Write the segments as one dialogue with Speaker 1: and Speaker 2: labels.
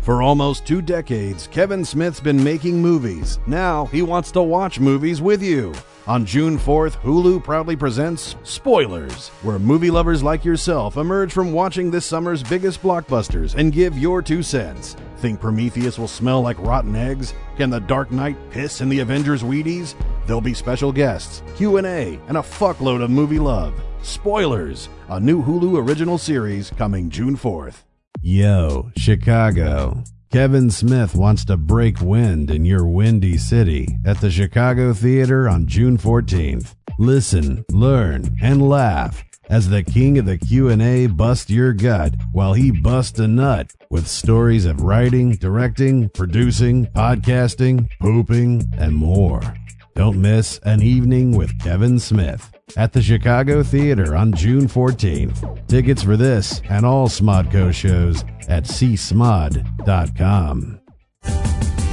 Speaker 1: For almost two decades, Kevin Smith's been making movies. Now he wants to watch movies with you. On June 4th, Hulu proudly presents Spoilers, where movie lovers like yourself emerge from watching this summer's biggest blockbusters and give your two cents. Think Prometheus will smell like rotten eggs? Can the Dark Knight piss in the Avengers Wheaties? There'll be special guests, Q&A, and a fuckload of movie love. Spoilers, a new Hulu original series coming June 4th. Yo, Chicago. Kevin Smith wants to break wind in your windy city at the Chicago Theater on June 14th. Listen, learn, and laugh as the king of the Q&A busts your gut while he busts a nut with stories of writing, directing, producing, podcasting, pooping, and more. Don't miss an evening with Kevin Smith at the Chicago Theater on June 14th. Tickets for this and all Smodco shows at csmod.com.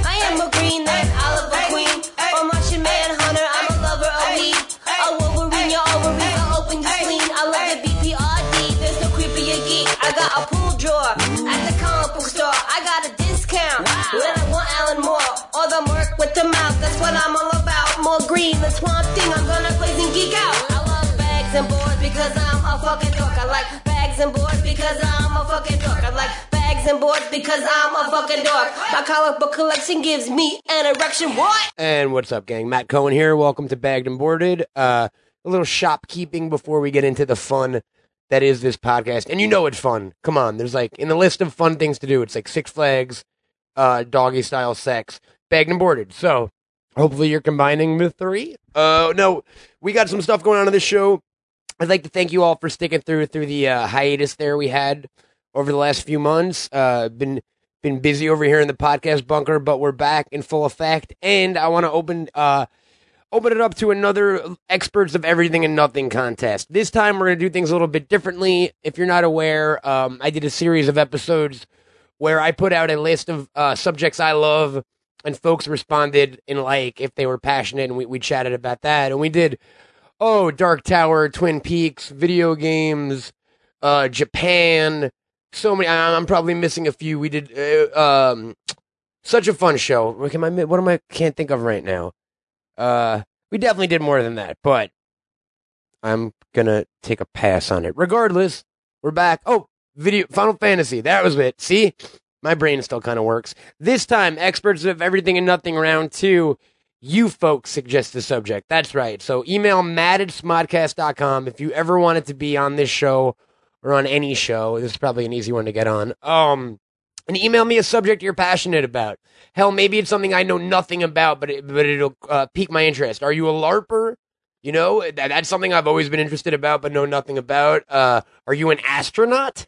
Speaker 2: I am a green, that olive a queen. Oh, I'm watching Manhunter, I'm a lover of weed. A Wolverine, your ovary, I open you clean. I love the BPRD, there's no creepier geek. I got a pool drawer at the comic book store. I got a discount when I want Alan Moore or the Merc with the mouth. That's what I'm all about. More green, the swamp thing. I'm gonna blaze and geek out. I love bags and boards because I'm a fucking dork. I like bags and boards because I'm a fucking dork. I like bags and boards because I'm a fucking dork. My comic book collection gives me an erection. What?
Speaker 3: And what's up, gang? Matt Cohen here. Welcome to Bagged and Boarded. Uh, a little shopkeeping before we get into the fun that is this podcast. And you know it's fun. Come on. There's like, in the list of fun things to do, it's like Six Flags, uh, doggy style sex, bagged and boarded. So hopefully you're combining the three. Uh, no, we got some stuff going on in this show. I'd like to thank you all for sticking through through the uh, hiatus there we had over the last few months. Uh, been been busy over here in the podcast bunker, but we're back in full effect. And I want to open uh, open it up to another experts of everything and nothing contest. This time we're gonna do things a little bit differently. If you're not aware, um, I did a series of episodes where I put out a list of uh, subjects I love, and folks responded in like if they were passionate, and we, we chatted about that, and we did oh Dark Tower, Twin Peaks, video games, uh, Japan, so many. I, I'm probably missing a few. We did uh, um, such a fun show. What am I? mi- What am I? Can't think of right now. Uh, we definitely did more than that, but I'm gonna take a pass on it. Regardless, we're back. Oh, video Final Fantasy. That was it. See, my brain still kind of works. This time, experts of everything and nothing round two. You folks suggest the subject. That's right. So email matt at smodcast.com if you ever wanted to be on this show or on any show. This is probably an easy one to get on. Um, and email me a subject you're passionate about. Hell, maybe it's something I know nothing about, but it, but it'll uh, pique my interest. Are you a LARPer? You know, that, that's something I've always been interested about, but know nothing about. Uh, are you an astronaut?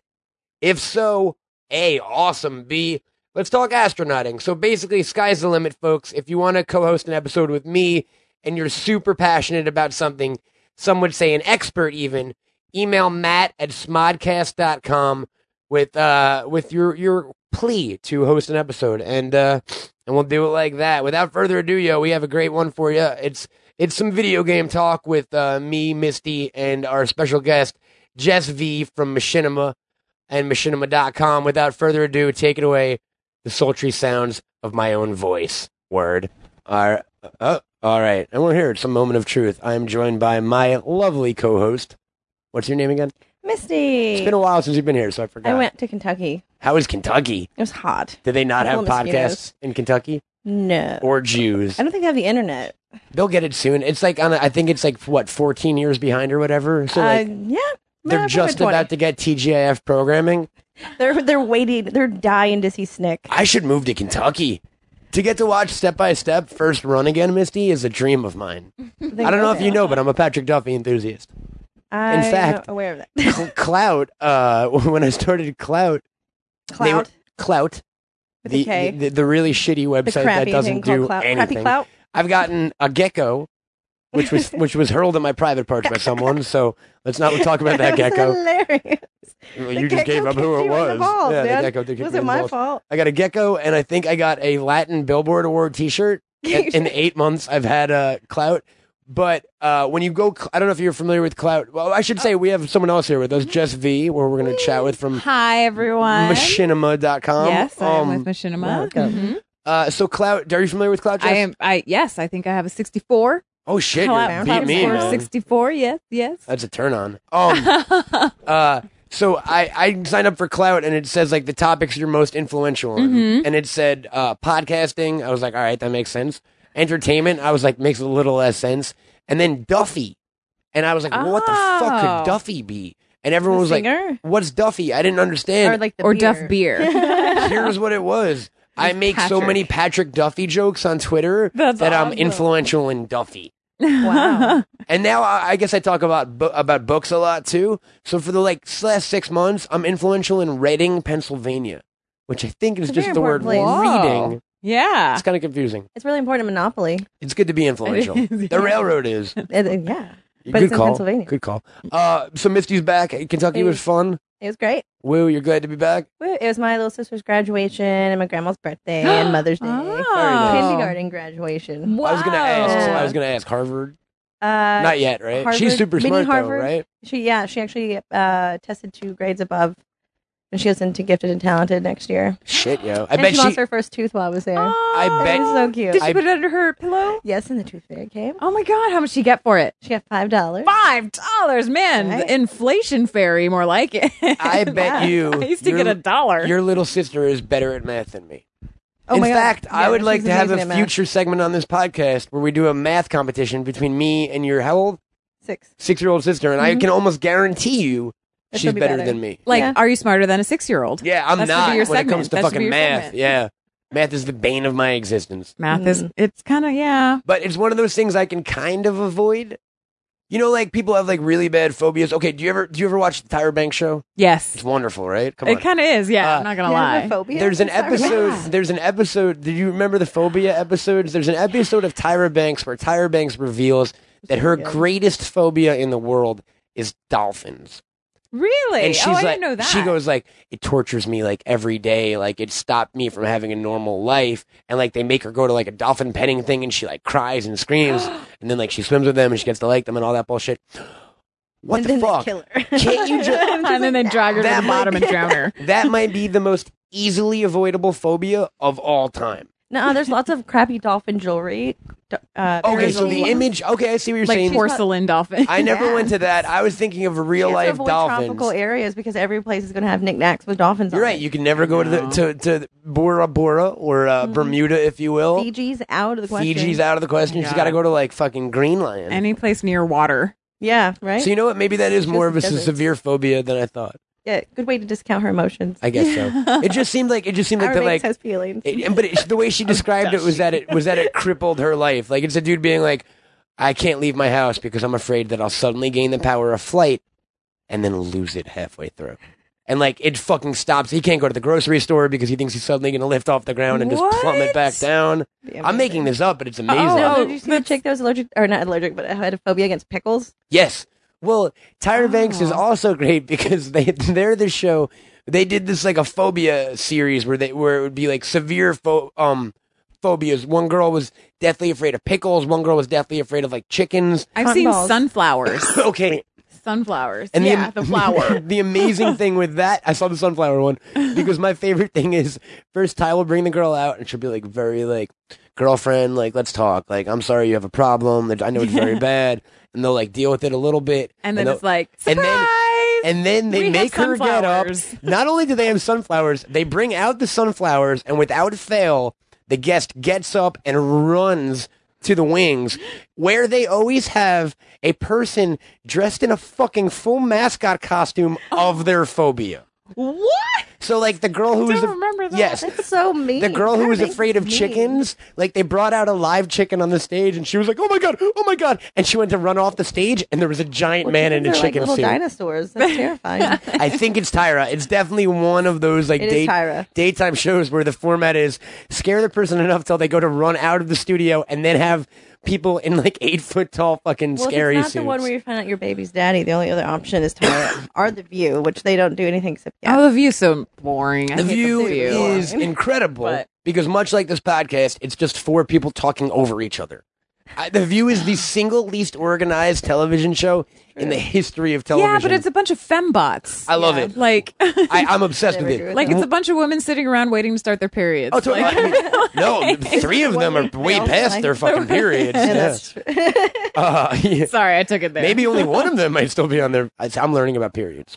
Speaker 3: If so, A, awesome. B, let's talk astronauting. So basically, sky's the limit, folks. If you want to co host an episode with me and you're super passionate about something, some would say an expert even, email matt at smodcast.com with, uh, with your, your plea to host an episode. And, uh, and we'll do it like that. Without further ado, yo, we have a great one for you. It's, it's some video game talk with uh, me, Misty, and our special guest, Jess V from Machinima and machinima.com. Without further ado, take it away. The sultry sounds of my own voice. Word. All right. Uh, all right. And we're here. It's a moment of truth. I am joined by my lovely co host. What's your name again? It's
Speaker 4: Misty.
Speaker 3: been a while since you've been here, so I forgot.
Speaker 4: I went to Kentucky.
Speaker 3: How is Kentucky?
Speaker 4: It was hot.
Speaker 3: Do they not have
Speaker 4: Couple of
Speaker 3: podcasts
Speaker 4: mosquitoes.
Speaker 3: in Kentucky
Speaker 4: No.
Speaker 3: or Jews?
Speaker 4: I don't think they have the internet.
Speaker 3: They'll get it soon. It's like on. A, I think it's like what fourteen years behind or whatever. So like
Speaker 4: uh, yeah.
Speaker 3: they're just about to get TGIF programming.
Speaker 4: They're they're waiting. They're dying to see Snick.
Speaker 3: I should move to Kentucky. To get to watch Step by Step first run again, Misty, is a dream of mine. I don't know if you know, but I'm a Patrick Duffy enthusiast.
Speaker 4: I'm
Speaker 3: fact-
Speaker 4: not aware of that.
Speaker 3: Cl- Clout, uh, when I started Clout, they were-
Speaker 4: Clout
Speaker 3: Clout,
Speaker 4: with a
Speaker 3: the,
Speaker 4: K.
Speaker 3: the, the really shitty
Speaker 4: The
Speaker 3: website that
Speaker 4: crappy
Speaker 3: doesn't
Speaker 4: thing called
Speaker 3: do
Speaker 4: clout. Crappy
Speaker 3: anything.
Speaker 4: clout.
Speaker 3: I've gotten a gecko, which was which was hurled at my private parts by someone. So let's not talk about that
Speaker 4: That's
Speaker 3: gecko.
Speaker 4: hilarious.
Speaker 3: Well,
Speaker 4: The
Speaker 3: you just
Speaker 4: gecko
Speaker 3: gave up who it
Speaker 4: kicked you in the
Speaker 3: was.
Speaker 4: balls,
Speaker 3: yeah,
Speaker 4: man.
Speaker 3: the gecko did kick
Speaker 4: It
Speaker 3: me
Speaker 4: wasn't
Speaker 3: in the
Speaker 4: my
Speaker 3: balls.
Speaker 4: fault.
Speaker 3: I got a gecko, and I think I got a Latin Billboard Award T-shirt. in, in eight months, I've had a uh, clout. But uh, when you go, cl- I don't know if you're familiar with Clout. Well, I should say we have someone else here with us, Jess V, where we're going to chat with from
Speaker 5: Hi, everyone.
Speaker 3: machinima.com.
Speaker 5: Yes, I am
Speaker 3: Um,
Speaker 5: with Machinima.
Speaker 3: welcome.
Speaker 4: Mm-hmm.
Speaker 5: Mhm.
Speaker 3: uh, so, Clout, are you familiar with Clout, Jess?
Speaker 5: I am. I yes, I think I have a sixty-four.
Speaker 3: Oh, shit.
Speaker 5: Cloud-
Speaker 3: You're
Speaker 5: Cloud
Speaker 3: beat me.
Speaker 5: score of
Speaker 3: man.
Speaker 5: sixty-four. Yes, yes.
Speaker 3: That's a turn on. Um, uh, so I, I signed up for Clout and it says like the topics you're most influential on. And it said uh, podcasting. I was like, all right, that makes sense. Entertainment. I was like, makes a little less sense. And then Duffy. And I was like, well, what the fuck
Speaker 5: Oh.
Speaker 3: could Duffy be? And everyone
Speaker 4: The
Speaker 3: was like,
Speaker 4: singer?
Speaker 3: what's Duffy? I didn't understand.
Speaker 4: or like the
Speaker 5: or
Speaker 4: beer.
Speaker 5: Duff Beer.
Speaker 3: Here's what it was. I make so
Speaker 5: Patrick.
Speaker 3: many Patrick Duffy jokes on Twitter
Speaker 5: That's
Speaker 3: that I'm
Speaker 5: awesome.
Speaker 3: influential in Duffy.
Speaker 4: Wow.
Speaker 3: And now I, I guess I talk about bu- about books a lot too. So for the like s- last six months, I'm influential in Reading, Pennsylvania, which I think is
Speaker 4: It's a
Speaker 3: just
Speaker 4: very
Speaker 3: the word
Speaker 4: important place.
Speaker 5: Whoa.
Speaker 3: reading.
Speaker 5: yeah.
Speaker 3: It's kind of confusing.
Speaker 4: It's really important in Monopoly.
Speaker 3: It's good to be influential.
Speaker 5: It is,
Speaker 3: the
Speaker 5: yeah.
Speaker 3: railroad is.
Speaker 4: It- it- yeah.
Speaker 3: good
Speaker 4: But it's in
Speaker 3: call.
Speaker 4: Pennsylvania.
Speaker 3: Good call. Uh, so Misty's back. Kentucky
Speaker 4: Hey.
Speaker 3: was fun.
Speaker 4: It was great.
Speaker 3: Woo, you're glad to be back.
Speaker 4: It was my little sister's graduation and my grandma's birthday and Mother's Day.
Speaker 5: Oh.
Speaker 4: Kindergarten graduation.
Speaker 5: Wow.
Speaker 3: I was gonna ask.
Speaker 4: Wow.
Speaker 3: I was gonna ask Harvard.
Speaker 4: Uh,
Speaker 3: Not yet, right? She's
Speaker 4: Harvard-
Speaker 3: super
Speaker 4: mini
Speaker 3: smart
Speaker 4: Harvard.
Speaker 3: though, right?
Speaker 4: She yeah, she actually uh, tested two grades above, and she goes into gifted and talented next year.
Speaker 3: Shit, yo. I
Speaker 4: and
Speaker 3: bet
Speaker 4: she,
Speaker 3: she.
Speaker 4: lost her first tooth while I was there.
Speaker 3: I
Speaker 4: It
Speaker 3: bet-
Speaker 4: was so cute.
Speaker 5: Did she
Speaker 3: I-
Speaker 5: put it under her pillow?
Speaker 4: yes, and the tooth fairy came.
Speaker 5: Oh my God! How much she get for it?
Speaker 4: She got five dollars.
Speaker 5: Five dollars, man.
Speaker 4: Right.
Speaker 5: The inflation fairy, more like it.
Speaker 3: I bet you.
Speaker 5: I used to
Speaker 3: your-
Speaker 5: get a dollar.
Speaker 3: Your little sister is better at math than me.
Speaker 4: Oh
Speaker 3: In
Speaker 4: my God.
Speaker 3: fact, I
Speaker 4: Yeah,
Speaker 3: would like
Speaker 4: she's
Speaker 3: to have
Speaker 4: amazing
Speaker 3: a
Speaker 4: at math.
Speaker 3: future segment on this podcast where we do a math competition between me and your how old
Speaker 4: Six.
Speaker 3: six year old sister, and I can almost guarantee you
Speaker 4: That
Speaker 3: she's
Speaker 4: she'll be
Speaker 3: better,
Speaker 4: better.
Speaker 3: than me.
Speaker 5: Like,
Speaker 4: Yeah.
Speaker 5: are you smarter than a six-year-old?
Speaker 3: Yeah, I'm
Speaker 5: That should be
Speaker 3: not
Speaker 5: your
Speaker 3: when it comes
Speaker 5: segment.
Speaker 3: to
Speaker 5: That should
Speaker 3: fucking
Speaker 5: be your
Speaker 3: math.
Speaker 5: segment.
Speaker 3: Yeah, math is the bane of my existence.
Speaker 5: Math is.
Speaker 4: Mm.
Speaker 5: It's kind of yeah.
Speaker 3: But it's one of those things I can kind of avoid. You know, like people have like really bad phobias. Okay, do you ever do you ever watch the Tyra Banks show?
Speaker 5: Yes.
Speaker 3: It's wonderful, right? Come on.
Speaker 5: It kind of is. Yeah.
Speaker 3: Uh,
Speaker 5: I'm not gonna lie.
Speaker 4: Phobia.
Speaker 3: There's an episode.
Speaker 5: Yeah.
Speaker 3: There's an episode. Do you remember the phobia episodes? There's an episode of Tyra Banks where Tyra Banks reveals that her greatest phobia in the world is dolphins,
Speaker 5: Really?
Speaker 3: and she's
Speaker 5: oh, I
Speaker 3: like,
Speaker 5: didn't know that.
Speaker 3: she goes like, it tortures me like every day. Like it stopped me from having a normal life, and like they make her go to like a dolphin petting thing, and she like cries and screams, and then like she swims with them and she gets to like them and all that bullshit. What
Speaker 4: and
Speaker 3: the
Speaker 4: then
Speaker 3: fuck?
Speaker 4: They kill her.
Speaker 3: Can't you just-
Speaker 4: I'm
Speaker 5: and then
Speaker 4: like,
Speaker 5: they drag her to
Speaker 3: That
Speaker 5: the bottom and drown her.
Speaker 3: That might be the most easily avoidable phobia of all time.
Speaker 4: No, there's lots of crappy dolphin jewelry. Do- Uh,
Speaker 3: Okay,
Speaker 4: there's
Speaker 3: so
Speaker 4: a
Speaker 3: Oh, the
Speaker 4: lot-
Speaker 3: image. Okay, I see what you're
Speaker 5: Like
Speaker 3: saying.
Speaker 5: porcelain dolphin.
Speaker 3: I never
Speaker 4: Yeah.
Speaker 3: went to that. I was thinking of
Speaker 4: You
Speaker 3: real
Speaker 4: have to
Speaker 3: life
Speaker 4: avoid
Speaker 3: dolphins.
Speaker 4: tropical areas because every place is going to have knickknacks with dolphins.
Speaker 3: You're
Speaker 4: on
Speaker 3: right.
Speaker 4: it.
Speaker 3: You can never go to the,
Speaker 5: No.
Speaker 3: to to Bora Bora or uh, Bermuda, if you will.
Speaker 4: Fiji's out of the Mm-hmm. question.
Speaker 3: Fiji's out of the question. She's
Speaker 5: Yeah.
Speaker 3: got to go to like fucking Greenland.
Speaker 5: Any place near water.
Speaker 4: Yeah, right.
Speaker 3: so you know what? Maybe that is
Speaker 4: She
Speaker 3: more of a
Speaker 4: goes to
Speaker 3: se-
Speaker 4: deserts.
Speaker 3: severe phobia than I thought.
Speaker 4: yeah, good way to discount her emotions.
Speaker 3: I guess so. It just seemed like it just seemed like
Speaker 4: Our
Speaker 3: that.
Speaker 4: makes
Speaker 3: Like
Speaker 4: has feelings.
Speaker 3: It- and- but it, the way she described it was that it was that it crippled her life. Like it's a dude being like, "I can't leave my house because I'm afraid that I'll suddenly gain the power of flight, and then lose it halfway through." And like it fucking stops. He can't go to the grocery store because he thinks he's suddenly going to lift off the ground and just plummet
Speaker 5: What?
Speaker 3: back down. I'm making this up, but it's amazing.
Speaker 5: Oh,
Speaker 4: Oh, did you see the
Speaker 5: that's-
Speaker 4: chick that was allergic, or not allergic, but had a phobia against pickles?
Speaker 3: Yes. Well, Tyra
Speaker 5: Oh.
Speaker 3: Banks is also great because they they're the show. They did this like a phobia series where they where it would be like severe pho- um phobias. One girl was deathly afraid of pickles. One girl was deathly afraid of like chickens.
Speaker 5: I've
Speaker 4: Cotton
Speaker 5: seen
Speaker 4: balls.
Speaker 5: sunflowers.
Speaker 3: okay.
Speaker 5: sunflowers.
Speaker 3: the
Speaker 5: yeah,
Speaker 3: am-
Speaker 5: the flower.
Speaker 3: the amazing thing with that, I saw the sunflower one because my favorite thing is first Ty will bring the girl out and she'll be like very like girlfriend, like let's talk. Like I'm sorry you have a problem. I know it's very bad, and they'll like deal with it a little bit.
Speaker 5: And then
Speaker 3: they'll-
Speaker 5: it's like
Speaker 3: and
Speaker 5: surprise.
Speaker 3: then- and then they
Speaker 5: We have
Speaker 3: make her get up.
Speaker 5: sunflowers.
Speaker 3: Not only do they have sunflowers, they bring out the sunflowers, and without fail, the guest gets up and runs to the wings, where they always have a person dressed in a fucking full mascot costume
Speaker 4: Oh.
Speaker 3: of their phobia.
Speaker 5: what?
Speaker 3: So, like the girl who was the,
Speaker 5: don't remember that.
Speaker 3: Yes,
Speaker 4: That's so mean.
Speaker 3: the girl who
Speaker 4: Tyra
Speaker 3: was
Speaker 4: Banks
Speaker 3: afraid
Speaker 4: is
Speaker 3: of
Speaker 4: mean.
Speaker 3: chickens, like they brought out a live chicken on the stage, and she was like, "Oh my god, oh my god!" And she went to run off the stage, and there was a giant
Speaker 4: Well,
Speaker 3: man in a
Speaker 4: chickens are
Speaker 3: chicken
Speaker 4: like little
Speaker 3: suit.
Speaker 4: dinosaurs. That's terrifying.
Speaker 3: I think it's Tyra. It's definitely one of those like
Speaker 4: It is
Speaker 3: day-
Speaker 4: Tyra.
Speaker 3: daytime shows where the format is scare the person enough till they go to run out of the studio and then have people in like eight foot tall fucking
Speaker 4: Well, if
Speaker 3: scary
Speaker 4: it's not
Speaker 3: suits.
Speaker 4: the one where you find out your baby's daddy. The only other option is Tyra or The View, which they don't do anything except yeah.
Speaker 5: Oh, the view's so boring. I
Speaker 3: the
Speaker 5: hate
Speaker 3: view
Speaker 5: the view.
Speaker 3: is incredible
Speaker 5: But-
Speaker 3: because much like this podcast, it's just four people talking over each other. I, the View is the single least organized television show in the history of television.
Speaker 5: Yeah, but it's a bunch of fembots.
Speaker 3: I love it.
Speaker 5: Like,
Speaker 3: I, I'm obsessed with
Speaker 4: Never do
Speaker 3: it.
Speaker 4: it.
Speaker 5: like it's a bunch of women sitting around waiting to start their periods.
Speaker 3: Oh, to-
Speaker 5: Like-
Speaker 3: I mean, no, three of them are way
Speaker 4: Well,
Speaker 3: past their
Speaker 4: like-
Speaker 3: fucking periods.
Speaker 4: Yeah, that's true.
Speaker 3: Uh, yeah.
Speaker 5: sorry, I took it there.
Speaker 3: Maybe only one of them might still be on there. I- I'm learning about periods.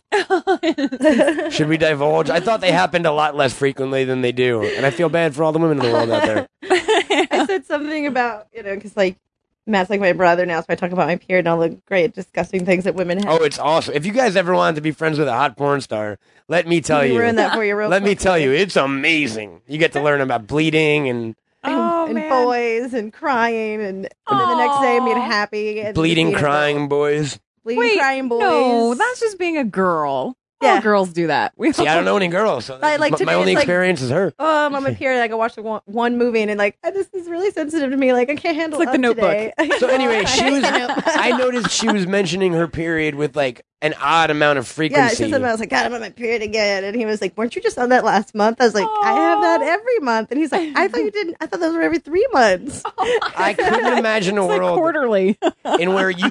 Speaker 3: Should we divulge? I thought they happened a lot less frequently than they do, and I feel bad for all the women in the world out there.
Speaker 4: I said something about you know because like Matt's like my brother now, so I talk about my period and all the great disgusting things that women have.
Speaker 3: Oh, it's awesome! If you guys ever wanted to be friends with a hot porn star, let me tell
Speaker 4: you
Speaker 3: you.
Speaker 4: ruined that for you. Real
Speaker 3: let me
Speaker 4: quick.
Speaker 3: tell you, it's amazing. You get to learn about bleeding and
Speaker 4: And,
Speaker 5: Oh,
Speaker 4: and
Speaker 5: man.
Speaker 4: boys and crying and, and then the next day I'm being happy and
Speaker 3: bleeding,
Speaker 4: beautiful.
Speaker 3: crying boys.
Speaker 4: bleeding
Speaker 5: Wait,
Speaker 4: crying boys.
Speaker 5: no, that's just being a girl.
Speaker 4: Yeah.
Speaker 5: All girls do that. We
Speaker 3: See, I don't know any girls, so
Speaker 4: Like- like
Speaker 3: my- my
Speaker 4: today,
Speaker 3: only
Speaker 4: it's like-
Speaker 3: experience is her.
Speaker 4: Oh, I'm on my period. Like I watched one, one movie and like oh, this is really sensitive to me. Like I can't handle
Speaker 5: It's like The
Speaker 4: up today.
Speaker 3: So anyway, she was.
Speaker 4: I
Speaker 3: I noticed she was mentioning her period with like an odd amount of
Speaker 4: Yeah,
Speaker 3: frequency.
Speaker 4: she said I was like, God, I'm on my period again, and he was like, Weren't you just on that last month? I was like, I have that every month, and he's like, I thought you didn't. I thought those were every three months.
Speaker 5: Oh.
Speaker 3: I couldn't imagine a
Speaker 5: It's like
Speaker 3: world
Speaker 5: quarterly.
Speaker 3: in where you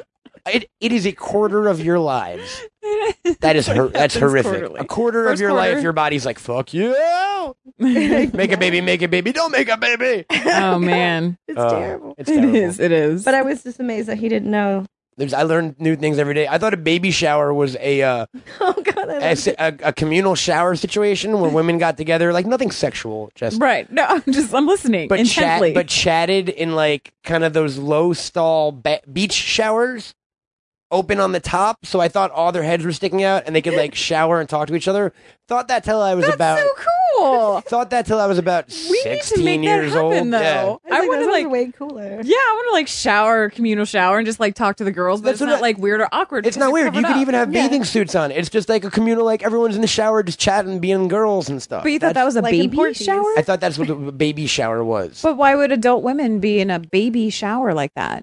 Speaker 3: it, it is a quarter of your lives. That is hor- that's
Speaker 5: happens
Speaker 3: horrific.
Speaker 5: quarterly.
Speaker 3: A quarter of
Speaker 5: First
Speaker 3: your
Speaker 5: quarter.
Speaker 3: life, your body's like fuck you. Make a baby, make a baby. Don't make a baby.
Speaker 5: oh man,
Speaker 4: It's
Speaker 3: Uh,
Speaker 4: terrible.
Speaker 3: It's
Speaker 5: it
Speaker 3: terrible.
Speaker 5: is. It is.
Speaker 4: But I was just amazed that he didn't know.
Speaker 3: There's, I learned new things every day. I thought a baby shower was a uh,
Speaker 4: Oh God, I
Speaker 3: a,
Speaker 4: love
Speaker 3: si- a, a communal shower situation where women got together, like nothing sexual, just
Speaker 5: right. No, I'm just I'm listening
Speaker 3: but chat,
Speaker 5: intently.
Speaker 3: but chatted in like kind of those low stall ba- beach showers, open on the top. So I thought all their heads were sticking out, and they could like shower and talk to each other. Thought that till I was about
Speaker 5: so cool.
Speaker 3: thought that till I was about
Speaker 5: We need to
Speaker 3: sixteen
Speaker 5: make that
Speaker 3: years
Speaker 5: happen,
Speaker 3: old.
Speaker 5: though.
Speaker 3: Yeah.
Speaker 5: I want to like.
Speaker 4: like way cooler.
Speaker 5: Yeah, I want to like shower, communal shower, and just like talk to the girls. But
Speaker 3: That's
Speaker 5: it's
Speaker 3: what
Speaker 5: not
Speaker 3: I-
Speaker 5: like weird or awkward.
Speaker 3: It's
Speaker 5: because
Speaker 3: not weird.
Speaker 5: you're
Speaker 3: You
Speaker 5: covered
Speaker 3: could
Speaker 5: up.
Speaker 3: even have bathing suits on. It's just like a communal, like everyone's in the shower, just chatting, being girls and stuff.
Speaker 5: But you thought that
Speaker 3: That's-
Speaker 5: was a
Speaker 4: Like in
Speaker 5: baby
Speaker 4: Portuguese.
Speaker 5: shower.
Speaker 3: I thought that's what a baby shower was.
Speaker 5: But why would adult women be in a baby shower like that?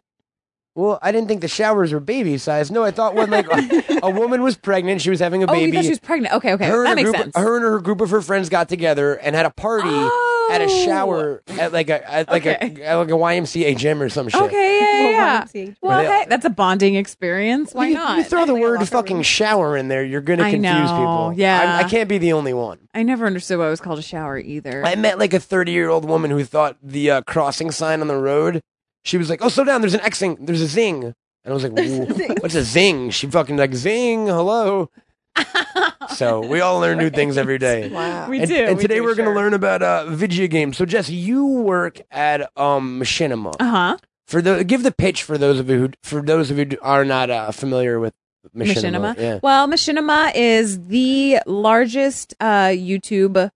Speaker 3: Well, I didn't think the showers were baby size. No, I thought when like a, a woman was pregnant, she was having a
Speaker 5: Oh, you
Speaker 3: baby.
Speaker 5: thought she was pregnant. Okay, okay,
Speaker 3: her and
Speaker 5: that
Speaker 3: a
Speaker 5: makes
Speaker 3: group,
Speaker 5: sense.
Speaker 3: Her and her group of her friends got together and had a party at a shower at like a at like
Speaker 5: Oh. Okay.
Speaker 3: a at like a YMCA gym or some shit.
Speaker 5: Okay, yeah,
Speaker 4: Well,
Speaker 5: yeah.
Speaker 4: why not?
Speaker 5: Well,
Speaker 3: Right.
Speaker 5: hey, that's a bonding experience. Why
Speaker 3: you,
Speaker 5: not?
Speaker 3: You throw the
Speaker 4: Definitely a
Speaker 3: word
Speaker 4: locker
Speaker 3: "fucking
Speaker 4: room.
Speaker 3: shower" in there, you're gonna
Speaker 5: I
Speaker 3: confuse
Speaker 5: know,
Speaker 3: people.
Speaker 5: yeah.
Speaker 3: I'm- I, can't be the only one.
Speaker 5: I never understood why it was called a shower either.
Speaker 3: I met like a 30 year old woman who thought the uh, crossing sign on the road. She was like, "Oh, slow down! There's an Xing. There's a zing." And I was like,
Speaker 4: a
Speaker 3: "Wh-
Speaker 4: zing."
Speaker 3: "What's a zing?" She fucking like, "Zing, hello." so we all learn new things every day.
Speaker 4: Wow.
Speaker 5: we
Speaker 3: and,
Speaker 5: do.
Speaker 3: and
Speaker 5: we
Speaker 3: today
Speaker 5: do,
Speaker 3: we're going
Speaker 5: sure.
Speaker 3: to learn about uh, video games. So, Jess, you work at um, Machinima.
Speaker 5: Uh huh.
Speaker 3: For the give the pitch for those of you who, for those of you who are not uh, familiar with Machinima.
Speaker 5: Machinima.
Speaker 3: Yeah.
Speaker 5: Well, Machinima is the largest uh, YouTube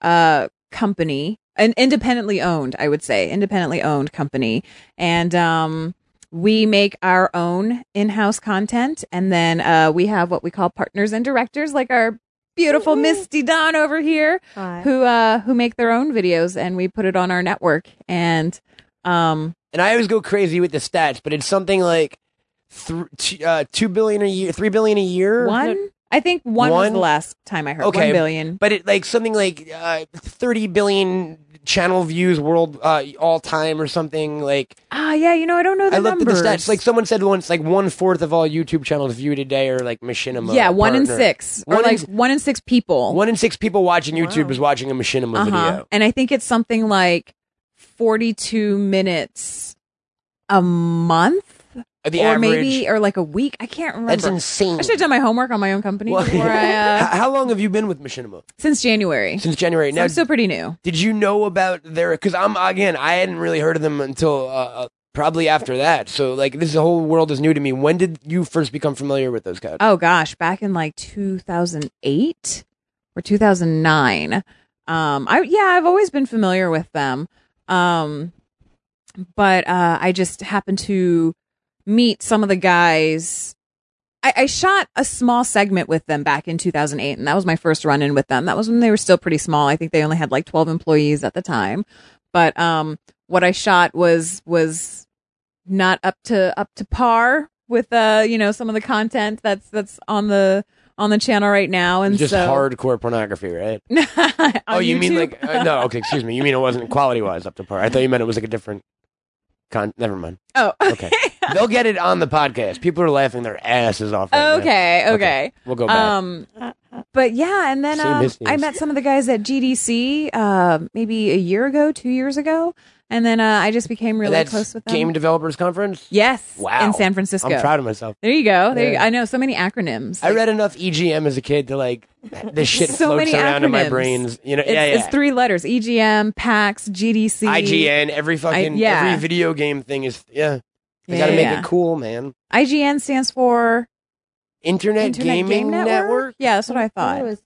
Speaker 5: uh, company, an independently owned, I would say, independently owned company, and um, we make our own in-house content, and then uh, we have what we call partners and directors, like our beautiful Misty Don over here, who uh, who make their own videos, and we put it on our network, and um,
Speaker 3: And I always go crazy with the stats, but it's something like th- t- uh, two billion a year, three billion a year.
Speaker 5: one. I think one, was
Speaker 3: One?
Speaker 5: the last time I heard.
Speaker 3: Okay.
Speaker 5: One billion.
Speaker 3: But it like something like uh, thirty billion channel views world uh, all time or something like
Speaker 5: Ah, yeah, you know, I don't know the
Speaker 3: I looked
Speaker 5: numbers.
Speaker 3: at the stats. Like someone said once, like one fourth of all YouTube channels viewed a day are like machinima.
Speaker 5: yeah, one in
Speaker 3: partner.
Speaker 5: six, or
Speaker 3: One in
Speaker 5: like
Speaker 3: s-
Speaker 5: one in six people.
Speaker 3: One in six people watching YouTube
Speaker 4: Wow.
Speaker 3: is watching a machinima
Speaker 5: Uh-huh.
Speaker 3: video.
Speaker 5: And I think it's something like forty-two minutes a month,
Speaker 3: Uh, The
Speaker 5: or
Speaker 3: average.
Speaker 5: maybe, or like a week. I can't remember.
Speaker 3: that's insane.
Speaker 5: I should have done my homework on my own company
Speaker 3: Well,
Speaker 5: before I, uh,
Speaker 3: How- how long have you been with machinima?
Speaker 5: since January.
Speaker 3: Since January.
Speaker 5: So
Speaker 3: Now,
Speaker 5: I'm still pretty new.
Speaker 3: did you know about their? Because I'm again, I hadn't really heard of them until uh, uh, probably after that. So like, this whole world is new to me. When did you first become familiar with those guys?
Speaker 5: Oh gosh, back in like 2008 or 2009. Um I yeah, I've always been familiar with them. Um but uh I just happened to meet some of the guys I, I shot a small segment with them back in 2008, and that was my first run in with them. That was when they were still pretty small. I think they only had like 12 employees at the time. But um, what I shot was was not up to up to par with uh you know some of the content that's that's on the on the channel right now and
Speaker 3: Just
Speaker 5: Um, so
Speaker 3: hardcore pornography, right?
Speaker 5: On
Speaker 3: oh, you mean
Speaker 5: YouTube.
Speaker 3: like uh, no? Okay, excuse me. You mean it wasn't quality wise up to par? I thought you meant it was like a different Con- never mind.
Speaker 5: Oh,
Speaker 3: Okay. They'll get it on the podcast. People are laughing their asses off. right now.
Speaker 5: okay, okay.
Speaker 3: We'll go back.
Speaker 5: Um, but yeah, and then
Speaker 3: Same
Speaker 5: um,
Speaker 3: as
Speaker 5: I
Speaker 3: these.
Speaker 5: met some of the guys at GDC uh, maybe a year ago, two years ago, and then uh, I just became really
Speaker 3: That's
Speaker 5: close with them.
Speaker 3: Game Developers Conference.
Speaker 5: yes,
Speaker 3: Wow.
Speaker 5: in San Francisco.
Speaker 3: I'm proud of myself.
Speaker 5: there you go. There you
Speaker 3: Yeah.
Speaker 5: go. I know so many acronyms.
Speaker 3: I read enough EGM as a kid to like this shit
Speaker 5: So
Speaker 3: floats
Speaker 5: many
Speaker 3: around in my
Speaker 5: acronyms.
Speaker 3: brains. You know,
Speaker 5: it's,
Speaker 3: yeah, yeah.
Speaker 5: it's three letters: E EGM, PAX, GDC,
Speaker 3: IGN, every fucking
Speaker 5: yeah.
Speaker 3: every video game thing is yeah. They
Speaker 5: Yeah,
Speaker 3: gotta
Speaker 5: yeah,
Speaker 3: make
Speaker 5: yeah.
Speaker 3: it cool, man.
Speaker 5: IGN stands for
Speaker 3: Internet,
Speaker 5: Internet
Speaker 3: Gaming
Speaker 5: Game Network? Yeah, that's what I
Speaker 4: It
Speaker 5: thought.
Speaker 4: was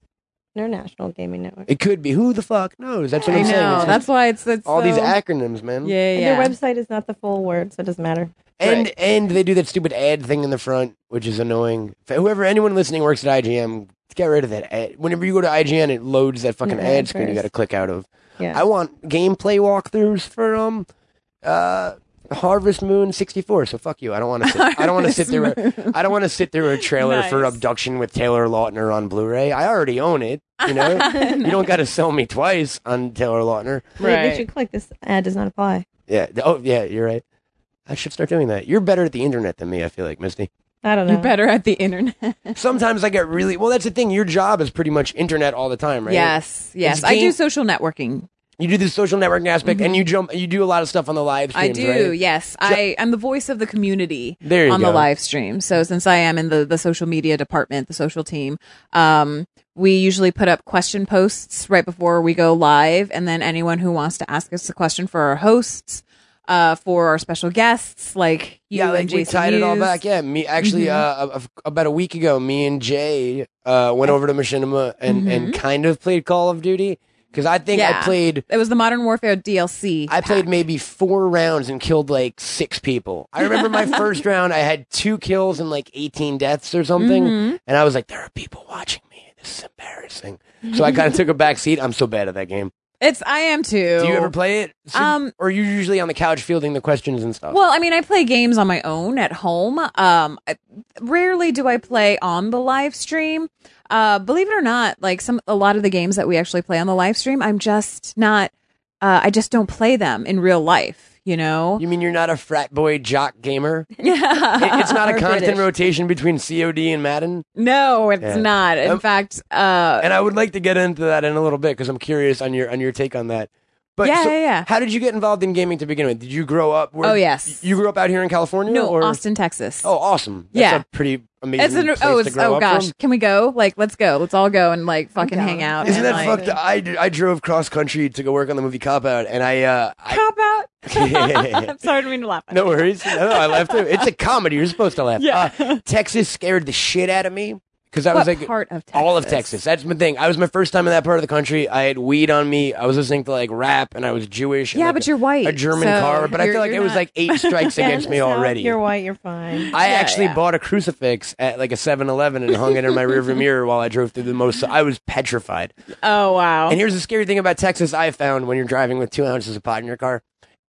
Speaker 4: International Gaming Network.
Speaker 3: It could be. Who the fuck knows? That's what
Speaker 5: I
Speaker 3: I'm saying.
Speaker 5: know.
Speaker 3: It's
Speaker 5: That's why it's, it's
Speaker 3: all these
Speaker 5: so-
Speaker 3: acronyms, man.
Speaker 5: Yeah,
Speaker 4: And
Speaker 5: yeah.
Speaker 4: Their website is not the full word, so it doesn't matter.
Speaker 3: And and they do that stupid ad thing in the front, which is annoying. If Whoever anyone listening works at IGM, get rid of that ad. Whenever you go to IGN, it loads that fucking
Speaker 4: Yeah,
Speaker 3: ad screen you
Speaker 4: first.
Speaker 3: got to click out of.
Speaker 4: Yeah.
Speaker 3: I want gameplay walkthroughs for um uh Harvest Moon 64. So fuck you. I don't want to sit I don't want to sit through a,
Speaker 5: Harvest Moon.
Speaker 3: I don't want to sit through a trailer for
Speaker 5: Nice.
Speaker 3: Abduction with Taylor Lautner on Blu-ray. I already own it, you know? You don't got to sell me twice on Taylor Lautner.
Speaker 4: Wait,
Speaker 5: Right.
Speaker 4: Did you click this ad does not apply?
Speaker 3: Yeah. th- Oh, yeah, you're right. I should start doing that. You're better at the internet than me, I feel like, Misty.
Speaker 4: I don't know.
Speaker 5: You're better at the internet.
Speaker 3: Sometimes I get really Well, that's the thing. Your job is pretty much internet all the time, right?
Speaker 5: Yes, yes.
Speaker 3: It's
Speaker 5: I do
Speaker 3: game-
Speaker 5: social networking.
Speaker 3: You do the social networking aspect and you jump you do a lot of stuff on the live
Speaker 5: Mm-hmm. I
Speaker 3: streams,
Speaker 5: do.
Speaker 3: right?
Speaker 5: Yes, I I'm the voice of the community
Speaker 3: There you
Speaker 5: on
Speaker 3: go.
Speaker 5: the live stream. So since I am in the the social media department, the social team, um, we usually put up question posts right before we go live, and then anyone who wants to ask us a question for our hosts, uh, for our special guests, like you
Speaker 3: yeah, like
Speaker 5: and
Speaker 3: we
Speaker 5: Jason
Speaker 3: tied it all
Speaker 5: Hughes.
Speaker 3: back. Yeah, me actually
Speaker 5: Mm-hmm.
Speaker 3: uh, a- a- about a week ago, me and Jay uh, went over to Machinima and, and kind of played Call of Duty because I think I
Speaker 5: Mm-hmm. Yeah.
Speaker 3: played
Speaker 5: It was the Modern Warfare DLC.
Speaker 3: I played maybe four rounds and killed like six people. I remember my first round, I had two kills and like eighteen deaths or something, and I was like, "There are people watching me. This is embarrassing." So I kind of took a back seat. I'm so bad at that game.
Speaker 5: It's I am too.
Speaker 3: Do you ever play it? So-
Speaker 5: Um,
Speaker 3: or are you usually on the couch fielding the questions and stuff?
Speaker 5: Well, I mean, I play games on my own at home. Um, I, rarely do I play on the live stream. Uh, believe it or not, like some a lot of the games that we actually play on the live stream, I'm just not. Uh, I just don't play them in real life. You know.
Speaker 3: you mean you're not a frat boy jock gamer?
Speaker 5: Yeah.
Speaker 3: It- it's not a
Speaker 4: Or
Speaker 3: constant
Speaker 4: British.
Speaker 3: rotation between COD and Madden.
Speaker 5: no, it's
Speaker 3: Yeah.
Speaker 5: not. In
Speaker 3: Um,
Speaker 5: fact, uh,
Speaker 3: And I would like to get into that in a little bit because I'm curious on your on your take on that. But
Speaker 5: Yeah,
Speaker 3: so
Speaker 5: yeah, yeah.
Speaker 3: how did you get involved in gaming to begin with? Did you grow up? Where,
Speaker 5: Oh, yes.
Speaker 3: you grew up out here in California.
Speaker 5: no,
Speaker 3: or?
Speaker 5: Austin, Texas.
Speaker 3: Oh, awesome! That's
Speaker 5: Yeah.
Speaker 3: a pretty amazing.
Speaker 5: It's an,
Speaker 3: place
Speaker 5: oh,
Speaker 3: to
Speaker 5: it's,
Speaker 3: grow
Speaker 5: oh
Speaker 3: up
Speaker 5: gosh!
Speaker 3: from.
Speaker 5: Can we go? Like, let's go. Let's all go and like fucking
Speaker 4: down.
Speaker 5: hang out.
Speaker 3: Isn't
Speaker 5: and,
Speaker 3: that
Speaker 5: like,
Speaker 3: fucked? I, d- I drove cross country to go work on the movie Cop Out, and I uh, I,
Speaker 5: Cop out. I'm sorry, I didn't mean to laugh. At
Speaker 3: no worries. No, no, I laughed too. It's a comedy. You're supposed to laugh.
Speaker 5: Yeah.
Speaker 3: Uh, Texas scared the shit out of me because I
Speaker 5: What
Speaker 3: was like
Speaker 5: part of Texas?
Speaker 3: all of Texas. That's my thing. I was my first time in that part of the country. I had weed on me. I was listening to like rap, and I was Jewish. and,
Speaker 5: Yeah,
Speaker 3: like,
Speaker 5: but you're white,
Speaker 3: A German
Speaker 5: so
Speaker 3: car, but I
Speaker 5: you're-
Speaker 3: feel like it
Speaker 5: you're
Speaker 3: was
Speaker 5: not-
Speaker 3: like eight strikes against me
Speaker 4: Down
Speaker 3: already.
Speaker 4: south, You're white. You're fine.
Speaker 3: I actually
Speaker 5: yeah.
Speaker 3: bought a crucifix at like a 7-Eleven and hung it in my rearview mirror while I drove through the most. I was petrified.
Speaker 5: Oh wow!
Speaker 3: And here's the scary thing about Texas I found when you're driving with two ounces of pot in your car.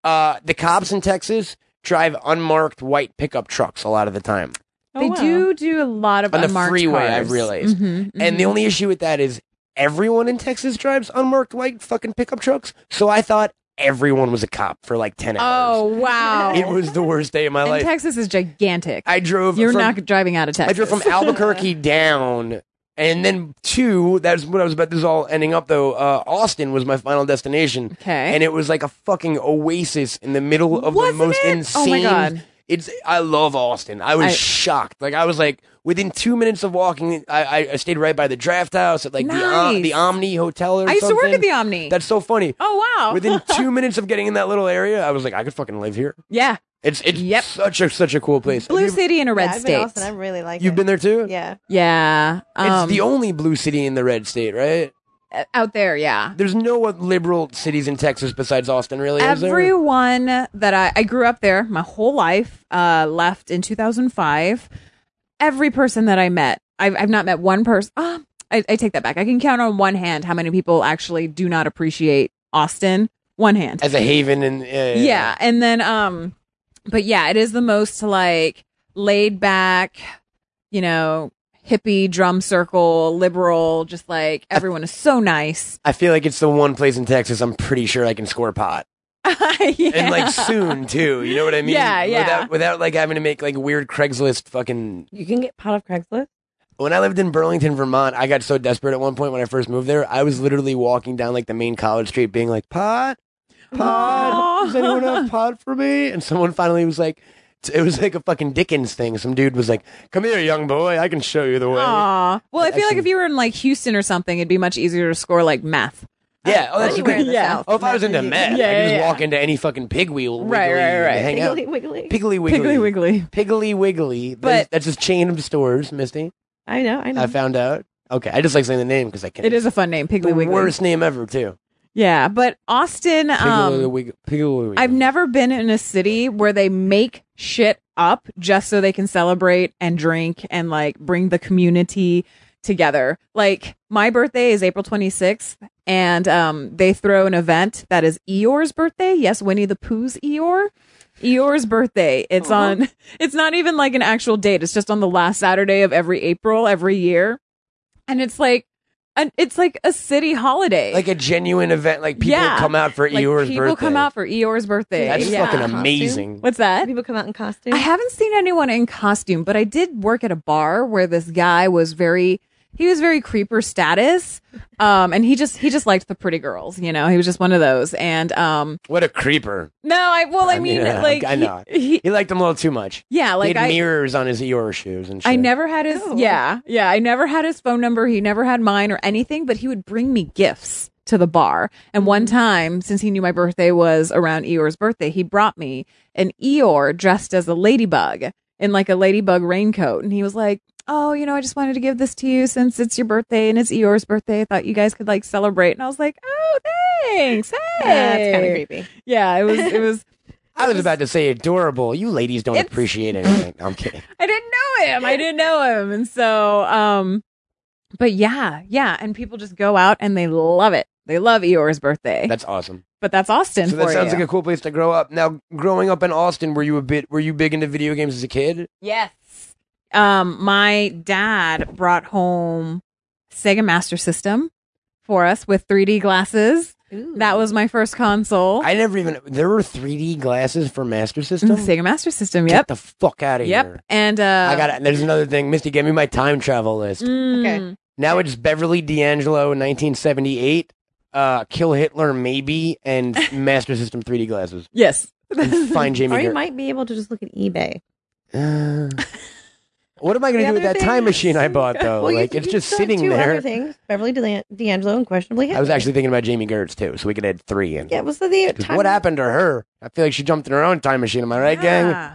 Speaker 3: Uh, the cops in Texas drive unmarked white pickup trucks a lot of the time
Speaker 4: Oh,
Speaker 5: They
Speaker 4: wow.
Speaker 5: do do a lot of
Speaker 3: on the
Speaker 5: unmarked
Speaker 3: freeway,
Speaker 5: cars.
Speaker 3: I've realized.
Speaker 5: Mhm, mhm.
Speaker 3: And the only issue with that is everyone in Texas drives unmarked white fucking pickup trucks. So I thought everyone was a cop for like 10
Speaker 5: oh
Speaker 3: hours.
Speaker 5: wow!
Speaker 3: It was the worst day of my
Speaker 5: and
Speaker 3: life.
Speaker 5: Texas is gigantic.
Speaker 3: I drove
Speaker 5: You're
Speaker 3: from
Speaker 5: not driving out of Texas.
Speaker 3: I drove from Albuquerque down, and then two. That's what I was about. This is all ending up though. Uh, Austin was my final destination.
Speaker 5: Okay.
Speaker 3: and it was like a fucking oasis in the middle of
Speaker 5: Wasn't
Speaker 3: the most
Speaker 5: it? Oh my
Speaker 3: insane.
Speaker 5: God.
Speaker 3: It's. I love Austin. I was
Speaker 5: I-
Speaker 3: shocked. Like I was like within two minutes of walking. I, I, I stayed right by the draft house at like the Om-
Speaker 5: Nice.
Speaker 3: the Omni Hotel. Or
Speaker 5: I used to work
Speaker 3: something.
Speaker 5: at the Omni.
Speaker 3: That's so funny.
Speaker 5: oh wow!
Speaker 3: Within two minutes of getting in that little area, I was like, I could fucking live here.
Speaker 5: yeah,
Speaker 3: It's it's
Speaker 5: Yep.
Speaker 3: such a such a cool place. Have
Speaker 5: blue
Speaker 3: you-
Speaker 5: city and a
Speaker 4: Yeah,
Speaker 5: red
Speaker 4: I've
Speaker 5: state.
Speaker 4: Been Austin. I really like
Speaker 3: You've
Speaker 4: it.
Speaker 3: been there too.
Speaker 4: Yeah.
Speaker 5: yeah, um,
Speaker 3: it's the only blue city in the red state, right?
Speaker 5: out there. Yeah,
Speaker 3: There's no what liberal cities in Texas besides Austin, really. is there?
Speaker 5: everyone that I, I grew up there my whole life uh, left in 2005 every person that i met i've, I've not met one person ah, I, I take that back i can count on one hand how many people actually do not appreciate austin one hand
Speaker 3: as a haven uh, and
Speaker 5: yeah, and then um but yeah it is the most like laid back you know hippie drum circle liberal just like everyone is so nice
Speaker 3: I feel like it's the one place in Texas I'm pretty sure I can score pot.
Speaker 5: yeah.
Speaker 3: and like soon too. You know what I mean?
Speaker 5: Yeah, yeah.
Speaker 3: Without, without like having to make like weird Craigslist fucking.
Speaker 6: You can get pot of Craigslist.
Speaker 3: When I lived in Burlington, Vermont, I got so desperate at one point when I first moved there. I was literally walking down like the main college street, being like, "Pot,
Speaker 5: Aw.
Speaker 3: pot, does anyone have pot for me?" And someone finally was like. It was like a fucking Dickens thing. Some dude was like, "Come here, young boy. I can show you the way."
Speaker 5: Aw. Well, I feel like
Speaker 3: Actually-
Speaker 5: if you were in like Houston or something, it'd be much easier to score like meth.
Speaker 3: Yeah. Oh, that's
Speaker 5: Anywhere in the
Speaker 6: Yeah.
Speaker 5: South.
Speaker 3: Oh, if I was into meth,
Speaker 5: Yeah,
Speaker 3: I could just
Speaker 5: yeah,
Speaker 3: walk into any fucking pig wheel.
Speaker 5: Right,
Speaker 3: wiggly,
Speaker 5: right, right.
Speaker 3: and Hang
Speaker 4: Wiggly
Speaker 3: out.
Speaker 4: wiggly.
Speaker 3: Piggly wiggly.
Speaker 5: Piggly Wiggly.
Speaker 3: Piggly wiggly. That
Speaker 5: But- Mm-hmm.
Speaker 3: is- that's just chain of stores, Misty.
Speaker 6: I know. I know.
Speaker 3: I found out. Okay, I just like saying the name because I can.
Speaker 5: It is a fun name, Piggly
Speaker 3: the
Speaker 5: Wiggly.
Speaker 3: worst name ever too.
Speaker 5: Yeah, but Austin.
Speaker 3: Piggly
Speaker 5: Um,
Speaker 3: wiggly. Piggly wiggly.
Speaker 5: I've never been in a city where they make shit up just so they can celebrate and drink and like bring the community together. Like my birthday is April 26th and um they throw an event that is Eeyore's birthday. Yes, Winnie the Pooh's Eeyore. Eeyore's birthday. It's
Speaker 3: Uh-huh.
Speaker 5: on it's not even like an actual date. It's just on the last Saturday of every April every year. And it's like an, it's like a city holiday.
Speaker 3: like a genuine event. Like people
Speaker 5: Yeah.
Speaker 3: come out for
Speaker 5: Like,
Speaker 3: Eeyore's
Speaker 5: people
Speaker 3: birthday.
Speaker 5: come out for Eeyore's birthday.
Speaker 3: That's
Speaker 5: yeah.
Speaker 3: fucking
Speaker 4: Costume.
Speaker 3: amazing.
Speaker 5: What's that?
Speaker 4: People come out in costume.
Speaker 5: I haven't seen anyone in costume, but I did work at a bar where this guy was very he was very creeper status. Um and he just he just liked the pretty girls, you know. He was just one of those. And um
Speaker 3: What a creeper!
Speaker 5: no, I well I,
Speaker 3: I
Speaker 5: mean
Speaker 3: mean, yeah,
Speaker 5: like
Speaker 3: I know.
Speaker 5: He, he-
Speaker 3: He liked them a little too much.
Speaker 5: yeah, like
Speaker 3: he had
Speaker 5: I
Speaker 3: mirrors on his Eeyore shoes and shit.
Speaker 5: I never had his
Speaker 4: Cool.
Speaker 5: yeah, yeah, I never had his phone number. He never had mine or anything, but he would bring me gifts to the bar. And one
Speaker 4: Mm-hmm.
Speaker 5: time, since he knew my birthday was around Eeyore's birthday, he brought me an Eeyore dressed as a ladybug in like a ladybug raincoat. And he was like, Oh, you know, I just wanted to give this to you since it's your birthday and it's Eeyore's birthday. I thought you guys could like celebrate. And I was like, Oh, thanks. Hey.
Speaker 4: That's kind of creepy.
Speaker 5: Yeah, it was it was
Speaker 3: I was about to say adorable. You ladies don't
Speaker 5: It's-
Speaker 3: appreciate anything. I'm kidding.
Speaker 5: I didn't know him. I didn't know him. And so, um, but yeah, yeah. And people just go out and they love it. They love Eeyore's birthday.
Speaker 3: That's awesome.
Speaker 5: but that's Austin
Speaker 3: So that
Speaker 5: for
Speaker 3: sounds
Speaker 5: you.
Speaker 3: like a cool place to grow up. Now, growing up in Austin, were you a bit were you big into video games as a kid?
Speaker 5: yes. Um, my dad brought home Sega Master System for us with 3D glasses.
Speaker 4: Ooh.
Speaker 5: That was my first console. Mm,
Speaker 3: I never even there were 3D glasses for Master System.
Speaker 4: Mm,
Speaker 5: Sega Master System.
Speaker 3: Get
Speaker 5: Yep.
Speaker 3: the fuck out of
Speaker 5: Yep.
Speaker 3: here.
Speaker 5: And uh,
Speaker 3: I got it. There's another thing, Misty. Give me my time travel list.
Speaker 4: Hmm.
Speaker 5: mm,
Speaker 3: Now it's Beverly D'Angelo, 1978. Uh, Kill Hitler, maybe, and Master System 3D glasses.
Speaker 5: Yes.
Speaker 3: And find Jamie.
Speaker 4: Or you
Speaker 3: Gert-
Speaker 4: might be able to just look at eBay.
Speaker 3: Uh, what am I going to do
Speaker 4: The
Speaker 3: with
Speaker 4: other
Speaker 3: that time
Speaker 4: thing-
Speaker 3: machine I bought though?
Speaker 4: Well, you-
Speaker 3: Oh, like it's
Speaker 4: you
Speaker 3: just
Speaker 4: still have
Speaker 3: sitting
Speaker 4: two
Speaker 3: there.
Speaker 4: Other things. Beverly D'An- D'Angelo and
Speaker 3: I
Speaker 4: questionably.
Speaker 3: was
Speaker 4: Hitler.
Speaker 3: actually thinking about Jamie Gertz too, so we could add three in.
Speaker 4: Yeah, was the, the
Speaker 3: 'Cause
Speaker 4: time
Speaker 3: What happened to her? I feel like she jumped in her own time machine. Am I right, gang?
Speaker 5: Yeah.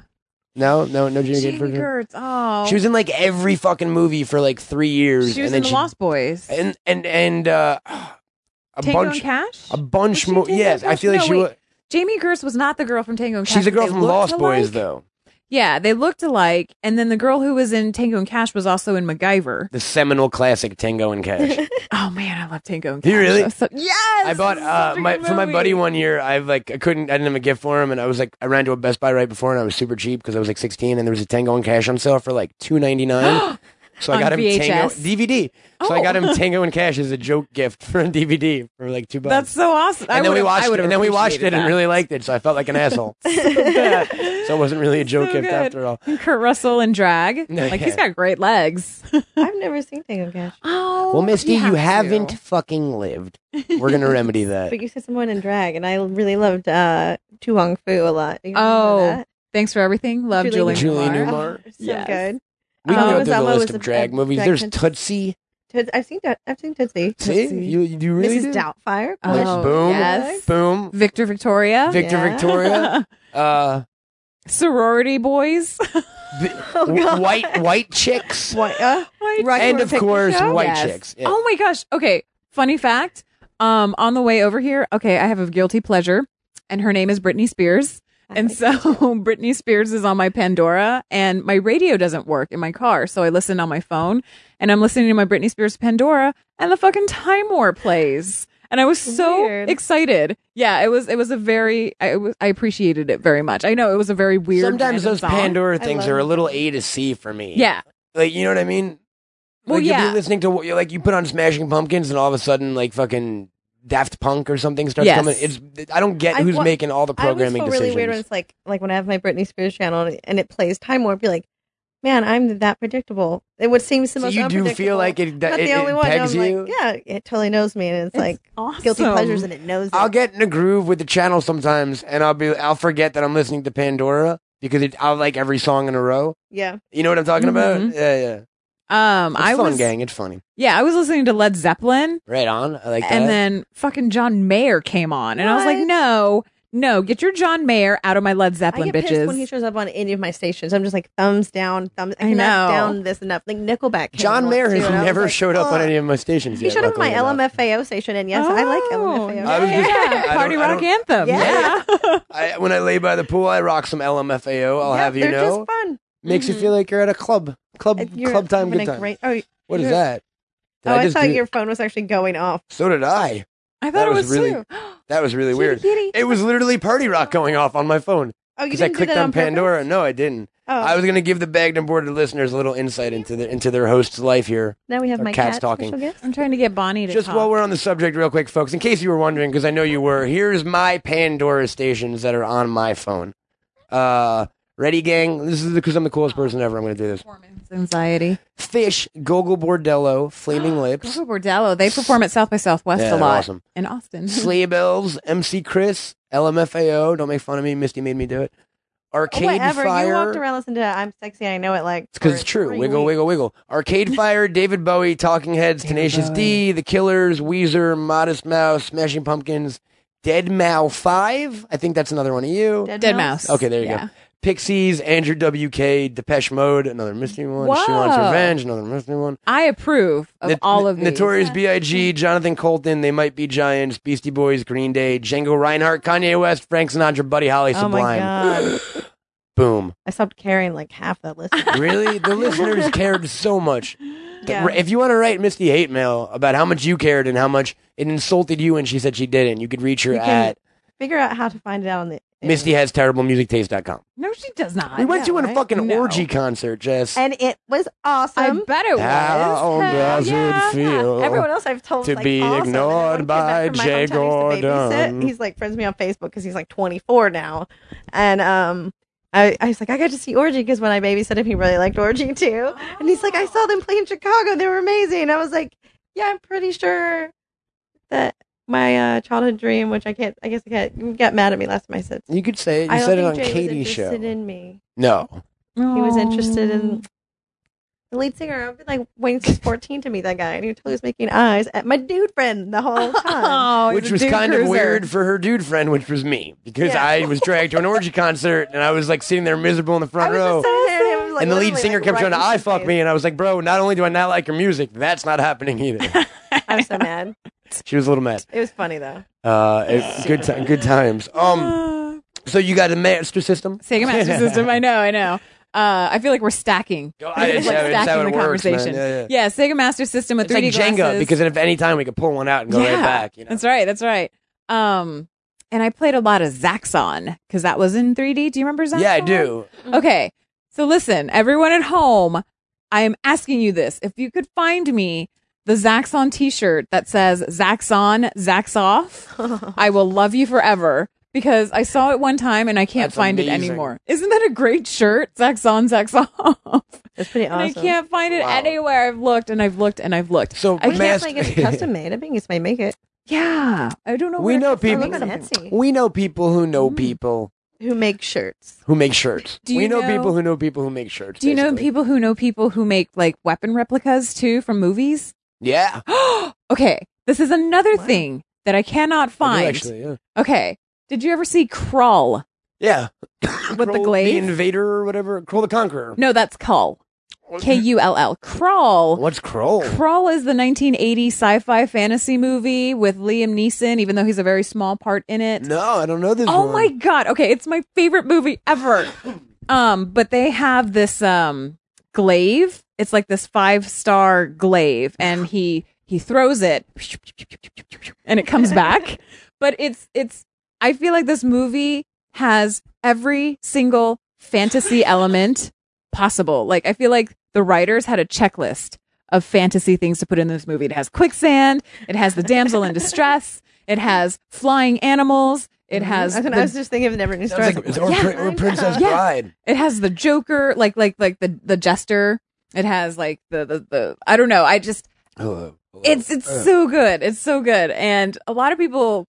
Speaker 3: No, no, no, Jamie,
Speaker 5: Jamie
Speaker 3: Gertz. version?
Speaker 5: Gertz. Oh,
Speaker 3: She was in like every fucking movie for like three years.
Speaker 5: She was
Speaker 3: and then
Speaker 5: in the Lost Boys.
Speaker 3: And and and uh, a
Speaker 5: Tango
Speaker 3: bunch,
Speaker 5: and Cash.
Speaker 3: a bunch
Speaker 5: Was she
Speaker 3: more.
Speaker 5: Tango
Speaker 3: Yes,
Speaker 5: and
Speaker 3: I feel like
Speaker 5: Cash?
Speaker 3: she
Speaker 5: No,
Speaker 3: was.
Speaker 5: wait. Jamie Gertz was not the girl from Tango and Cash.
Speaker 3: She's a
Speaker 5: but
Speaker 3: girl
Speaker 5: they
Speaker 3: from
Speaker 5: looked
Speaker 3: Lost Boys,
Speaker 5: alike.
Speaker 3: though.
Speaker 5: Yeah, they looked alike, and then the girl who was in Tango and Cash was also in MacGyver.
Speaker 3: The seminal classic Tango and Cash.
Speaker 5: Oh man, I love Tango and Cash.
Speaker 3: You really?
Speaker 5: That was so- yes,
Speaker 3: I bought
Speaker 5: this is such
Speaker 3: uh,
Speaker 5: a
Speaker 3: my
Speaker 5: good
Speaker 3: for my
Speaker 5: movie.
Speaker 3: buddy one year. I like I couldn't. I didn't have a gift for him, and I was like I ran to a Best Buy right before, and I was super cheap because I was like 16, and there was a Tango and Cash on sale for like 2.99. So I
Speaker 5: On
Speaker 3: got him Tango
Speaker 5: VHS?
Speaker 3: DVD. So I got him
Speaker 5: Oh.
Speaker 3: Tango and Cash as a joke gift for a DVD for like two bucks.
Speaker 5: That's so awesome. I
Speaker 3: and then we
Speaker 5: would've- I
Speaker 3: watched it,
Speaker 5: would've
Speaker 3: and then we watched it
Speaker 5: appreciated
Speaker 3: and
Speaker 5: that.
Speaker 3: really liked it. So I felt like an asshole. so it wasn't really a joke
Speaker 5: So
Speaker 3: gift
Speaker 5: good.
Speaker 3: after all.
Speaker 5: And Kurt Russell in drag.
Speaker 3: No,
Speaker 5: like
Speaker 3: yeah.
Speaker 5: he's got great legs.
Speaker 4: I've never seen Tango and Cash,
Speaker 5: Oh,
Speaker 3: Well, Misty, you,
Speaker 5: have to.
Speaker 3: haven't fucking lived. We're gonna remedy that.
Speaker 4: but you said someone in drag, and I really loved uh, Tu Wong Fu a lot. You remember
Speaker 5: Oh,
Speaker 4: that?
Speaker 5: Thanks for everything. Love Julie,
Speaker 4: Julie
Speaker 3: Julie
Speaker 5: Newmar.
Speaker 3: Newmar.
Speaker 4: Oh, so
Speaker 5: Yes.
Speaker 4: good.
Speaker 3: We can
Speaker 5: Um,
Speaker 3: go through the
Speaker 4: Zella
Speaker 3: list
Speaker 4: was
Speaker 3: of
Speaker 4: a-
Speaker 3: drag
Speaker 4: a
Speaker 3: movies.
Speaker 4: drag
Speaker 3: There's
Speaker 4: con-
Speaker 3: Tootsie.
Speaker 4: Tootsie- I've seen Toot- I've seen Tootsie.
Speaker 3: See,
Speaker 5: Tootsie.
Speaker 3: you, you really
Speaker 4: Mrs.
Speaker 3: do?
Speaker 4: Doubtfire.
Speaker 5: Oh,
Speaker 3: Like, boom,
Speaker 5: yes.
Speaker 3: boom.
Speaker 5: Victor Victoria.
Speaker 3: Victor
Speaker 4: Yeah.
Speaker 3: Victoria. Uh,
Speaker 5: Sorority boys.
Speaker 3: vi-
Speaker 4: Oh,
Speaker 3: w-
Speaker 4: God.
Speaker 3: white white chicks.
Speaker 4: What? Uh, Rocky
Speaker 3: and
Speaker 4: Horror
Speaker 3: of
Speaker 4: Picture
Speaker 3: course,
Speaker 4: Show?
Speaker 3: white
Speaker 5: Yes.
Speaker 3: chicks. Yeah.
Speaker 5: Oh my gosh. Okay. Funny fact. Um, on the way over here, okay, I have a guilty pleasure, and her name is Britney Spears. And so Britney Spears is on my Pandora, and my radio doesn't work in my car, so I listen on my phone, and I'm listening to my Britney Spears Pandora, and the fucking Time War plays, and I was so
Speaker 4: Weird.
Speaker 5: excited. Yeah, it was it was a very I it was, I appreciated it very much. I know it was a very weird.
Speaker 3: Sometimes
Speaker 5: random
Speaker 3: those
Speaker 5: song.
Speaker 3: Pandora
Speaker 4: I
Speaker 3: things
Speaker 4: love
Speaker 3: are a
Speaker 4: them.
Speaker 3: little A to C for me.
Speaker 5: Yeah,
Speaker 3: Like, you know what I mean?
Speaker 5: Well,
Speaker 3: like,
Speaker 5: yeah.
Speaker 3: You'll be listening to, what- like, you put on Smashing Pumpkins and all of a sudden, like, fucking Daft Punk or something starts
Speaker 5: Yes.
Speaker 3: coming. It's I don't get
Speaker 4: I
Speaker 3: who's
Speaker 4: wa-
Speaker 3: making all the
Speaker 4: I always
Speaker 3: programming
Speaker 4: feel really
Speaker 3: decisions.
Speaker 4: weird when it's like like when I have my Britney Spears channel and it plays Time Warp. Be like, man, I'm that predictable. It would seem the
Speaker 3: so
Speaker 4: most.
Speaker 3: you do
Speaker 4: unpredictable.
Speaker 3: feel like it,
Speaker 4: I'm
Speaker 3: that
Speaker 4: not
Speaker 3: it,
Speaker 4: the only
Speaker 3: it
Speaker 4: one. and
Speaker 3: pegs
Speaker 4: I'm
Speaker 3: you.
Speaker 4: like, yeah, it totally knows me, and it's, like
Speaker 5: awesome.
Speaker 4: guilty pleasures, and it knows.
Speaker 3: I'll
Speaker 4: it.
Speaker 3: get in a groove with the channel sometimes, and I'll be I'll forget that I'm listening to Pandora because it, I'll like every song in a row.
Speaker 4: yeah.
Speaker 3: You know what I'm talking about?
Speaker 4: Mm-hmm.
Speaker 5: Mhm.
Speaker 3: Yeah, yeah. It's
Speaker 5: Um, I
Speaker 3: fun,
Speaker 5: was
Speaker 3: gang. It's funny.
Speaker 5: yeah, I was listening to Led Zeppelin,
Speaker 3: Right on. I like that.
Speaker 5: and then fucking John Mayer came on, and I was like,
Speaker 4: What?
Speaker 5: no, no, get your John Mayer out of my Led
Speaker 4: I
Speaker 5: Zeppelin,
Speaker 4: get pissed
Speaker 5: bitches.
Speaker 4: when he shows up on any of my stations. I'm just like thumbs down, thumbs. I,
Speaker 5: I
Speaker 4: cannot
Speaker 5: know.
Speaker 4: down this enough. Like Nickelback. came
Speaker 3: John
Speaker 4: on
Speaker 3: Mayer
Speaker 4: too,
Speaker 3: has
Speaker 4: and I was
Speaker 3: never
Speaker 4: like,
Speaker 3: showed up on
Speaker 4: "Ugh."
Speaker 3: any of my stations
Speaker 4: He
Speaker 3: yet.
Speaker 4: showed up on my
Speaker 3: luckily enough.
Speaker 4: LMFAO station, and yes, I like
Speaker 5: Oh.
Speaker 4: LMFAO.
Speaker 3: I was just-
Speaker 5: yeah.
Speaker 3: I
Speaker 5: party
Speaker 3: don't- I
Speaker 5: rock
Speaker 3: don't-
Speaker 5: anthem.
Speaker 4: Yeah.
Speaker 5: yeah.
Speaker 3: I, when I lay by the pool, I rock some LMFAO. I'll
Speaker 4: Yeah,
Speaker 3: have you
Speaker 4: they're
Speaker 3: know.
Speaker 4: just fun.
Speaker 3: Makes you
Speaker 5: Mhm.
Speaker 3: feel like you're at a club. Club
Speaker 4: And Mm-hmm. you're
Speaker 3: club time,
Speaker 4: having
Speaker 3: good
Speaker 4: a
Speaker 3: time.
Speaker 4: great- oh,
Speaker 3: what is
Speaker 4: you're-
Speaker 3: that? Did
Speaker 4: oh, I,
Speaker 3: just
Speaker 4: thought
Speaker 3: do-
Speaker 4: your phone was actually going off.
Speaker 3: So did I.
Speaker 5: I thought
Speaker 3: That
Speaker 5: it
Speaker 3: was
Speaker 5: was,
Speaker 3: really-
Speaker 5: too.
Speaker 3: That was really
Speaker 5: Kitty,
Speaker 3: weird.
Speaker 5: kitty.
Speaker 3: It was literally party rock going off on my phone
Speaker 4: Oh, you
Speaker 3: because
Speaker 4: didn't
Speaker 3: I
Speaker 4: do
Speaker 3: clicked
Speaker 4: that
Speaker 3: on,
Speaker 4: on purpose?
Speaker 3: Pandora. No, I didn't.
Speaker 4: Oh,
Speaker 3: I was going to give the bagged and boarded listeners a little insight into their into their host's life here.
Speaker 4: now we have
Speaker 3: Our
Speaker 4: my
Speaker 3: cat's
Speaker 4: cat
Speaker 3: talking.
Speaker 4: special guest.
Speaker 5: I'm trying to get Bonnie to
Speaker 3: Just
Speaker 5: talk.
Speaker 3: while we're on the subject, real quick, folks, in case you were wondering, because I know you were, here's my Pandora stations that are on my phone. Uh, ready, gang? This is because I'm the coolest person ever. I'm going to do this.
Speaker 5: performance anxiety.
Speaker 3: Fish, Gogol Bordello, Flaming Lips,
Speaker 5: Coco Bordello. They perform at South by Southwest
Speaker 3: Yeah,
Speaker 5: a
Speaker 3: they're
Speaker 5: lot
Speaker 3: awesome.
Speaker 5: in Austin.
Speaker 3: Sleigh Bells, MC Chris, LMFAO. Don't make fun of me. Misty made me do it. Arcade
Speaker 4: Whatever.
Speaker 3: Fire.
Speaker 4: You walked around listening to "I'm Sexy." I know it like
Speaker 3: It's because
Speaker 4: for
Speaker 3: it's true.
Speaker 4: three
Speaker 3: Wiggle,
Speaker 4: weeks.
Speaker 3: wiggle, wiggle. Arcade Fire, David Bowie, Talking Heads,
Speaker 5: David
Speaker 3: Tenacious D, The Killers, Weezer, Modest Mouse, Smashing Pumpkins, Dead Mouse Five. I think that's another one of you.
Speaker 5: Dead Mouse.
Speaker 3: Okay, there you
Speaker 5: Yeah.
Speaker 3: go. Pixies, Andrew WK, Depeche Mode, another mystery one. She Wants
Speaker 5: Whoa.
Speaker 3: Revenge, another mystery one.
Speaker 5: I approve of
Speaker 3: Nat-
Speaker 5: all of these.
Speaker 3: Notorious B.I.G., Jonathan Colton, They Might Be Giants, Beastie Boys, Green Day, Django Reinhardt, Kanye West, Frank Sinatra, Buddy Holly,
Speaker 4: Oh my
Speaker 3: Sublime.
Speaker 4: god!
Speaker 3: Boom.
Speaker 4: I stopped carrying like half that list.
Speaker 3: Really? The listeners cared so much.
Speaker 4: Yeah.
Speaker 3: If you want to write Misty hate mail about how much you cared and how much it insulted you and she said she didn't, you could reach her
Speaker 4: You can-
Speaker 3: at
Speaker 4: Figure out how to find it out on the
Speaker 3: mistyhasterriblemusictaste.com.
Speaker 5: No, she does not.
Speaker 3: We went
Speaker 4: know,
Speaker 3: to a
Speaker 4: right?
Speaker 3: fucking
Speaker 5: No.
Speaker 3: orgy concert, Jess.
Speaker 4: and it was
Speaker 5: I
Speaker 4: awesome.
Speaker 5: bet it was.
Speaker 3: How does it
Speaker 5: Yeah.
Speaker 3: feel?
Speaker 4: Everyone else I've told is,
Speaker 3: To
Speaker 4: like,
Speaker 3: be
Speaker 4: awesome. And then when
Speaker 3: ignored
Speaker 4: I came
Speaker 3: by
Speaker 4: back from my hometown, I used to
Speaker 3: Jay
Speaker 4: babysit.
Speaker 3: Gordon.
Speaker 4: He's like friends with me on Facebook because he's like 24 now, and um, I, I was like, I got to see Orgy because when I babysit him, he really liked Orgy too, and he's like, I saw them play in Chicago. They were amazing. I was like, Yeah, I'm pretty sure that my uh, childhood dream, which I can't, I guess I can't. You got mad at me last time I said.
Speaker 3: you could say it. You
Speaker 4: I don't
Speaker 3: said it
Speaker 4: think
Speaker 3: on
Speaker 4: Jay was
Speaker 3: Katie's show.
Speaker 4: interested in me.
Speaker 3: no.
Speaker 4: He was interested in the lead singer. I've been like waiting since 14 to meet that guy, and he totally was making eyes at my dude friend the whole time.
Speaker 5: Oh,
Speaker 3: which
Speaker 5: he's a
Speaker 3: was
Speaker 5: dude
Speaker 3: kind of
Speaker 5: cruiser.
Speaker 3: weird for her dude friend, which was me, because
Speaker 4: Yeah.
Speaker 3: I was dragged to an orgy concert and I was like sitting there miserable in the
Speaker 4: I
Speaker 3: front
Speaker 4: was
Speaker 3: row.
Speaker 4: just sitting there, and, it was, like,
Speaker 3: and the lead
Speaker 4: literally,
Speaker 3: singer
Speaker 4: like,
Speaker 3: kept
Speaker 4: right
Speaker 3: trying to
Speaker 4: in his
Speaker 3: eye fuck
Speaker 4: face.
Speaker 3: me, and I was like, "Bro, not only do I not like your music, that's not happening either."
Speaker 4: I was so mad.
Speaker 3: she was a little mad.
Speaker 4: It was funny though.
Speaker 3: Uh, it- good time, good times. Um,
Speaker 5: Uh,
Speaker 3: so you got a master system?
Speaker 5: Sega Master System. I know. I know. Uh, I feel like we're stacking.
Speaker 3: Oh, I-
Speaker 5: It's
Speaker 3: it's how-
Speaker 5: like
Speaker 3: it's how
Speaker 5: stacking
Speaker 3: it
Speaker 5: the
Speaker 3: works, man.
Speaker 5: conversation.
Speaker 3: Yeah, yeah.
Speaker 5: Sega Master System with
Speaker 3: It's
Speaker 5: 3D
Speaker 3: like Jenga
Speaker 5: glasses.
Speaker 3: because if any time we could pull one out and go right back. You know?
Speaker 5: That's right. That's right. Um, and I played a lot of Zaxxon because that was in 3D. Do you remember Zaxxon?
Speaker 3: Yeah, I do.
Speaker 5: Okay. So listen, everyone at home, I am asking you this. If you could find me the Zaxxon t shirt that says Zaxxon, Zax off, I will love you forever because I saw it one time and I can't
Speaker 3: That's
Speaker 5: find it
Speaker 3: amazing.
Speaker 5: anymore. Isn't that a great shirt? Zaxxon, Zax off.
Speaker 4: It's pretty
Speaker 5: And
Speaker 4: awesome.
Speaker 5: I can't find it
Speaker 3: Wow.
Speaker 5: anywhere. I've looked and I've looked and I've looked.
Speaker 3: So
Speaker 5: I
Speaker 4: You can't
Speaker 3: master,
Speaker 4: like get it custom made. I think you may make it.
Speaker 5: Yeah. I don't know.
Speaker 3: We
Speaker 5: where
Speaker 3: know
Speaker 5: to find
Speaker 3: people-
Speaker 5: it.
Speaker 4: Look on Etsy.
Speaker 3: we know people who know people
Speaker 4: Who makes shirts?
Speaker 3: who make shirts.
Speaker 5: Do
Speaker 3: we
Speaker 5: you
Speaker 3: know,
Speaker 5: know-
Speaker 3: people who know people who make shirts.
Speaker 5: Do you know
Speaker 3: basically.
Speaker 5: people who know people who make like weapon replicas too from movies?
Speaker 3: Yeah,
Speaker 5: okay, this is another thing that I cannot
Speaker 3: I do
Speaker 5: find.
Speaker 3: actually, yeah.
Speaker 5: Okay, did you ever see Crawl?
Speaker 3: Yeah.
Speaker 5: With the
Speaker 3: Kroll
Speaker 5: glaive?
Speaker 3: invader or whatever. Kroll the Conqueror.
Speaker 5: No, that's Cull. K U L L. Crawl.
Speaker 3: What's Kroll?
Speaker 5: Crawl is the 1980 sci-fi fantasy movie with Liam Neeson, even though he's a very small part in it.
Speaker 3: No, I don't know this
Speaker 5: Oh
Speaker 3: one.
Speaker 5: my god. Okay, it's my favorite movie ever. um, but they have this um glaive. It's like this five-star glaive and he he throws it and it comes back. but it's it's I feel like this movie has every single fantasy element possible. Like I feel like the writers had a checklist of fantasy things to put in this movie. It has quicksand, it has the damsel in distress, It has flying animals. It
Speaker 4: Mm-hmm. I
Speaker 5: has
Speaker 4: was,
Speaker 5: the
Speaker 4: I was just thinking of never ending story.
Speaker 3: Sounds
Speaker 4: I was
Speaker 3: like,
Speaker 4: like,
Speaker 3: or,
Speaker 5: Yeah,
Speaker 3: Pri- or
Speaker 4: I
Speaker 3: Princess
Speaker 5: know. Yeah.
Speaker 3: Bride.
Speaker 5: It has the Joker, like like like the the jester. It has like the the, the I don't know. I just
Speaker 3: Hello. hello.
Speaker 5: it's it's
Speaker 3: Uh,
Speaker 5: so good. It's so good, and a lot of people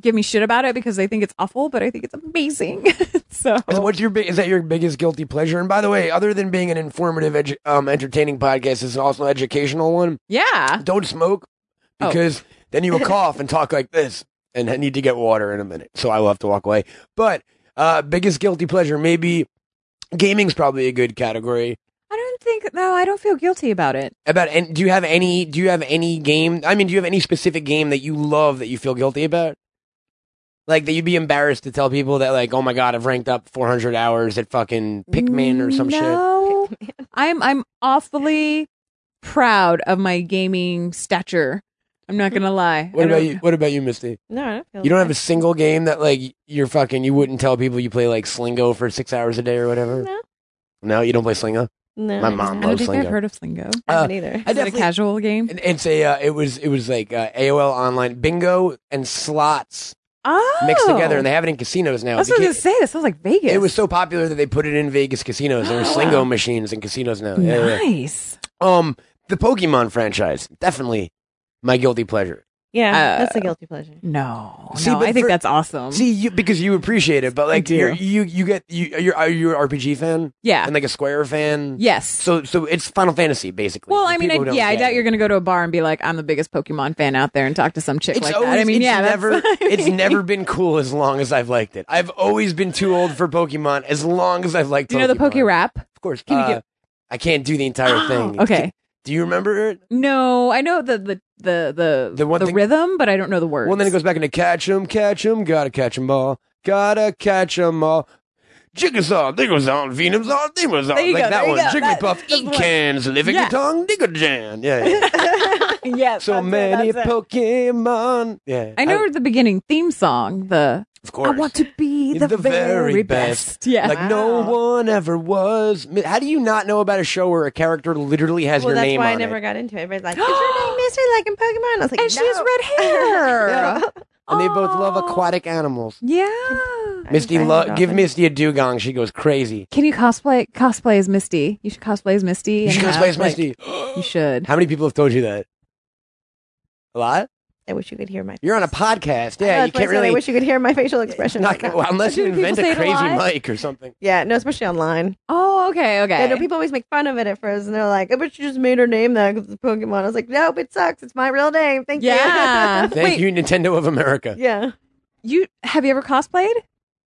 Speaker 5: give me shit about it because they think it's awful, but I think it's amazing. so
Speaker 3: is- what's your big, is that your biggest guilty pleasure? And by the way, other than being an informative, edu- um, entertaining podcast, it's also an educational one.
Speaker 5: yeah,
Speaker 3: Don't smoke
Speaker 5: Oh.
Speaker 3: because then you will cough and talk like this, and I need to get water in a minute, so I will have to walk away. But uh, biggest guilty pleasure, maybe gaming's probably a good category.
Speaker 5: I don't think no, I don't feel guilty about it.
Speaker 3: About and do you have any? Do you have any game? I mean, do you have any specific game that you love that you feel guilty about? Like that you'd be embarrassed to tell people that, like, oh my god, I've ranked up 400 hours at fucking Pikmin or some shit.
Speaker 5: no, I'm I'm awfully proud of my gaming stature. I'm not gonna lie. I
Speaker 3: What about
Speaker 5: don't-
Speaker 3: you? What about you, Misty?
Speaker 4: no, I don't feel
Speaker 3: You don't have
Speaker 4: bad.
Speaker 3: a single game that like you're fucking. You wouldn't tell people you play like Slingo for six hours a day or whatever.
Speaker 4: No.
Speaker 3: No, you don't play Slingo.
Speaker 4: no,
Speaker 3: My
Speaker 4: I
Speaker 3: mom
Speaker 5: I
Speaker 3: loves
Speaker 5: don't think I've
Speaker 3: Slingo.
Speaker 5: heard of Slingo.
Speaker 4: I haven't either.
Speaker 3: I
Speaker 5: Is it a
Speaker 3: definitely-
Speaker 5: casual game?
Speaker 3: It- It's a. Uh, it was. It was like uh, AOL online bingo and slots
Speaker 5: Oh,
Speaker 3: mixed together, and they have it in casinos now.
Speaker 5: I
Speaker 3: It
Speaker 5: was going
Speaker 3: became-
Speaker 5: to say that sounds like Vegas.
Speaker 3: It was so popular that they put it in Vegas casinos. There were
Speaker 5: Oh,
Speaker 3: Slingo machines in casinos now. Yeah, yeah, yeah.
Speaker 5: nice.
Speaker 3: Um, the Pokemon franchise definitely my guilty pleasure.
Speaker 4: yeah,
Speaker 5: Uh,
Speaker 4: that's a guilty pleasure.
Speaker 5: No,
Speaker 3: See,
Speaker 5: no,
Speaker 3: but
Speaker 5: I think
Speaker 3: for-
Speaker 5: that's awesome.
Speaker 3: See, you because you appreciate it, but like
Speaker 5: do.
Speaker 3: you're, you you get you you're, are you an RPG fan
Speaker 5: yeah,
Speaker 3: and like a Square fan?
Speaker 5: yes.
Speaker 3: So so it's Final Fantasy basically.
Speaker 5: well,
Speaker 3: for
Speaker 5: I mean,
Speaker 3: people who
Speaker 5: I,
Speaker 3: don't
Speaker 5: yeah, I
Speaker 3: get
Speaker 5: doubt
Speaker 3: it.
Speaker 5: you're going to go to a bar and be like, "I'm the biggest Pokemon fan out there," and talk to some chick
Speaker 3: It's
Speaker 5: like
Speaker 3: always,
Speaker 5: that. I mean,
Speaker 3: it's
Speaker 5: yeah, that's-
Speaker 3: never,
Speaker 5: I
Speaker 3: it's
Speaker 5: mean-
Speaker 3: never been cool as long as I've liked it. I've always been too old for Pokemon as long as I've liked.
Speaker 5: Do you know the
Speaker 3: Pokemon.
Speaker 5: Poke Rap?
Speaker 3: Of course.
Speaker 5: Can you
Speaker 3: Uh,
Speaker 5: get-
Speaker 3: I can't do the entire thing.
Speaker 5: Okay.
Speaker 3: Do you remember it?
Speaker 5: No, I know the the the the
Speaker 3: The one thing-
Speaker 5: rhythm, but I don't know the words.
Speaker 3: Well, then it goes back into catch 'em, catch 'em, gotta catch 'em all, gotta catch 'em all. Jigsaw, Diggles on, Venom's on, Demons on.
Speaker 5: There
Speaker 3: Like
Speaker 5: you go,
Speaker 3: that
Speaker 5: there you
Speaker 3: one.
Speaker 5: go. That-
Speaker 3: Jigglypuff,
Speaker 5: that's the
Speaker 3: eat
Speaker 5: one.
Speaker 3: cans, living
Speaker 5: Yeah.
Speaker 3: tongue, Diggle-jan. Yeah, yeah.
Speaker 5: yes,
Speaker 3: so
Speaker 5: that's it,
Speaker 3: many
Speaker 5: that's it.
Speaker 3: Pokemon. Yeah.
Speaker 5: I know the beginning theme song. The
Speaker 3: of course.
Speaker 5: I want to be the,
Speaker 3: The very
Speaker 5: best.
Speaker 3: best.
Speaker 5: Yeah,
Speaker 3: like no
Speaker 4: Wow.
Speaker 3: one ever was. Mi- How do you not know about a show where a character literally has
Speaker 4: well,
Speaker 3: your
Speaker 4: that's
Speaker 3: name
Speaker 4: why I
Speaker 3: on
Speaker 4: never
Speaker 3: it?
Speaker 4: got into it. Everybody's like, "Is your name Mystery like in Pokemon?" I was like,
Speaker 5: and she has
Speaker 4: "No."
Speaker 5: red hair.
Speaker 4: Yeah.
Speaker 3: And they both love
Speaker 5: Aw.
Speaker 3: aquatic animals.
Speaker 5: Yeah.
Speaker 4: I
Speaker 3: Misty,
Speaker 4: find
Speaker 3: lo-
Speaker 4: it
Speaker 3: give
Speaker 4: often.
Speaker 3: Misty a dugong. She goes crazy.
Speaker 5: Can you cosplay cosplay as Misty? You should cosplay as Misty.
Speaker 3: You
Speaker 5: and
Speaker 3: should go
Speaker 5: have,
Speaker 3: play as
Speaker 5: like-
Speaker 3: Misty.
Speaker 5: you should.
Speaker 3: How many people have told you that? A lot.
Speaker 4: I wish you could hear my.
Speaker 3: You're on a podcast. Yeah,
Speaker 4: Oh,
Speaker 3: you
Speaker 4: that's why I
Speaker 3: can't
Speaker 4: said
Speaker 3: really.
Speaker 4: I wish you could hear my facial expression.
Speaker 3: not,
Speaker 4: right now.
Speaker 3: well, unless you
Speaker 5: Do people
Speaker 3: invent
Speaker 5: say
Speaker 3: a
Speaker 5: it a
Speaker 3: crazy
Speaker 5: lot?
Speaker 3: mic or something.
Speaker 4: yeah, no, especially online.
Speaker 5: Oh, okay, okay.
Speaker 4: I know people always make fun of it at first, and they're like, "I bet you just made her name that because Pokemon." I was like, "Nope, it sucks. It's my real name. Thank
Speaker 5: yeah.
Speaker 4: you."
Speaker 3: Thank
Speaker 5: Wait,
Speaker 3: you, Nintendo of America.
Speaker 4: yeah.
Speaker 5: You have you ever cosplayed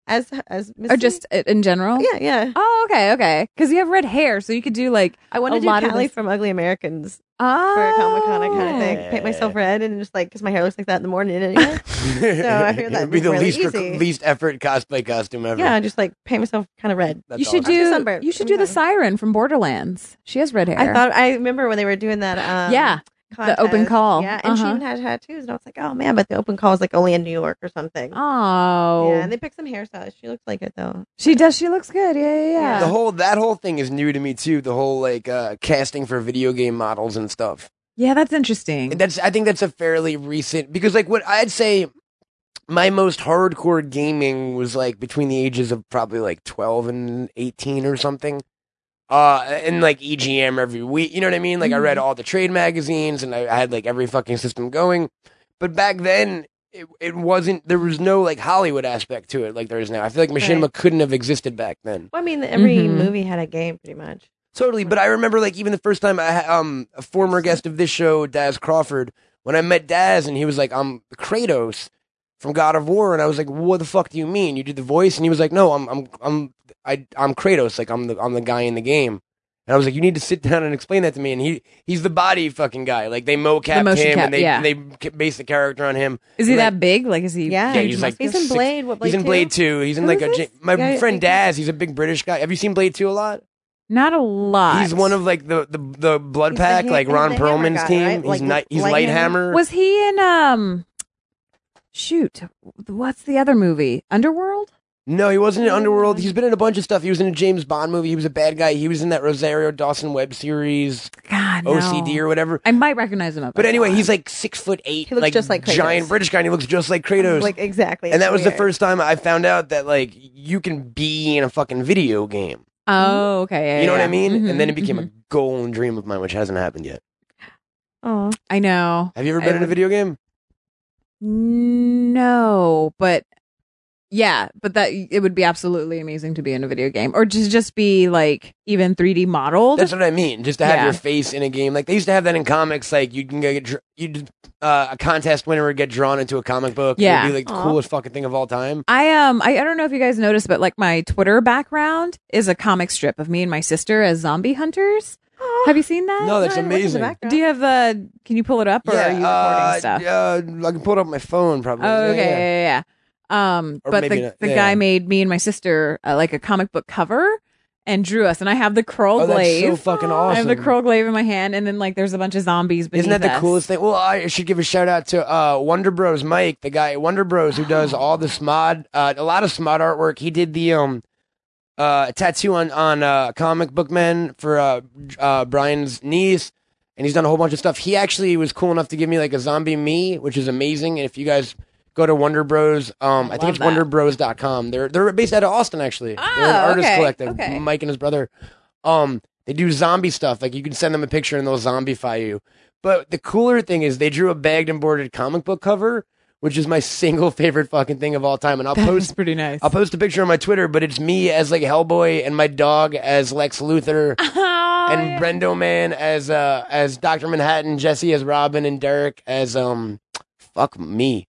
Speaker 4: As as Misty?
Speaker 5: or just i- in general?
Speaker 4: yeah, yeah.
Speaker 5: Oh, okay, okay. Because you have red hair, so you could do like
Speaker 4: I want
Speaker 5: a
Speaker 4: to do
Speaker 5: lot of
Speaker 4: Callie
Speaker 5: this-
Speaker 4: from Ugly Americans
Speaker 5: oh,
Speaker 4: for a Comic Con kind of
Speaker 3: Yeah.
Speaker 4: thing. Paint myself red and just like because my hair looks like that in the morning. Anyway. I hear
Speaker 3: It would
Speaker 4: that'd
Speaker 3: be
Speaker 4: be
Speaker 3: the
Speaker 4: really
Speaker 3: least rec-
Speaker 4: easy.
Speaker 3: least effort cosplay costume ever.
Speaker 4: yeah, just like paint myself kind of red.
Speaker 3: That's
Speaker 5: You should
Speaker 3: awesome.
Speaker 4: I'm
Speaker 5: do.
Speaker 4: sunburned.
Speaker 5: You should do
Speaker 4: I'm
Speaker 5: the
Speaker 4: fine.
Speaker 5: siren from Borderlands. She has red hair.
Speaker 4: I thought I remember when they were doing that. Um,
Speaker 5: yeah, the open
Speaker 4: contest.
Speaker 5: call.
Speaker 4: Yeah, and
Speaker 5: Uh-huh.
Speaker 4: she even had tattoos, and I was like, oh man, but the open call is like only in New York or something.
Speaker 5: Oh,
Speaker 4: Yeah, and they picked some hairstyles. She looks like it though.
Speaker 5: she does. She looks good. Yeah, yeah, yeah.
Speaker 3: The whole that whole thing is new to me too. The whole like uh, casting for video game models and stuff.
Speaker 5: yeah, that's interesting.
Speaker 3: And That's I think that's a fairly recent because like what I'd say my most hardcore gaming was like between the ages of probably like 12 and 18 or something. Uh, and like EGM every week, you know what I mean? Like I read all the trade magazines and I, I had like every fucking system going. But back then, it, it wasn't, there was no like Hollywood aspect to it like there is now. I feel like Machinima
Speaker 4: Right.
Speaker 3: couldn't have existed back then.
Speaker 4: Well, I mean, every
Speaker 5: Mhm.
Speaker 4: movie had a game pretty much.
Speaker 3: Totally, but I remember like even the first time I ha- um a former guest of this show, Daz Crawford, when I met Daz and he was like, "I'm Kratos from God of War," and I was like, "What the fuck do you mean? You did the voice?" And he was like, "No, I'm I'm I'm I I'm Kratos, like I'm the I'm the guy in the game." And I was like, "You need to sit down and explain that to me." And he he's the body fucking guy, like they mocap
Speaker 5: motion
Speaker 3: him
Speaker 5: cap,
Speaker 3: and they
Speaker 5: yeah.
Speaker 3: they ca- base the character on him.
Speaker 5: Is he
Speaker 3: Like-
Speaker 5: that big? Like, is he?
Speaker 4: Yeah,
Speaker 3: Yeah,
Speaker 5: huge
Speaker 3: he's like
Speaker 5: muscle?
Speaker 4: He's in
Speaker 3: six-
Speaker 4: Blade. What Blade?
Speaker 3: he's in
Speaker 4: 2?
Speaker 3: Blade Two. He's in
Speaker 4: Who
Speaker 3: like
Speaker 4: is
Speaker 3: a
Speaker 4: this?
Speaker 3: Ja- my
Speaker 4: Yeah, yeah,
Speaker 3: friend
Speaker 4: yeah.
Speaker 3: Daz. He's a big British guy. Have you seen Blade Two a lot?
Speaker 5: not a lot.
Speaker 3: He's one of like the the, the blood
Speaker 4: He's the
Speaker 3: pack,
Speaker 4: ha-
Speaker 3: like
Speaker 4: he's
Speaker 3: Ron
Speaker 4: the hammer
Speaker 3: Perlman's
Speaker 4: guy,
Speaker 3: team.
Speaker 4: right?
Speaker 3: He's
Speaker 4: Like,
Speaker 3: night, he's
Speaker 4: light
Speaker 3: light
Speaker 4: hammer?
Speaker 3: hammer.
Speaker 5: Was he in um? Shoot, what's the other movie? Underworld.
Speaker 3: no, he wasn't in Underworld. He's been in a bunch of stuff. He was in a James Bond movie. He was a bad guy. He was in that Rosario Dawson web series.
Speaker 5: God, Ah, no.
Speaker 3: OCD or whatever.
Speaker 5: I might recognize him.
Speaker 3: But anyway, he's like six foot eight.
Speaker 4: He looks just like Kratos.
Speaker 3: giant British guy. and He looks just like Kratos.
Speaker 4: Like exactly.
Speaker 3: and that was the
Speaker 4: Weird.
Speaker 3: first time I found out that like you can be in a fucking video game.
Speaker 5: oh, okay. yeah,
Speaker 3: you know what
Speaker 5: yeah.
Speaker 3: I mean?
Speaker 4: Mm-hmm.
Speaker 5: Mhm,
Speaker 3: and then it became
Speaker 5: mhm.
Speaker 3: a goal and dream of mine, which hasn't happened yet.
Speaker 4: Aw.
Speaker 5: mm-hmm. I know.
Speaker 3: Have you ever
Speaker 5: I
Speaker 3: been in a
Speaker 5: would-
Speaker 3: video game?
Speaker 5: No, but yeah, but that it would be absolutely amazing to be in a video game or just just be like even 3D modeled.
Speaker 3: That's what I mean. Just to have
Speaker 5: Yeah.
Speaker 3: your face in a game, like they used to have that in comics. Like you can go get dr- you uh, a contest winner would get drawn into a comic book.
Speaker 5: Yeah.
Speaker 3: it'd be like the
Speaker 4: Aw.
Speaker 3: coolest fucking thing of all time.
Speaker 5: I um I, I don't know if you guys noticed, but like my Twitter background is a comic strip of me and my sister as zombie hunters. Have you seen that?
Speaker 3: No, that's
Speaker 4: I didn't look in the
Speaker 3: amazing.
Speaker 4: background.
Speaker 5: Do you have the? Can you pull it up or are you recording
Speaker 3: uh,
Speaker 5: stuff?
Speaker 3: yeah, I can pull it up on my phone probably.
Speaker 5: Oh,
Speaker 3: Yeah,
Speaker 5: okay, yeah,
Speaker 3: yeah.
Speaker 5: yeah. yeah. Um,
Speaker 3: Or
Speaker 5: but
Speaker 3: maybe
Speaker 5: the
Speaker 3: not-
Speaker 5: the
Speaker 3: yeah.
Speaker 5: guy made me and my sister uh, like a comic book cover and drew us, and I have the curl
Speaker 3: Oh, that's so
Speaker 5: glaive.
Speaker 3: fucking
Speaker 5: I have the
Speaker 3: awesome.
Speaker 5: curl glaive in my hand, and then like there's a bunch of zombies. Beneath
Speaker 3: Isn't that the
Speaker 5: us.
Speaker 3: coolest thing? Well, I should give a shout out to uh, Wonder Bros Mike, the guy at Wonder Bros who does all the smod, uh, a lot of smod artwork. He did the um uh tattoo on on uh, comic book men for uh, uh Brian's niece, and he's done a whole bunch of stuff. He actually was cool enough to give me like a zombie me, which is amazing. And if you guys go to Wonder Bros, um, I think
Speaker 5: Love
Speaker 3: it's
Speaker 5: that.
Speaker 3: wonderbros.com. They're they're based out of Austin actually. they're an
Speaker 5: Oh,
Speaker 3: artist
Speaker 5: okay,
Speaker 3: collective.
Speaker 5: okay.
Speaker 3: Mike and his brother. Um, they do zombie stuff. Like you can send them a picture and they'll zombify you. But the cooler thing is they drew a bagged and boarded comic book cover, which is my single favorite fucking thing of all time. And I'll
Speaker 5: That
Speaker 3: post
Speaker 5: was pretty nice.
Speaker 3: I'll post a picture on my Twitter, but it's me as like Hellboy and my dog as Lex Luthor
Speaker 5: Oh,
Speaker 3: and
Speaker 5: yeah.
Speaker 3: Brendo Man as uh as Doctor Manhattan, Jesse as Robin, and Derek as um fuck me.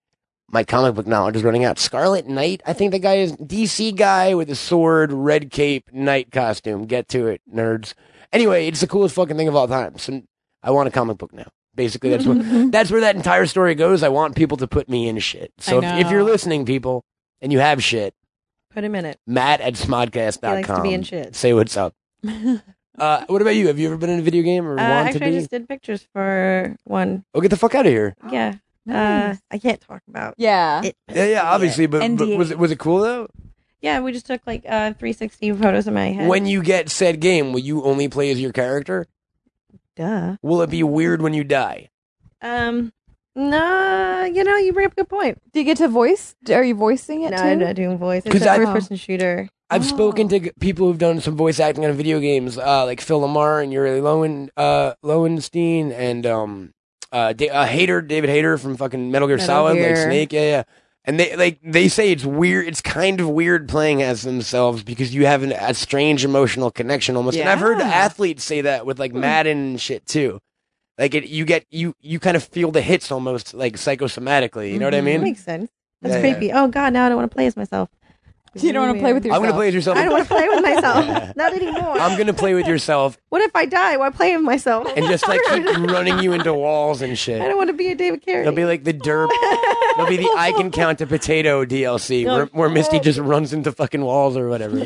Speaker 3: My comic book knowledge is running out. Scarlet Knight, I think the guy is DC guy with a sword, red cape, knight costume. Get to it, nerds. Anyway, it's the coolest fucking thing of all time. So I want a comic book now. Basically, that's what that's where that entire story goes. I want people to put me in shit. So
Speaker 5: I
Speaker 3: if, if you're
Speaker 5: know.
Speaker 3: listening, people, and you have shit,
Speaker 4: Put him in it.
Speaker 3: Matt at smodcast.com.
Speaker 4: He likes to be in shit.
Speaker 3: Say what's up. uh, what about you? Have you ever been in a video game or
Speaker 4: Uh,
Speaker 3: want to
Speaker 4: actually, I
Speaker 3: be?
Speaker 4: just did pictures for one.
Speaker 3: Oh, get the fuck out of here.
Speaker 4: Yeah. Uh,
Speaker 5: Nice.
Speaker 4: I can't talk about
Speaker 5: yeah.
Speaker 4: it.
Speaker 3: Yeah, yeah, obviously, but, but
Speaker 5: NDA.
Speaker 3: was it was it cool though?
Speaker 4: Yeah, we just took like uh, 360 photos of my head.
Speaker 3: When you get said game, will you only play as your character?
Speaker 4: Duh.
Speaker 3: Will it be weird when you die?
Speaker 4: Um, no, you know, you bring up a good point.
Speaker 5: Do you get to voice? Are you voicing it?
Speaker 4: No,
Speaker 5: too?
Speaker 4: I'm not doing voice. It's a
Speaker 3: 'Cause I-
Speaker 4: first person shooter.
Speaker 3: I've spoken
Speaker 5: Oh.
Speaker 3: to g- people who've done some voice acting on video games, uh, like Phil Lamar and Yuri Lowen, uh, Lowenstein and um, uh, da- uh, Hater David Hater from fucking Metal Gear
Speaker 5: Metal
Speaker 3: Solid, like
Speaker 5: Gear.
Speaker 3: Snake, yeah, yeah. And they like they say it's weird. It's kind of weird playing as themselves because you have an, a strange emotional connection almost. And I've heard
Speaker 5: Yeah.
Speaker 3: athletes say that with like Madden and shit too. Like it, you get you you kind of feel the hits almost like psychosomatically. You know what I
Speaker 5: Mhm.
Speaker 4: That
Speaker 3: mean?
Speaker 4: Mm-hmm. makes sense. That's
Speaker 3: Yeah, yeah.
Speaker 4: creepy. Oh, God, now I don't want to play as myself.
Speaker 5: You don't want to play with
Speaker 4: your.
Speaker 5: yourself.
Speaker 3: I'm gonna play as yourself.
Speaker 4: I don't want to play with
Speaker 3: Yeah.
Speaker 4: myself. Not anymore.
Speaker 3: I'm gonna play with yourself
Speaker 4: What if I die? Why play with myself?
Speaker 3: Um, and just like keep running you into walls and
Speaker 4: I don't
Speaker 3: shit.
Speaker 4: want to be a David Carey.
Speaker 3: It'll be like the derp. It'll be the I can count a potato DLC where, where Misty just runs into fucking walls or whatever.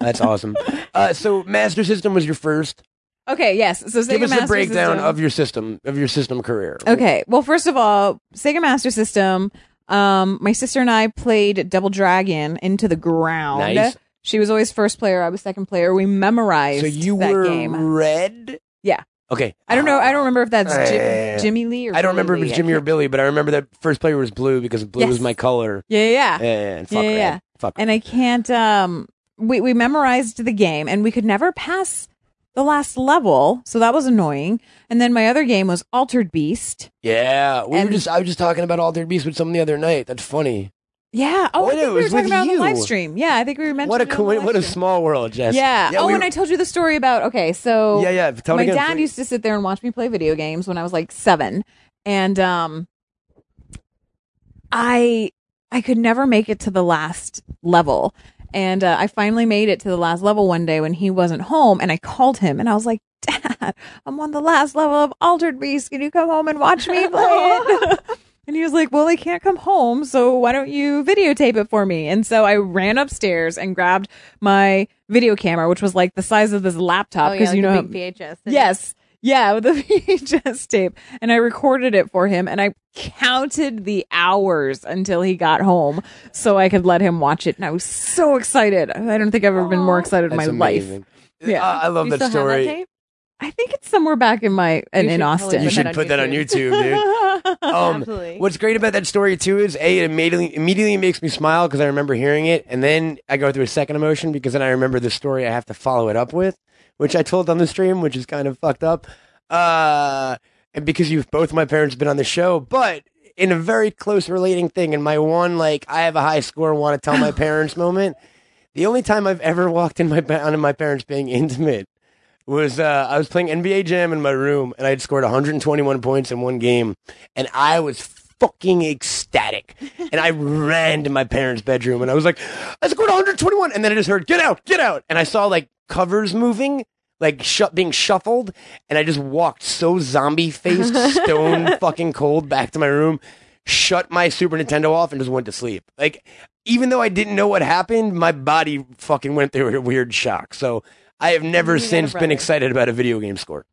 Speaker 3: That's awesome. Uh, so Master System was your first.
Speaker 5: okay. Yes. So Sega
Speaker 3: Give us
Speaker 5: Master
Speaker 3: a breakdown
Speaker 5: System.
Speaker 3: of your system of your system career.
Speaker 5: Okay. Well, first of all, Sega Master System. Um, my sister and I played Double Dragon into the ground.
Speaker 3: Nice.
Speaker 5: She was always first player. I was second player. We memorized
Speaker 3: So you
Speaker 5: that
Speaker 3: were
Speaker 5: game.
Speaker 3: red.
Speaker 5: Yeah.
Speaker 3: Okay.
Speaker 5: I don't know. I don't remember if that's
Speaker 3: Eh.
Speaker 5: Jim, Jimmy Lee or
Speaker 3: I don't remember if it
Speaker 5: Billy
Speaker 3: was
Speaker 5: Lee.
Speaker 3: Jimmy or Billy, but I remember that first player was blue because blue
Speaker 5: Yes.
Speaker 3: was my color.
Speaker 5: Yeah, yeah, yeah.
Speaker 3: Yeah, yeah, and fuck
Speaker 5: Yeah,
Speaker 3: red.
Speaker 5: yeah.
Speaker 3: Fuck.
Speaker 5: And I can't. Um, we we memorized the game, and we could never pass the last level, so that was annoying. And then my other game was Altered Beast.
Speaker 3: yeah. We
Speaker 5: and-
Speaker 3: were just I was just talking about Altered Beast with someone the other night. That's funny.
Speaker 5: Yeah. Oh,
Speaker 3: Oh, it
Speaker 5: I think we
Speaker 3: was
Speaker 5: were talking
Speaker 3: with
Speaker 5: about it on
Speaker 3: you.
Speaker 5: the live stream. Yeah, I think we were mentioning
Speaker 3: What a
Speaker 5: it on the
Speaker 3: co-
Speaker 5: live
Speaker 3: what a
Speaker 5: stream.
Speaker 3: small world, Jess.
Speaker 5: Yeah.
Speaker 3: we
Speaker 5: oh,
Speaker 3: were-
Speaker 5: and I told you the story about okay, so
Speaker 3: yeah, yeah. Tell it
Speaker 5: my
Speaker 3: again,
Speaker 5: dad
Speaker 3: please.
Speaker 5: used to sit there and watch me play video games when I was like seven, and um, I I could never make it to the last level, and uh, I finally made it to the last level one day when he wasn't home, and I called him and I was like, Dad, I'm on the last level of Altered Beast. Can you come home and watch me play it? And he was like, Well, I can't come home, so why don't you videotape it for me? And so I ran upstairs and grabbed my video camera, which was like the size of this laptop, because you know how-
Speaker 4: VHS.
Speaker 5: Yes. Yeah, with the VHS tape. And I recorded it for him and I counted the hours until he got home so I could let him watch it. And I was so excited. I don't think I've ever been more excited in
Speaker 3: That's
Speaker 5: my life.
Speaker 3: amazing.
Speaker 5: Yeah.
Speaker 3: Uh, I love that
Speaker 4: You still have
Speaker 3: story.
Speaker 4: that tape?
Speaker 5: I think it's somewhere back in my and
Speaker 6: should
Speaker 5: in
Speaker 6: totally
Speaker 5: Austin.
Speaker 3: You
Speaker 6: Put that
Speaker 3: should
Speaker 6: on
Speaker 3: put that on
Speaker 6: YouTube.
Speaker 3: YouTube, dude. Um,
Speaker 4: Absolutely.
Speaker 3: What's great about that story too is a it immediately immediately makes me smile because I remember hearing it, and then I go through a second emotion because then I remember the story I have to follow it up with, which I told on the stream, which is kind of fucked up. Uh, and because you've both my parents have been on the show, but in a very close relating thing, and my one like I have a high score, want to tell my parents moment. The only time I've ever walked in my pa- on my parents being intimate was uh, I was playing NBA Jam in my room, and I had scored 121 points in one game, and I was fucking ecstatic. And I ran to my parents' bedroom, and I was like, "I scored 121!" And then I just heard, "Get out, get out!" And I saw like covers moving. Like shu- being shuffled, and I just walked so zombie faced, stone fucking cold back to my room, shut my Super Nintendo off, and just went to sleep. Like, even though I didn't know what happened, my body fucking went through a weird shock. So I have never since been excited about a video game score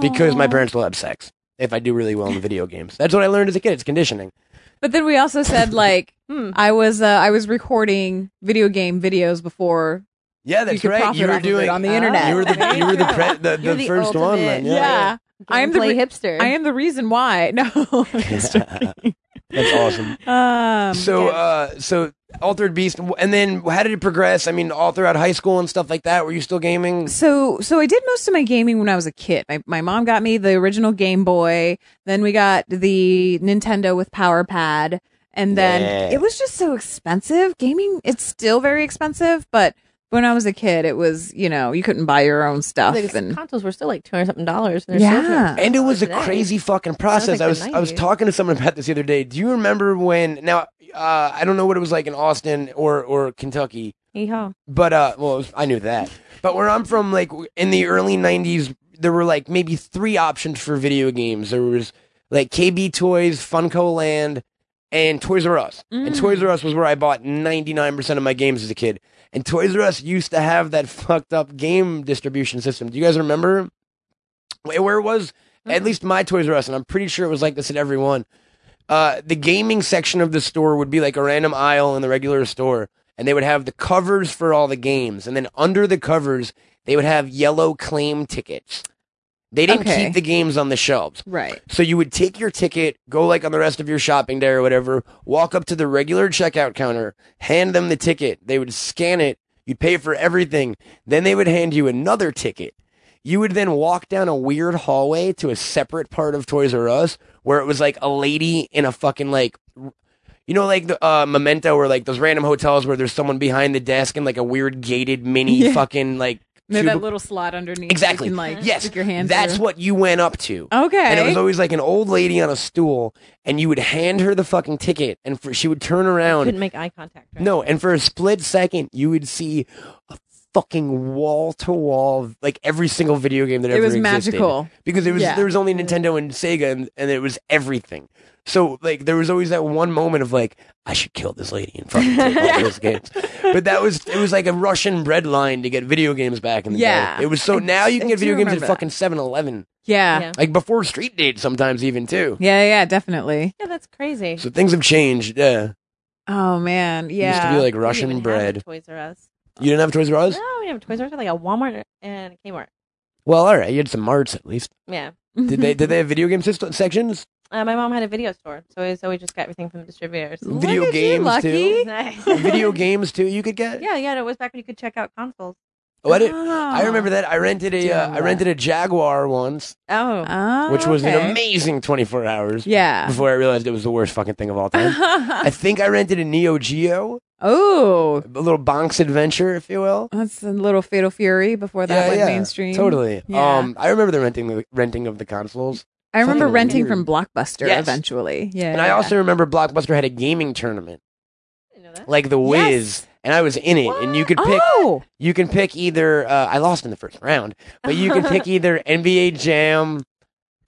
Speaker 3: because my parents will have sex if I do really well in the video games. That's what I learned as a kid. It's conditioning.
Speaker 5: But then we also said like
Speaker 4: Hmm.
Speaker 5: I was uh, I was recording video game videos before.
Speaker 3: Yeah,
Speaker 5: that's could right. profit
Speaker 3: You
Speaker 5: You
Speaker 3: were
Speaker 5: were off of it
Speaker 3: doing
Speaker 5: doing-
Speaker 6: on the
Speaker 5: Oh.
Speaker 6: internet.
Speaker 3: You were the you were the pre- the,
Speaker 4: You're
Speaker 3: the,
Speaker 4: the
Speaker 3: first one.
Speaker 4: ultimate.
Speaker 3: man.
Speaker 5: Yeah. I am the
Speaker 6: play
Speaker 5: re-
Speaker 6: hipster.
Speaker 5: I am the reason why. No. I'm just joking.
Speaker 3: that's awesome.
Speaker 5: um,
Speaker 3: So uh, so altered beast, and then how did it progress? I mean, all throughout high school and stuff like that. Were you still gaming?
Speaker 5: So so I did most of my gaming when I was a kid. My my mom got me the original Game Boy, then we got the Nintendo with Power Pad, and then
Speaker 3: Yeah.
Speaker 5: it was just so expensive. Gaming it's still very expensive, but when I was a kid it was, you know, you couldn't buy your own stuff
Speaker 4: Like,
Speaker 5: and
Speaker 4: consoles were still like two hundred something dollars.
Speaker 5: Yeah.
Speaker 3: And it was a crazy fucking process.
Speaker 4: like
Speaker 3: I
Speaker 4: the
Speaker 3: was I was
Speaker 4: 90s.
Speaker 3: talking to someone about this the other day. Do you remember when? Now uh, I don't know what it was like in Austin or or Kentucky,
Speaker 4: Yeehaw.
Speaker 3: but uh, well, I knew that. But where I'm from, like in the early '90s, there were like maybe three options for video games. There was like KB Toys, Funko Land, and Toys R Us. And Toys R Us was where I bought 99% of my games as a kid. And Toys R Us used to have that fucked up game distribution system. Do you guys remember wh- where it was? At least my Toys R Us, and I'm pretty sure it was like this at every one. Uh, the gaming section of the store would be like a random aisle in the regular store, and they would have the covers for all the games, and then under the covers they would have yellow claim tickets. They didn't
Speaker 5: Okay.
Speaker 3: keep the games on the shelves.
Speaker 5: right.
Speaker 3: So you would take your ticket, go like on the rest of your shopping day or whatever, walk up to the regular checkout counter, hand them the ticket. They would scan it. You'd pay for everything. Then they would hand you another ticket. You would then walk down a weird hallway to a separate part of Toys R Us where it was like a lady in a fucking like, r- you know, like the uh, Memento or like those random hotels where there's someone behind the desk and like a weird gated mini
Speaker 5: Yeah.
Speaker 3: fucking like.
Speaker 5: Maybe that
Speaker 3: cubi-
Speaker 5: little slot underneath.
Speaker 3: exactly.
Speaker 5: You can, like,
Speaker 3: yes.
Speaker 5: stick your hand
Speaker 3: That's
Speaker 5: through.
Speaker 3: what you went up to.
Speaker 5: Okay.
Speaker 3: And it was always like an old lady on a stool, and you would hand her the fucking ticket, and for, she would turn
Speaker 4: Couldn't
Speaker 3: around.
Speaker 4: make eye contact. Right?
Speaker 3: No, and for a split second, you would see a fucking wall to wall, like every single video game that
Speaker 5: It
Speaker 3: ever
Speaker 5: was
Speaker 3: existed.
Speaker 5: magical.
Speaker 3: Because it was
Speaker 5: Yeah.
Speaker 3: there was only Nintendo and Sega, and, and it was everything. So like there was always that one moment of like I should kill this lady and fucking take all those games. But that was it was like a Russian bread line to get video games back in the
Speaker 5: Yeah.
Speaker 3: day. It was so
Speaker 5: I-
Speaker 3: now you can
Speaker 5: I
Speaker 3: get
Speaker 5: do
Speaker 3: video games at
Speaker 5: remember that.
Speaker 3: fucking 7-Eleven.
Speaker 5: yeah.
Speaker 4: Yeah.
Speaker 5: yeah.
Speaker 3: Like before Street Date sometimes even too.
Speaker 5: Yeah, definitely.
Speaker 4: Yeah, that's crazy.
Speaker 3: So things have changed. Yeah.
Speaker 5: Oh man,
Speaker 3: It
Speaker 5: yeah.
Speaker 3: used to be like
Speaker 4: We didn't even
Speaker 3: Russian
Speaker 4: have
Speaker 3: bread.
Speaker 4: a Toys R Us.
Speaker 3: You didn't have Toys R Us?
Speaker 4: No, we didn't have Toys R Us. We had, Like a Walmart and a Kmart.
Speaker 3: Well, all right. You had some marts at least.
Speaker 4: Yeah.
Speaker 3: Did they did they have video game system sections?
Speaker 4: Uh, my mom had a video store, so we, so we just got everything from the distributors.
Speaker 3: Look video
Speaker 5: at you,
Speaker 3: games,
Speaker 5: Lucky.
Speaker 3: too?
Speaker 4: Nice.
Speaker 3: video games too you could get?
Speaker 4: Yeah, yeah. It was back when you could check out consoles.
Speaker 3: Oh, I, did,
Speaker 5: Oh.
Speaker 3: I remember that. I rented a uh, I rented a Jaguar once,
Speaker 4: Oh,
Speaker 5: Oh,
Speaker 3: which was
Speaker 5: okay.
Speaker 3: an amazing 24 hours.
Speaker 5: Yeah.
Speaker 3: Before I realized it was the worst fucking thing of all time. I think I rented a Neo Geo,
Speaker 5: oh,
Speaker 3: a little Bonks adventure, if you will.
Speaker 5: that's a little Fatal Fury before that
Speaker 3: yeah,
Speaker 5: went
Speaker 3: yeah,
Speaker 5: mainstream.
Speaker 3: Totally.
Speaker 5: Yeah.
Speaker 3: Um, I remember the renting the renting of the consoles.
Speaker 5: I remember
Speaker 3: Something
Speaker 5: renting
Speaker 3: weird.
Speaker 5: from Blockbuster
Speaker 3: Yes.
Speaker 5: eventually. Yeah,
Speaker 3: And I also remember Blockbuster had a gaming tournament,
Speaker 4: I didn't know that.
Speaker 3: like The Wiz,
Speaker 5: Yes.
Speaker 3: and I was in it. And you could pick
Speaker 5: oh,
Speaker 3: you can pick either uh, I lost in the first round, but you can pick either NBA Jam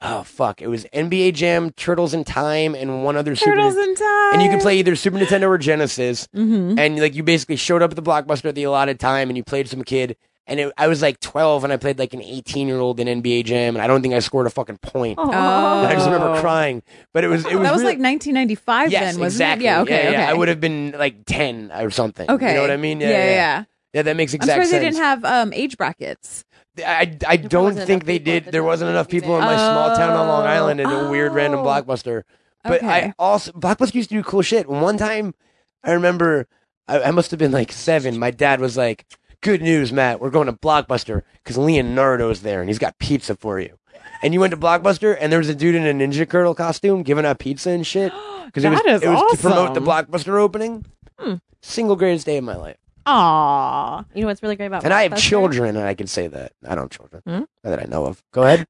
Speaker 3: Oh fuck, it was NBA Jam, Turtles in Time and one other
Speaker 5: Turtles
Speaker 3: Super
Speaker 5: in Time,
Speaker 3: and you can play either Super Nintendo or Genesis.
Speaker 5: hmm
Speaker 3: And like you basically showed up at the blockbuster at the allotted time and you played some kid. And it, I was like 12 and I played like an 18 year old in NBA Jam and I don't think I scored a fucking point.
Speaker 5: Oh.
Speaker 3: I just remember crying, but it was it was
Speaker 5: that was
Speaker 3: really-
Speaker 5: like 1995
Speaker 3: yes
Speaker 5: then, wasn't
Speaker 3: exactly
Speaker 5: it? Yeah, okay, okay.
Speaker 3: I would have been like 10 or something.
Speaker 5: Okay,
Speaker 3: you know what I mean?
Speaker 5: yeah, yeah.
Speaker 3: Yeah, that makes
Speaker 5: I'm
Speaker 3: exact
Speaker 5: surprised
Speaker 3: sense.
Speaker 5: they didn't have um, age brackets.
Speaker 3: I, I don't
Speaker 6: wasn't
Speaker 3: think
Speaker 6: enough
Speaker 3: they
Speaker 6: people at
Speaker 3: did.
Speaker 6: the
Speaker 3: There
Speaker 6: time
Speaker 3: wasn't
Speaker 6: to
Speaker 3: enough
Speaker 6: do
Speaker 3: people in
Speaker 5: that.
Speaker 3: my small town on Long
Speaker 5: Oh.
Speaker 3: Island and a weird random
Speaker 5: Oh.
Speaker 3: blockbuster. But
Speaker 5: Okay.
Speaker 3: I also Blockbuster used to do cool shit. One time, I remember I, I must have been like seven. My dad was like, "Good news, Matt. We're going to Blockbuster because Leonardo's there and he's got pizza for you." And you went to Blockbuster and there was a dude in a Ninja Turtle costume giving out pizza and shit because it was
Speaker 5: That is
Speaker 3: it was to promote the
Speaker 5: awesome.
Speaker 3: Blockbuster opening. Single greatest day of my life,
Speaker 5: Aw.
Speaker 4: You know what's really great about
Speaker 3: and I have
Speaker 4: Blockbuster?
Speaker 3: children, and I can say that I don't have children
Speaker 4: Hmm?
Speaker 3: not that I know of. Go ahead.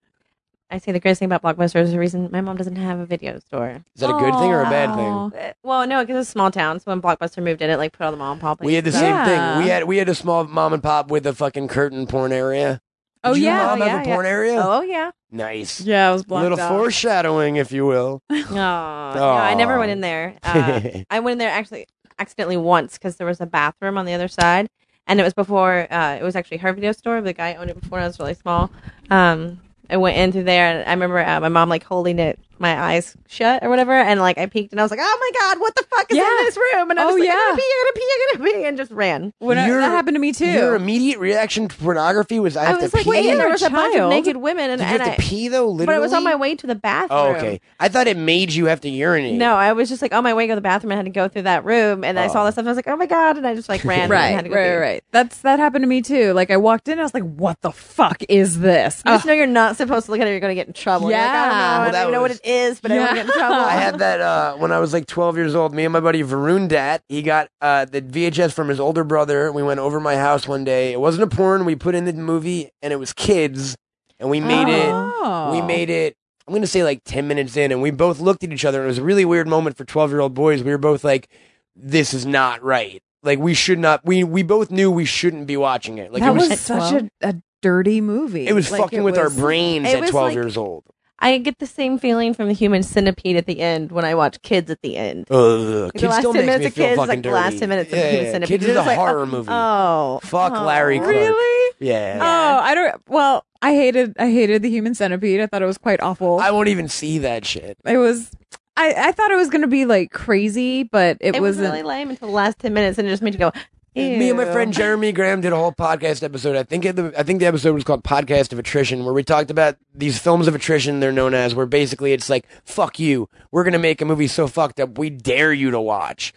Speaker 4: I say the greatest thing about Blockbuster is the reason my mom doesn't have a video store.
Speaker 3: Is that a good thing or a bad
Speaker 5: Aw.
Speaker 3: thing?
Speaker 4: Uh, Well, no, because it's a small town. So when Blockbuster moved in, it like put all the mom and pop.
Speaker 3: We had the
Speaker 4: places
Speaker 3: same
Speaker 4: up.
Speaker 3: thing. We
Speaker 5: Yeah.
Speaker 3: had we had a small mom and pop with a fucking curtain porn area.
Speaker 5: Oh,
Speaker 3: Did
Speaker 5: yeah.
Speaker 3: your mom
Speaker 4: Oh,
Speaker 3: have a
Speaker 4: yeah,
Speaker 3: porn area?
Speaker 4: Oh yeah.
Speaker 3: Nice.
Speaker 5: Yeah, I was
Speaker 3: Little
Speaker 5: blocked out.
Speaker 3: foreshadowing, if you will.
Speaker 4: Oh, no, I never went in there. Uh, I went in there actually accidentally once because there was a bathroom on the other side, and it was before uh, it was actually her video store. but The guy owned it before I was really small. Um, I went in through there, and I remember uh, my mom like holding it, my eyes shut or whatever, and like I peeked, and I was like, "Oh my god, what the fuck is
Speaker 5: Yeah.
Speaker 4: in this room?" And I was
Speaker 5: Oh,
Speaker 4: like,
Speaker 5: yeah.
Speaker 4: "I'm gonna pee, I'm gonna pee, I'm gonna pee," and just ran.
Speaker 5: When I-
Speaker 3: Your-
Speaker 5: that happened to me too.
Speaker 3: Your immediate reaction to pornography was I
Speaker 4: I
Speaker 3: have
Speaker 4: was
Speaker 3: to
Speaker 4: like,
Speaker 3: pee.
Speaker 4: "Wait," and there
Speaker 5: You're a
Speaker 4: was a bunch of
Speaker 5: child.
Speaker 4: naked women, and,
Speaker 3: Did you have
Speaker 4: and
Speaker 3: to
Speaker 4: I,
Speaker 3: pee though? Literally.
Speaker 4: but it was on my way to the bathroom.
Speaker 3: Oh, okay. I thought it made you have to urinate.
Speaker 4: No, I was just like on my way to the bathroom. I had to go through that room, and I saw
Speaker 3: Oh.
Speaker 4: this stuff. I was like, "Oh my god!" And I just like ran.
Speaker 5: Right,
Speaker 4: and had to
Speaker 5: right,
Speaker 4: go
Speaker 5: right,
Speaker 4: pee.
Speaker 5: right. That's that happened to me too. Like I walked in, I was like, "What the fuck is this?"
Speaker 4: You just know you're not supposed to look at it. You're going to get in trouble. You're like, I don't know.
Speaker 5: Yeah.
Speaker 4: I
Speaker 3: Well,
Speaker 4: don't
Speaker 3: that
Speaker 4: even know what
Speaker 3: was-
Speaker 4: it is, but I want to get in
Speaker 5: Yeah.
Speaker 4: trouble.
Speaker 3: I had that uh, when I was like 12 years old. Me and my buddy Varun Dat, he got uh, the VHS from his older brother. We went over my house one day. It wasn't a porn. We put in the movie, and it was kids, and we made
Speaker 5: Oh.
Speaker 3: it. We made it. I'm gonna say like 10 minutes in, and we both looked at each other. and It was a really weird moment for 12 year old boys. We were both like, "This is not right. Like we should not. We we both knew we shouldn't be watching it. Like
Speaker 5: that
Speaker 3: it was."
Speaker 5: was such a, a dirty movie.
Speaker 3: it was
Speaker 5: Like,
Speaker 3: fucking with our
Speaker 5: was-
Speaker 3: brains
Speaker 4: it
Speaker 3: at
Speaker 4: was,
Speaker 3: 12
Speaker 4: like-
Speaker 3: years old.
Speaker 4: I get the same feeling from the human centipede at the end when I watch kids at the end.
Speaker 3: Ugh,
Speaker 4: Like,
Speaker 3: Uh, kids still makes me feel fucking
Speaker 4: kids, like
Speaker 3: dirty.
Speaker 4: the last 10 minutes of
Speaker 3: Yeah,
Speaker 4: the human
Speaker 3: yeah, yeah.
Speaker 4: centipede.
Speaker 3: Kids is
Speaker 4: It's
Speaker 3: a
Speaker 4: like,
Speaker 3: horror
Speaker 4: oh,
Speaker 3: movie.
Speaker 4: Oh.
Speaker 3: Fuck
Speaker 4: oh.
Speaker 3: Larry Clark.
Speaker 5: Really?
Speaker 3: Yeah.
Speaker 5: Oh, I don't. Well, I hated. I hated the Human Centipede. I thought it was quite
Speaker 4: Oh,
Speaker 5: awful.
Speaker 3: I won't even see that shit.
Speaker 5: it was. I, I thought it was going to be like crazy, but it,
Speaker 4: It, was
Speaker 5: wasn't.
Speaker 4: really lame until the last 10 minutes, and it just made you go,
Speaker 3: Me and my
Speaker 4: "Ew."
Speaker 3: friend Jeremy Graham did a whole podcast episode. I think the I think the episode was called Podcast of Attrition, where we talked about these films of attrition. They're known as where basically it's like fuck you. We're gonna make a movie so fucked up we dare you to watch.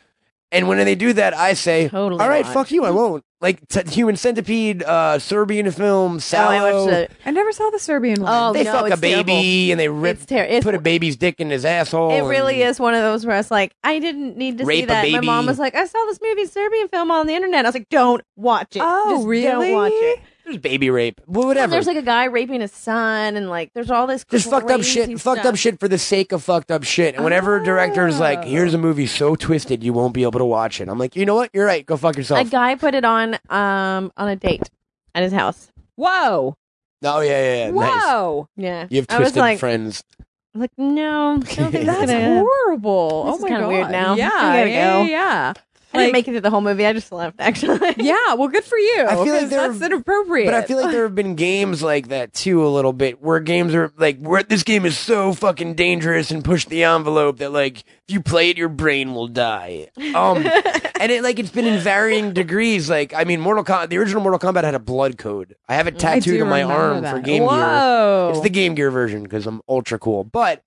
Speaker 3: And when they do that, I say,
Speaker 4: Totally
Speaker 3: all right,
Speaker 4: not.
Speaker 3: fuck you, I won't. Like t- Human Centipede, uh, Serbian film,
Speaker 4: Oh, I
Speaker 3: Sallow.
Speaker 4: watched it.
Speaker 5: I never saw the Serbian one.
Speaker 4: Oh,
Speaker 3: they
Speaker 4: no,
Speaker 3: fuck a
Speaker 4: it's
Speaker 3: baby and they rip,
Speaker 4: It's ter- it's-
Speaker 3: put a baby's dick in his asshole.
Speaker 4: It really
Speaker 3: and-
Speaker 4: is one of those where I was like, I didn't need to see
Speaker 3: Rape a
Speaker 4: that. My
Speaker 3: baby.
Speaker 4: mom was like, I saw this movie Serbian film on the internet. I was like, don't watch it.
Speaker 5: Oh,
Speaker 4: Just Don't watch
Speaker 5: really?
Speaker 4: it.
Speaker 3: There's baby rape, Well, whatever.
Speaker 4: And there's like a guy raping his son, and like there's all this
Speaker 3: just fucked up
Speaker 4: crazy
Speaker 3: shit, fucked
Speaker 4: stuff.
Speaker 3: up shit for the sake of fucked up shit. And whenever a director is like, "Here's a movie so twisted you won't be able to watch it," I'm like, "You know what? You're right. Go fuck
Speaker 4: A
Speaker 3: yourself."
Speaker 4: guy put it on um on a date at his house.
Speaker 5: Whoa!
Speaker 3: oh yeah, yeah, yeah. Nice.
Speaker 5: Whoa!
Speaker 4: Yeah,
Speaker 3: You have
Speaker 4: I was
Speaker 3: twisted
Speaker 4: like,
Speaker 3: friends.
Speaker 4: like no, I don't think that's
Speaker 5: That's
Speaker 4: gonna.
Speaker 5: horrible.
Speaker 4: This
Speaker 5: oh
Speaker 4: is
Speaker 5: my
Speaker 4: kinda
Speaker 5: god.
Speaker 4: weird now.
Speaker 5: Yeah.
Speaker 4: I gotta
Speaker 5: yeah,
Speaker 4: go.
Speaker 5: yeah, yeah.
Speaker 4: I didn't
Speaker 5: Like-
Speaker 4: make it through the whole movie. I just left actually.
Speaker 5: Yeah, well, good for you.
Speaker 3: I feel like
Speaker 5: 'cause
Speaker 3: there-
Speaker 5: that's inappropriate.
Speaker 3: But I feel like there have been games like that too, a little bit, where games are like, where this game is so fucking dangerous and push the envelope that like, if you play it, your brain will die. Um, and it like it's been in varying degrees. Like, I mean, Mortal Kombat, the original Mortal Kombat had a blood code. I have it
Speaker 5: I do
Speaker 3: tattooed on my
Speaker 5: remember
Speaker 3: arm
Speaker 5: that.
Speaker 3: for Game Gear.
Speaker 5: Whoa.
Speaker 3: It's the Game Gear version because I'm ultra cool. But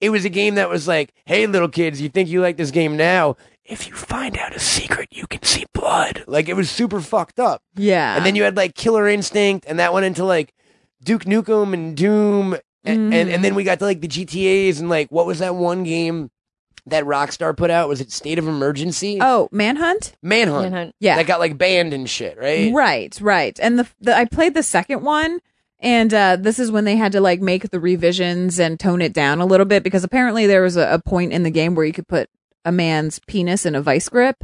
Speaker 3: it was a game that was like, hey, little kids, you think you like this game now? If you find out a secret, you can see blood. Like, it was super fucked up.
Speaker 5: yeah.
Speaker 3: And then you had like Killer Instinct, and that went into like Duke Nukem and Doom. And, and,
Speaker 5: Mm.
Speaker 3: and then we got to like the GTAs, and like, what was that one game that Rockstar put out? Was it State of Emergency?
Speaker 5: oh, Manhunt.
Speaker 3: Manhunt.
Speaker 4: Manhunt.
Speaker 5: Yeah.
Speaker 3: That got like banned and shit, right?
Speaker 5: Right, right. And the, the I played the second one, and uh, this is when they had to like make the revisions and tone it down a little bit because apparently there was a, a point in the game where you could put a man's penis in a vice grip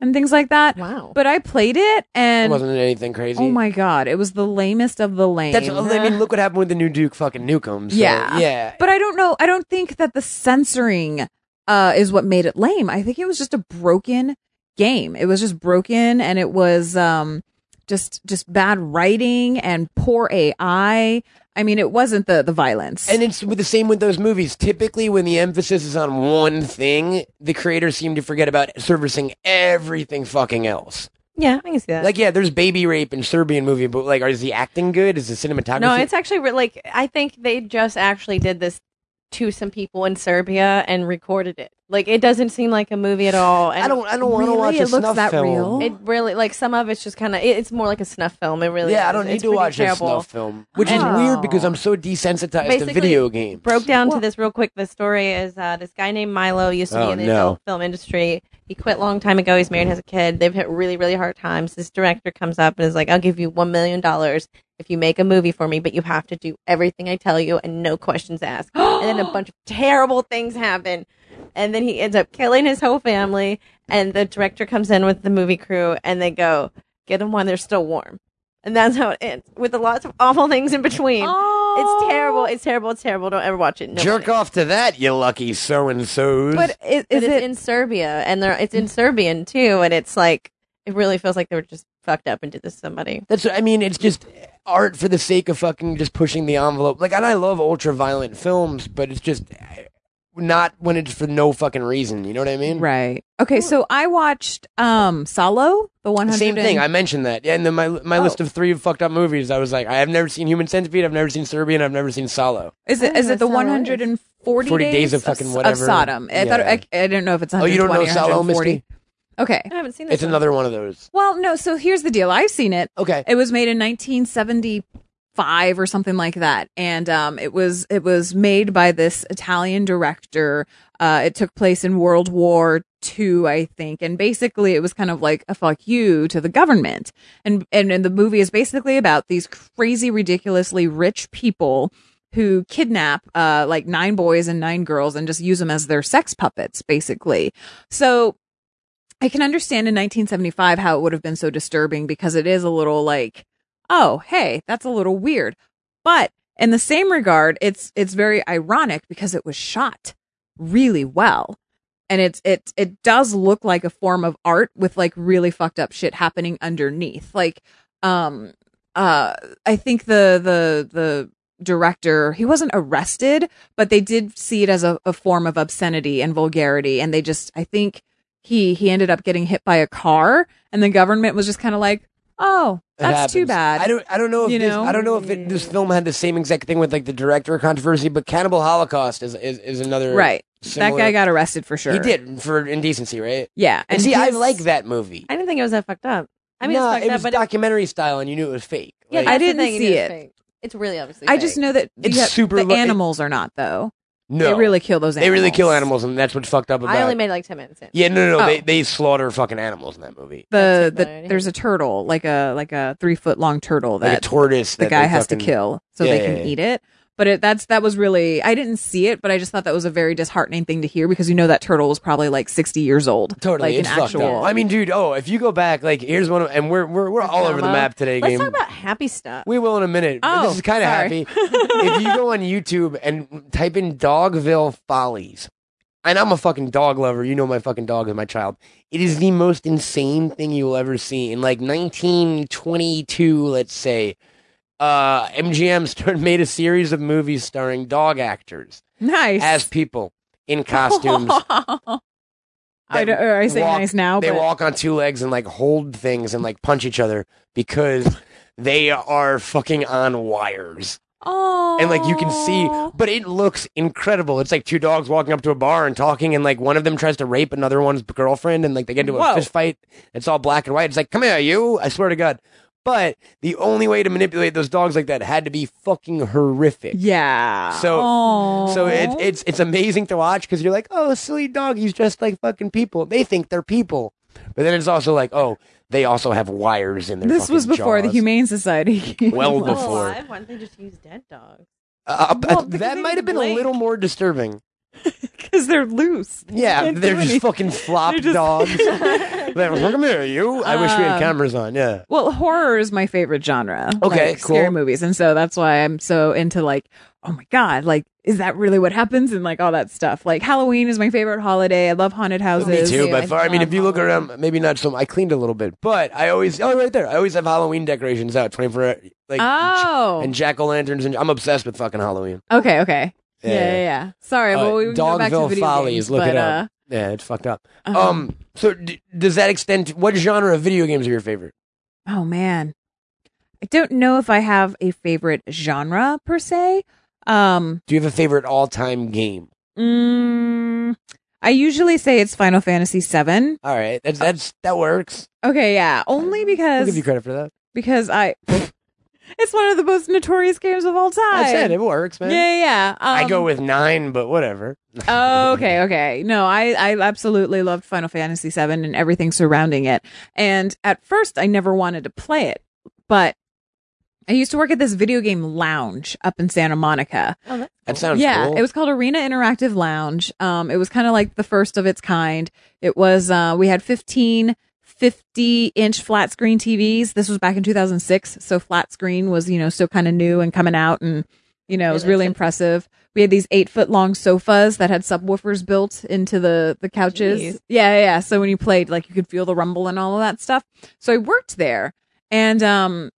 Speaker 5: and things like that.
Speaker 4: Wow.
Speaker 5: But I played it,
Speaker 3: It
Speaker 5: and
Speaker 3: wasn't anything crazy.
Speaker 5: oh my god, it was the lamest of the lame.
Speaker 3: That's, I mean, look what happened with the new Duke fucking Nukem. so,
Speaker 5: Yeah.
Speaker 3: Yeah.
Speaker 5: but I don't know. I don't think that the censoring uh, is what made it lame. I think it was just a broken game. It was just broken, and it was um, just just bad writing and poor AI. I mean, it wasn't the the violence.
Speaker 3: And it's with the same with those movies. Typically, when the emphasis is on one thing, the creators seem to forget about servicing everything fucking else.
Speaker 4: Yeah, I can see that.
Speaker 3: Like, yeah, there's baby rape in Serbian movie, but like, is the acting good? Is the cinematography?
Speaker 4: no, it's actually re- like I think they just actually did this to some people in Serbia and recorded it. Like it doesn't seem like a movie at all. And
Speaker 3: I don't. I don't want to
Speaker 5: Really?
Speaker 3: watch a
Speaker 5: It looks
Speaker 3: snuff
Speaker 5: that
Speaker 3: film.
Speaker 5: real?
Speaker 4: It really like some of it's just kind of. It, it's more like a snuff film. It really.
Speaker 3: yeah, I
Speaker 4: is.
Speaker 3: don't need
Speaker 4: It's
Speaker 3: to
Speaker 4: pretty
Speaker 3: watch
Speaker 4: terrible.
Speaker 3: a snuff film, which is
Speaker 5: Oh.
Speaker 3: weird because I'm so desensitized
Speaker 4: Basically,
Speaker 3: to video games.
Speaker 4: broke down to
Speaker 5: Well-
Speaker 4: this real quick. The story is uh, this guy named Milo used to
Speaker 3: Oh,
Speaker 4: be in the
Speaker 3: no.
Speaker 4: adult film industry. He quit a long time ago. He's married, has a kid. They've hit really, really hard times. This director comes up and is like, "I'll give you one million dollars if you make a movie for me, but you have to do everything I tell you and no questions asked." and then a bunch of terrible things happen, and then he ends up killing his whole family. And the director comes in with the movie crew, and they go, "Get them while they're still warm." And that's how it ends, with a lots of awful things in between. It's terrible. It's terrible. It's terrible. Don't ever watch it. No
Speaker 3: Jerk off to that, you lucky so and so's.
Speaker 5: But is,
Speaker 4: But
Speaker 5: is
Speaker 4: it's
Speaker 5: it?
Speaker 4: in Serbia, and they're, it's in Serbian too, and it's like it really feels like they were just fucked up and did this to somebody.
Speaker 3: That's. I mean, it's just art for the sake of fucking just pushing the envelope. Like, and I love ultra violent films, but it's just eh, not when it's for no fucking reason. You know what I mean?
Speaker 5: right. Okay. So I watched um Solo, the one hundred.
Speaker 3: Same thing. I mentioned that. Yeah, and then my
Speaker 5: Oh.
Speaker 3: my list of three fucked up movies. I was like, I have never seen Human Centipede. I've never seen Serbian. I've never seen Solo.
Speaker 5: Is it?
Speaker 4: Oh,
Speaker 5: Is it the
Speaker 4: that's how it
Speaker 5: one
Speaker 4: is.
Speaker 5: hundred and forty
Speaker 3: 40 days of fucking whatever.
Speaker 5: Sodom? I thought I, I don't know if it's.
Speaker 3: Oh, you don't know
Speaker 5: 120 or
Speaker 3: Solo,
Speaker 5: 140.
Speaker 3: Misty?
Speaker 5: Okay.
Speaker 4: I haven't seen this.
Speaker 3: It's another one of those.
Speaker 5: Well, no. So here's the deal. I've seen it.
Speaker 3: Okay.
Speaker 5: It was made in 1975 or something like that, and um, it was it was made by this Italian director. Uh, it took place in World War II, I think, and basically it was kind of like a fuck you to the government. And and, and the movie is basically about these crazy, ridiculously rich people who kidnap uh, like nine boys and nine girls and just use them as their sex puppets, basically. So I can understand in 1975 how it would have been so disturbing because it is a little like, oh, hey, that's a little weird. But in the same regard, it's it's very ironic because it was shot really well. And it's it it does look like a form of art with like really fucked up shit happening underneath. Like um uh I think the the the director he wasn't arrested, but they did see it as a, a form of obscenity and vulgarity and they just I think he he ended up getting hit by a car and the government was just kind of like oh
Speaker 3: It
Speaker 5: that's too
Speaker 3: happens.
Speaker 5: bad
Speaker 3: I don't. I don't know if
Speaker 5: You
Speaker 3: this,
Speaker 5: know?
Speaker 3: I don't know if it, this film had the same exact thing with like the director controversy, but Cannibal Holocaust is is, is another
Speaker 5: right
Speaker 3: similar-
Speaker 5: that guy got arrested for sure
Speaker 3: He did for indecency, right?
Speaker 5: yeah
Speaker 3: And, see, I
Speaker 5: he's-
Speaker 3: like that movie.
Speaker 4: I didn't think it was that fucked up. I mean,
Speaker 3: Nah,
Speaker 4: it's fucked
Speaker 3: it
Speaker 4: up,
Speaker 3: was
Speaker 4: but it-
Speaker 3: documentary style, and you knew it was fake.
Speaker 4: yeah,
Speaker 3: Like,
Speaker 4: that's
Speaker 5: I
Speaker 4: the
Speaker 5: didn't
Speaker 4: thing,
Speaker 5: see
Speaker 4: is
Speaker 5: it.
Speaker 4: fake. It's really obviously.
Speaker 5: i just
Speaker 4: fake.
Speaker 5: know that you
Speaker 3: It's
Speaker 5: have-
Speaker 3: super
Speaker 5: the
Speaker 3: lo- it-
Speaker 5: animals are not though
Speaker 3: no,
Speaker 5: they really kill those animals
Speaker 3: They really kill animals, and that's what's fucked up about.
Speaker 4: I only
Speaker 3: it.
Speaker 4: made like ten minutes in.
Speaker 3: yeah, no, no, no.
Speaker 5: Oh.
Speaker 3: They they slaughter fucking animals in that movie.
Speaker 5: the
Speaker 4: That's it,
Speaker 5: the
Speaker 4: Valerie.
Speaker 5: there's a turtle like a like a three foot long turtle that
Speaker 3: Like a tortoise,
Speaker 5: the
Speaker 3: that
Speaker 5: guy
Speaker 3: they
Speaker 5: has to
Speaker 3: fucking-
Speaker 5: kill so
Speaker 3: Yeah,
Speaker 5: they
Speaker 3: yeah,
Speaker 5: can
Speaker 3: yeah.
Speaker 5: eat it but it, that's that was really i didn't see it but i just thought that was a very disheartening thing to hear because you know that turtle was probably like 60 years old
Speaker 3: Totally,
Speaker 5: like
Speaker 3: it's
Speaker 5: an
Speaker 3: fucked
Speaker 5: actual
Speaker 3: up. I mean, dude, oh, if you go back, like, here's one, of, and we're we're, we're all over the
Speaker 4: Drama.
Speaker 3: map today.
Speaker 4: Let's
Speaker 3: game.
Speaker 4: talk about happy stuff.
Speaker 3: We will in a minute. but
Speaker 5: Oh,
Speaker 3: this is kind of
Speaker 5: sorry.
Speaker 3: happy. if you go on YouTube and type in Dogville Follies, and I'm a fucking dog lover. You know my fucking dog is my child. It is the most insane thing you will ever see. In like 1922, let's say, uh, MGM started, made a series of movies starring dog actors
Speaker 5: nice
Speaker 3: as people in costumes.
Speaker 5: I, don't, or I say
Speaker 3: walk-
Speaker 5: nice now
Speaker 3: they
Speaker 5: but
Speaker 3: walk on two legs and like hold things and like punch each other because they are fucking on wires.
Speaker 5: oh
Speaker 3: and like you can see but it looks incredible it's like two dogs walking up to a bar and talking and like one of them tries to rape another one's girlfriend and like they get into a
Speaker 5: Whoa.
Speaker 3: fist fight it's all black and white it's like come here you i swear to god but the only way to manipulate those dogs like that had to be fucking horrific
Speaker 5: yeah
Speaker 3: So-
Speaker 5: Aw.
Speaker 3: so it, it's it's amazing to watch because you're like oh silly dog he's just like fucking people they think they're people but then it's also like oh they also have wires in their
Speaker 5: this was
Speaker 3: fucking
Speaker 5: before the
Speaker 3: jaws.
Speaker 5: humane society
Speaker 3: Well
Speaker 4: Oh,
Speaker 3: before.
Speaker 4: I want them to just use dead dogs.
Speaker 3: Uh, uh,
Speaker 5: Well, because
Speaker 3: that
Speaker 5: they
Speaker 3: might have been a
Speaker 5: blink.
Speaker 3: little more disturbing
Speaker 5: because they're loose
Speaker 3: Yeah,
Speaker 5: Can't
Speaker 3: they're
Speaker 5: do
Speaker 3: just
Speaker 5: anything.
Speaker 3: fucking flop
Speaker 5: They're just-
Speaker 3: dogs. They're like, Come here, you. I wish we had
Speaker 5: Um,
Speaker 3: cameras on. Yeah.
Speaker 5: Well, horror is my favorite genre.
Speaker 3: Okay,
Speaker 5: like, Scary
Speaker 3: cool.
Speaker 5: movies, and so that's why I'm so into like, oh my god, like, is that really what happens? And like all that stuff. Like Halloween is my favorite holiday. I love haunted
Speaker 3: Me
Speaker 5: houses.
Speaker 3: too,
Speaker 4: too,
Speaker 3: by
Speaker 4: I
Speaker 3: far. I mean,
Speaker 4: love
Speaker 3: if you
Speaker 5: um,
Speaker 3: look
Speaker 4: Halloween.
Speaker 3: around, maybe not so. I cleaned a little bit, but I always oh right there. I always have Halloween decorations out, twenty four like
Speaker 5: Oh,
Speaker 3: and jack o' lanterns, and I'm obsessed with fucking Halloween.
Speaker 5: okay, okay, yeah, yeah. yeah. Sorry,
Speaker 3: Uh,
Speaker 5: well, we can go back to
Speaker 3: Dogville
Speaker 5: video
Speaker 3: Follies,
Speaker 5: games,
Speaker 3: look
Speaker 5: but, uh,
Speaker 3: it up. Yeah, it's fucked up.
Speaker 5: Um,
Speaker 3: Um, so d- does that extend? To, what genre of video games are your favorite?
Speaker 5: oh man, I don't know if I have a favorite genre per se. Um,
Speaker 3: Do you have a favorite all-time game?
Speaker 5: mm, I usually say it's Final Fantasy VII.
Speaker 3: All right, that's that's that works.
Speaker 5: Okay, yeah, only
Speaker 3: I'll give
Speaker 5: because
Speaker 3: you credit for that.
Speaker 5: because I. it's one of the most notorious games of all time.
Speaker 3: I said it works,
Speaker 5: Yeah,
Speaker 3: man.
Speaker 5: yeah. yeah. Um,
Speaker 3: I go with nine, but whatever.
Speaker 5: oh, okay, okay. No, I, I absolutely loved Final Fantasy VII and everything surrounding it. And at first, I never wanted to play it, but I used to work at this video game lounge up in Santa Monica.
Speaker 4: Oh,
Speaker 3: That sounds
Speaker 5: yeah,
Speaker 3: cool.
Speaker 5: it was called Arena Interactive Lounge. Um, it was kind of like the first of its kind. It was uh, we had 15 50 inch flat screen TVs. This was back in 2006, so flat screen was you know still kind of new and coming out, and you know it was
Speaker 4: Yeah, that's
Speaker 5: really
Speaker 4: it.
Speaker 5: impressive. We had these eight foot long sofas that had subwoofers built into the the couches.
Speaker 4: Jeez.
Speaker 5: Yeah, yeah, yeah. So when you played, like you could feel the rumble and all of that stuff. So I worked there, and um,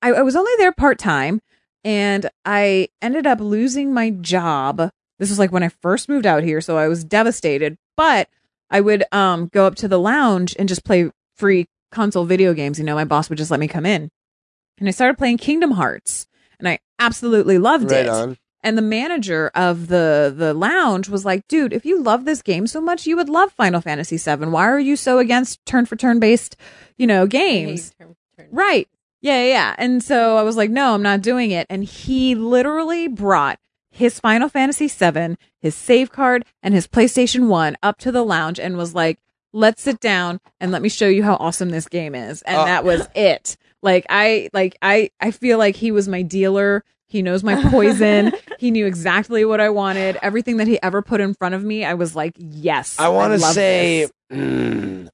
Speaker 5: I, I was only there part time and I ended up losing my job. This was like when I first moved out here, so I was devastated. But I would um go up to the lounge and just play free console video games. You know, my boss would just let me come in, and I started playing Kingdom Hearts, and I absolutely loved
Speaker 3: right
Speaker 5: it.
Speaker 3: on.
Speaker 5: And the manager of the the lounge was like, "Dude, if you love this game so much, you would love Final Fantasy VII. Why are you so against turn for turn based, you know, games?" Right. Yeah, yeah, yeah. And so I was like, no, I'm not doing it. And he literally brought his Final Fantasy VII, his save card, and his PlayStation 1 up to the lounge and was like, let's sit down and let me show you how awesome this game is. And
Speaker 3: Uh.
Speaker 5: that was it. Like I like I I feel like he was my dealer. He knows my poison. he knew exactly what I wanted. Everything that he ever put in front of me, I was like, yes.
Speaker 3: I want to
Speaker 5: love
Speaker 3: say,
Speaker 5: this.
Speaker 3: mm,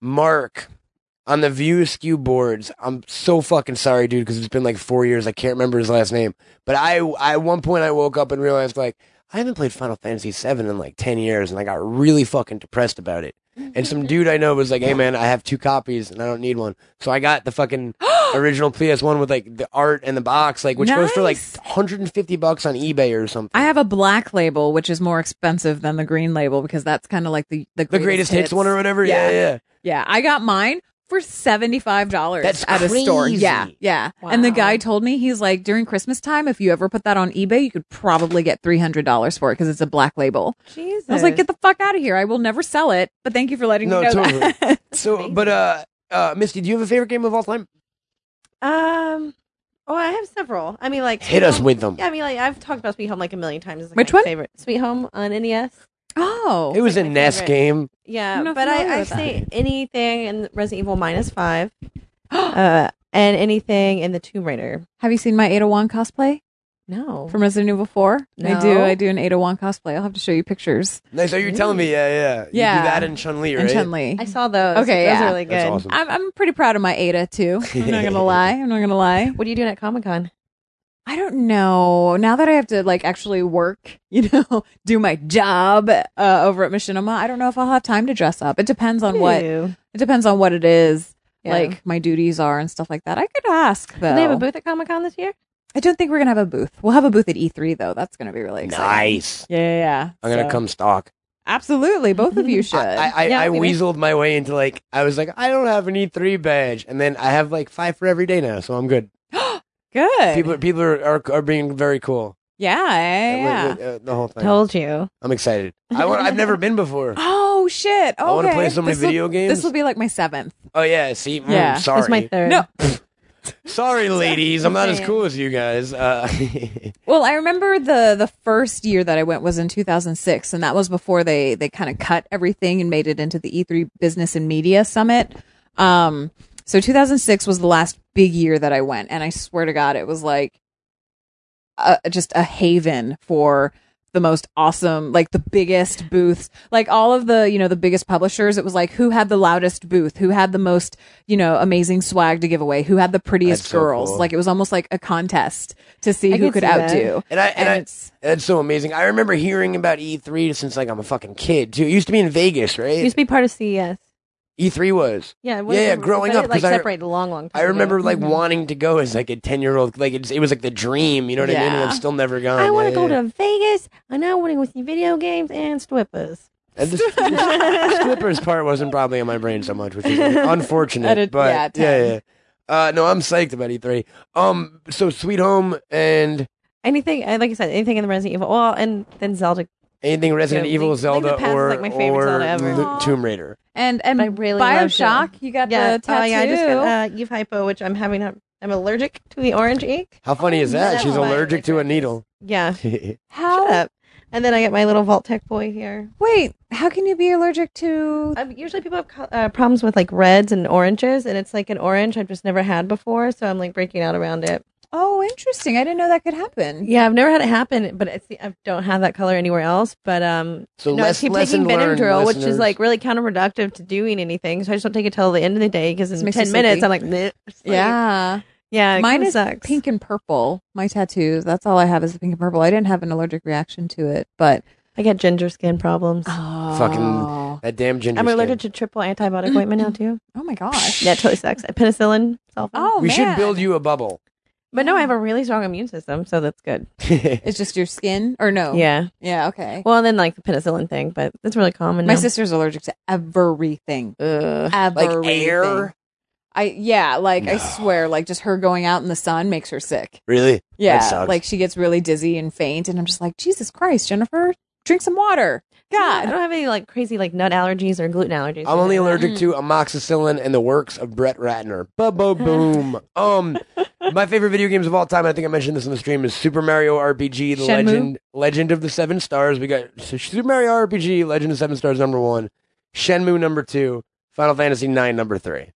Speaker 3: Mark, on the View Askew boards. I'm so fucking sorry, dude, because it's been like four years. I can't remember his last name. But I, I, at one point, I woke up and realized like I haven't played Final Fantasy VII in like ten years, and I got really fucking depressed about it. And some dude I know was like, "Hey man, I have two copies and I don't need one." So I got the fucking original PS1 with like the art and the box, like which goes for like
Speaker 5: Nice.
Speaker 3: 150 bucks on eBay or something.
Speaker 5: I have a black label, which is more expensive than the green label because that's kind of like the the
Speaker 3: the greatest hits one or whatever. Yeah,
Speaker 5: Yeah.
Speaker 3: yeah.
Speaker 5: yeah. I got mine for seventy five dollars
Speaker 3: That's
Speaker 5: at a store.
Speaker 3: crazy.
Speaker 5: Yeah, yeah. And the
Speaker 4: Wow.
Speaker 5: guy told me he's like during Christmas time, if you ever put that on eBay, you could probably get three hundred dollars for it because it's a black label.
Speaker 4: Jesus.
Speaker 5: I was like, get the fuck out of here! I will never sell it. But thank you for letting
Speaker 3: No,
Speaker 5: me know
Speaker 3: totally.
Speaker 5: that.
Speaker 3: So, but uh, uh, Misty, do you have a favorite game of all time?
Speaker 4: um. Oh, I have several. I mean, like
Speaker 3: Hit us with them.
Speaker 4: Yeah, I mean, like I've talked about Sweet Home like a million times. It's, like,
Speaker 5: Which
Speaker 4: my
Speaker 5: one?
Speaker 4: Favorite Sweet Home on NES.
Speaker 5: oh,
Speaker 3: It was a
Speaker 4: my
Speaker 3: NES
Speaker 4: favorite.
Speaker 3: game.
Speaker 4: Yeah,
Speaker 5: I'm not
Speaker 4: but I,
Speaker 5: familiar
Speaker 4: I
Speaker 5: with that.
Speaker 4: say anything in Resident Evil minus five, uh, and anything in the Tomb Raider.
Speaker 5: have you seen my Ada Wong cosplay
Speaker 4: No,
Speaker 5: from Resident Evil Four? I do.
Speaker 4: No.
Speaker 5: I do an Ada Wong cosplay. I'll have to show you pictures.
Speaker 3: Nice. Are you telling me? Yeah, yeah. You
Speaker 5: Yeah.
Speaker 3: do that in Chun Li, right?
Speaker 5: And Chun Li.
Speaker 4: I saw those.
Speaker 5: Okay,
Speaker 4: those
Speaker 5: yeah.
Speaker 4: are really good.
Speaker 3: That's awesome.
Speaker 5: I'm, I'm pretty proud of my Ada too. I'm not gonna lie. I'm not gonna lie.
Speaker 4: What are you doing at Comic Con?
Speaker 5: I don't know. Now that I have to like actually work, you know, do my job uh, over at Machinima, I don't know if I'll have time to dress up. It depends on what. It depends on what it is.
Speaker 4: Yeah.
Speaker 5: Like my duties are and stuff like that. I could ask though.
Speaker 4: Do they have a booth at Comic Con this year?
Speaker 5: I don't think we're gonna have a booth. We'll have a booth at E3 though. That's gonna be really exciting.
Speaker 3: Nice.
Speaker 5: Yeah, yeah. yeah.
Speaker 3: I'm gonna
Speaker 5: So-
Speaker 3: come stalk.
Speaker 5: Absolutely, both of you should.
Speaker 3: I I,
Speaker 4: Yeah,
Speaker 3: I
Speaker 4: maybe.
Speaker 3: weaseled my way into like I was like I don't have an E3 badge, and then I have like five for every day now, so I'm good.
Speaker 5: Good.
Speaker 3: People people are are, are being very cool.
Speaker 5: yeah, yeah, yeah.
Speaker 3: With- with, uh, the whole thing.
Speaker 4: Told you.
Speaker 3: I'm excited. I want, I've never been before.
Speaker 5: Oh shit! Okay.
Speaker 3: I want to play so many
Speaker 5: This will-
Speaker 3: video games.
Speaker 5: This will be like my seventh.
Speaker 3: oh yeah. See. mm,
Speaker 5: Yeah, that's
Speaker 3: sorry.
Speaker 4: That's my third.
Speaker 5: No,
Speaker 3: Sorry, ladies, I'm not as
Speaker 4: saying.
Speaker 3: cool as you guys. Uh,
Speaker 5: Well, I remember the the first year that I went was in 2006, and that was before they they kind of cut everything and made it into the E3 Business and Media Summit. Um, so 2006 was the last big year that I went, and I swear to God, it was like a, just a haven for the most awesome, like the biggest booths, like all of the, you know, the biggest publishers. It was like who had the loudest booth, who had the most, you know, amazing swag to give away, who had the prettiest
Speaker 3: That's so
Speaker 5: girls.
Speaker 3: cool.
Speaker 5: Like it was almost like a contest to see
Speaker 4: I
Speaker 5: who
Speaker 4: could
Speaker 5: could
Speaker 4: see that.
Speaker 5: outdo.
Speaker 3: and I and,
Speaker 5: And
Speaker 3: I,
Speaker 5: it's-
Speaker 3: that's so amazing. I remember hearing about E3 since like I'm a fucking kid too. It used to be in Vegas,
Speaker 4: It
Speaker 3: right?
Speaker 4: used to be part of E CES.
Speaker 3: E3 was.
Speaker 4: Yeah,
Speaker 3: Yeah, yeah, growing
Speaker 4: but
Speaker 3: up,
Speaker 4: it, like
Speaker 3: 'cause I-
Speaker 4: separated a long, long time.
Speaker 3: I
Speaker 4: ago.
Speaker 3: remember like wanting to go as like a ten year old. Like it's, it was like the dream. You know what I mean? And
Speaker 5: Yeah.
Speaker 3: I'm still never gone.
Speaker 4: I want to
Speaker 3: Yeah,
Speaker 4: go
Speaker 3: yeah.
Speaker 4: to Vegas, and I want to go see video games and strippers.
Speaker 3: And the Sc- Slippers part wasn't probably in my brain so much, which is unfortunate.
Speaker 5: At a- yeah,
Speaker 3: but yeah,
Speaker 5: 10.
Speaker 3: yeah. Uh, no, I'm psyched about E3. Um, so Sweet Home and
Speaker 4: Anything, uh, like I said, anything in the Resident Evil. Well, and then Zelda.
Speaker 3: anything Resident
Speaker 4: Yeah,
Speaker 3: Evil,
Speaker 4: Link- Link to
Speaker 3: Zelda,
Speaker 4: the Past is,
Speaker 3: or
Speaker 4: like, my favorite
Speaker 3: or
Speaker 4: Zelda ever.
Speaker 3: Lu-
Speaker 5: Aw.
Speaker 3: Tomb Raider.
Speaker 5: And and
Speaker 4: I really loved
Speaker 5: Bioshock, you got the tattoo.
Speaker 4: Oh, yeah. I just got uh, Yves Hypo, which I'm having. i I'm allergic to the orange ink.
Speaker 3: How funny is that?
Speaker 4: that's
Speaker 3: She's
Speaker 4: my
Speaker 3: allergic to a needle.
Speaker 4: Yeah.
Speaker 5: how?
Speaker 4: Shut up. And then I got my little Vault Tech boy here.
Speaker 5: Wait, how can you be allergic to?
Speaker 4: Um, usually people have co- uh, problems with like reds and oranges, and it's like an orange I've just never had before, so I'm like breaking out around it.
Speaker 5: Oh, interesting. I didn't know that could happen.
Speaker 4: Yeah, I've never had it happen, but it's the, I don't have that color anywhere else. But um,
Speaker 3: So
Speaker 4: no,
Speaker 3: less-
Speaker 4: I keep
Speaker 3: lesson
Speaker 4: taking
Speaker 3: learned,
Speaker 4: Benadryl, which
Speaker 3: listeners.
Speaker 4: is like really counterproductive to doing anything. So I just don't take it till the end of the day because in
Speaker 5: makes you
Speaker 4: ten minutes
Speaker 5: sleepy.
Speaker 4: I'm like, "Bleh," sleep.
Speaker 5: Yeah,
Speaker 4: yeah, it
Speaker 5: mine
Speaker 4: kinda
Speaker 5: is
Speaker 4: sucks.
Speaker 5: pink and purple. My tattoos. That's all I have is the pink and purple. I didn't have an allergic reaction to it, but
Speaker 4: I get ginger skin problems.
Speaker 5: oh,
Speaker 3: That damn Ah, ginger.
Speaker 4: I'm
Speaker 3: skin.
Speaker 4: allergic to triple antibiotic ointment now too.
Speaker 5: Oh my gosh.
Speaker 4: Yeah, it totally sucks. Penicillin, sulfur.
Speaker 5: Oh,
Speaker 3: we should
Speaker 5: man.
Speaker 3: build you a bubble.
Speaker 4: but no, I have a really strong immune system, so that's good.
Speaker 5: It's just your skin, or
Speaker 3: Oh.
Speaker 5: no?
Speaker 4: Yeah.
Speaker 5: yeah. Okay.
Speaker 4: Well, and then like the penicillin thing, but that's really common.
Speaker 5: my
Speaker 4: now.
Speaker 5: sister's allergic to everything.
Speaker 4: Ugh.
Speaker 5: Everything.
Speaker 3: air?
Speaker 5: I yeah, like I
Speaker 3: No.
Speaker 5: swear, like just her going out in the sun makes her sick.
Speaker 3: really?
Speaker 5: Yeah,
Speaker 3: sucks.
Speaker 5: like she gets really dizzy and faint, and I'm just like, Jesus Christ, Jennifer, drink some water.
Speaker 4: God, I
Speaker 5: God,
Speaker 4: don't have any like crazy like nut allergies or gluten allergies.
Speaker 3: I'm only allergic
Speaker 5: Mm.
Speaker 3: to amoxicillin and the works of Brett Ratner. Ba bo boom. um, my favorite video games of all time. I think I mentioned this on the stream is Super Mario RPG: The
Speaker 5: Shenmue?
Speaker 3: Legend Legend of the Seven Stars. We got so Super Mario RPG: Legend of Seven Stars number one, Shenmue number two, Final Fantasy nine number three.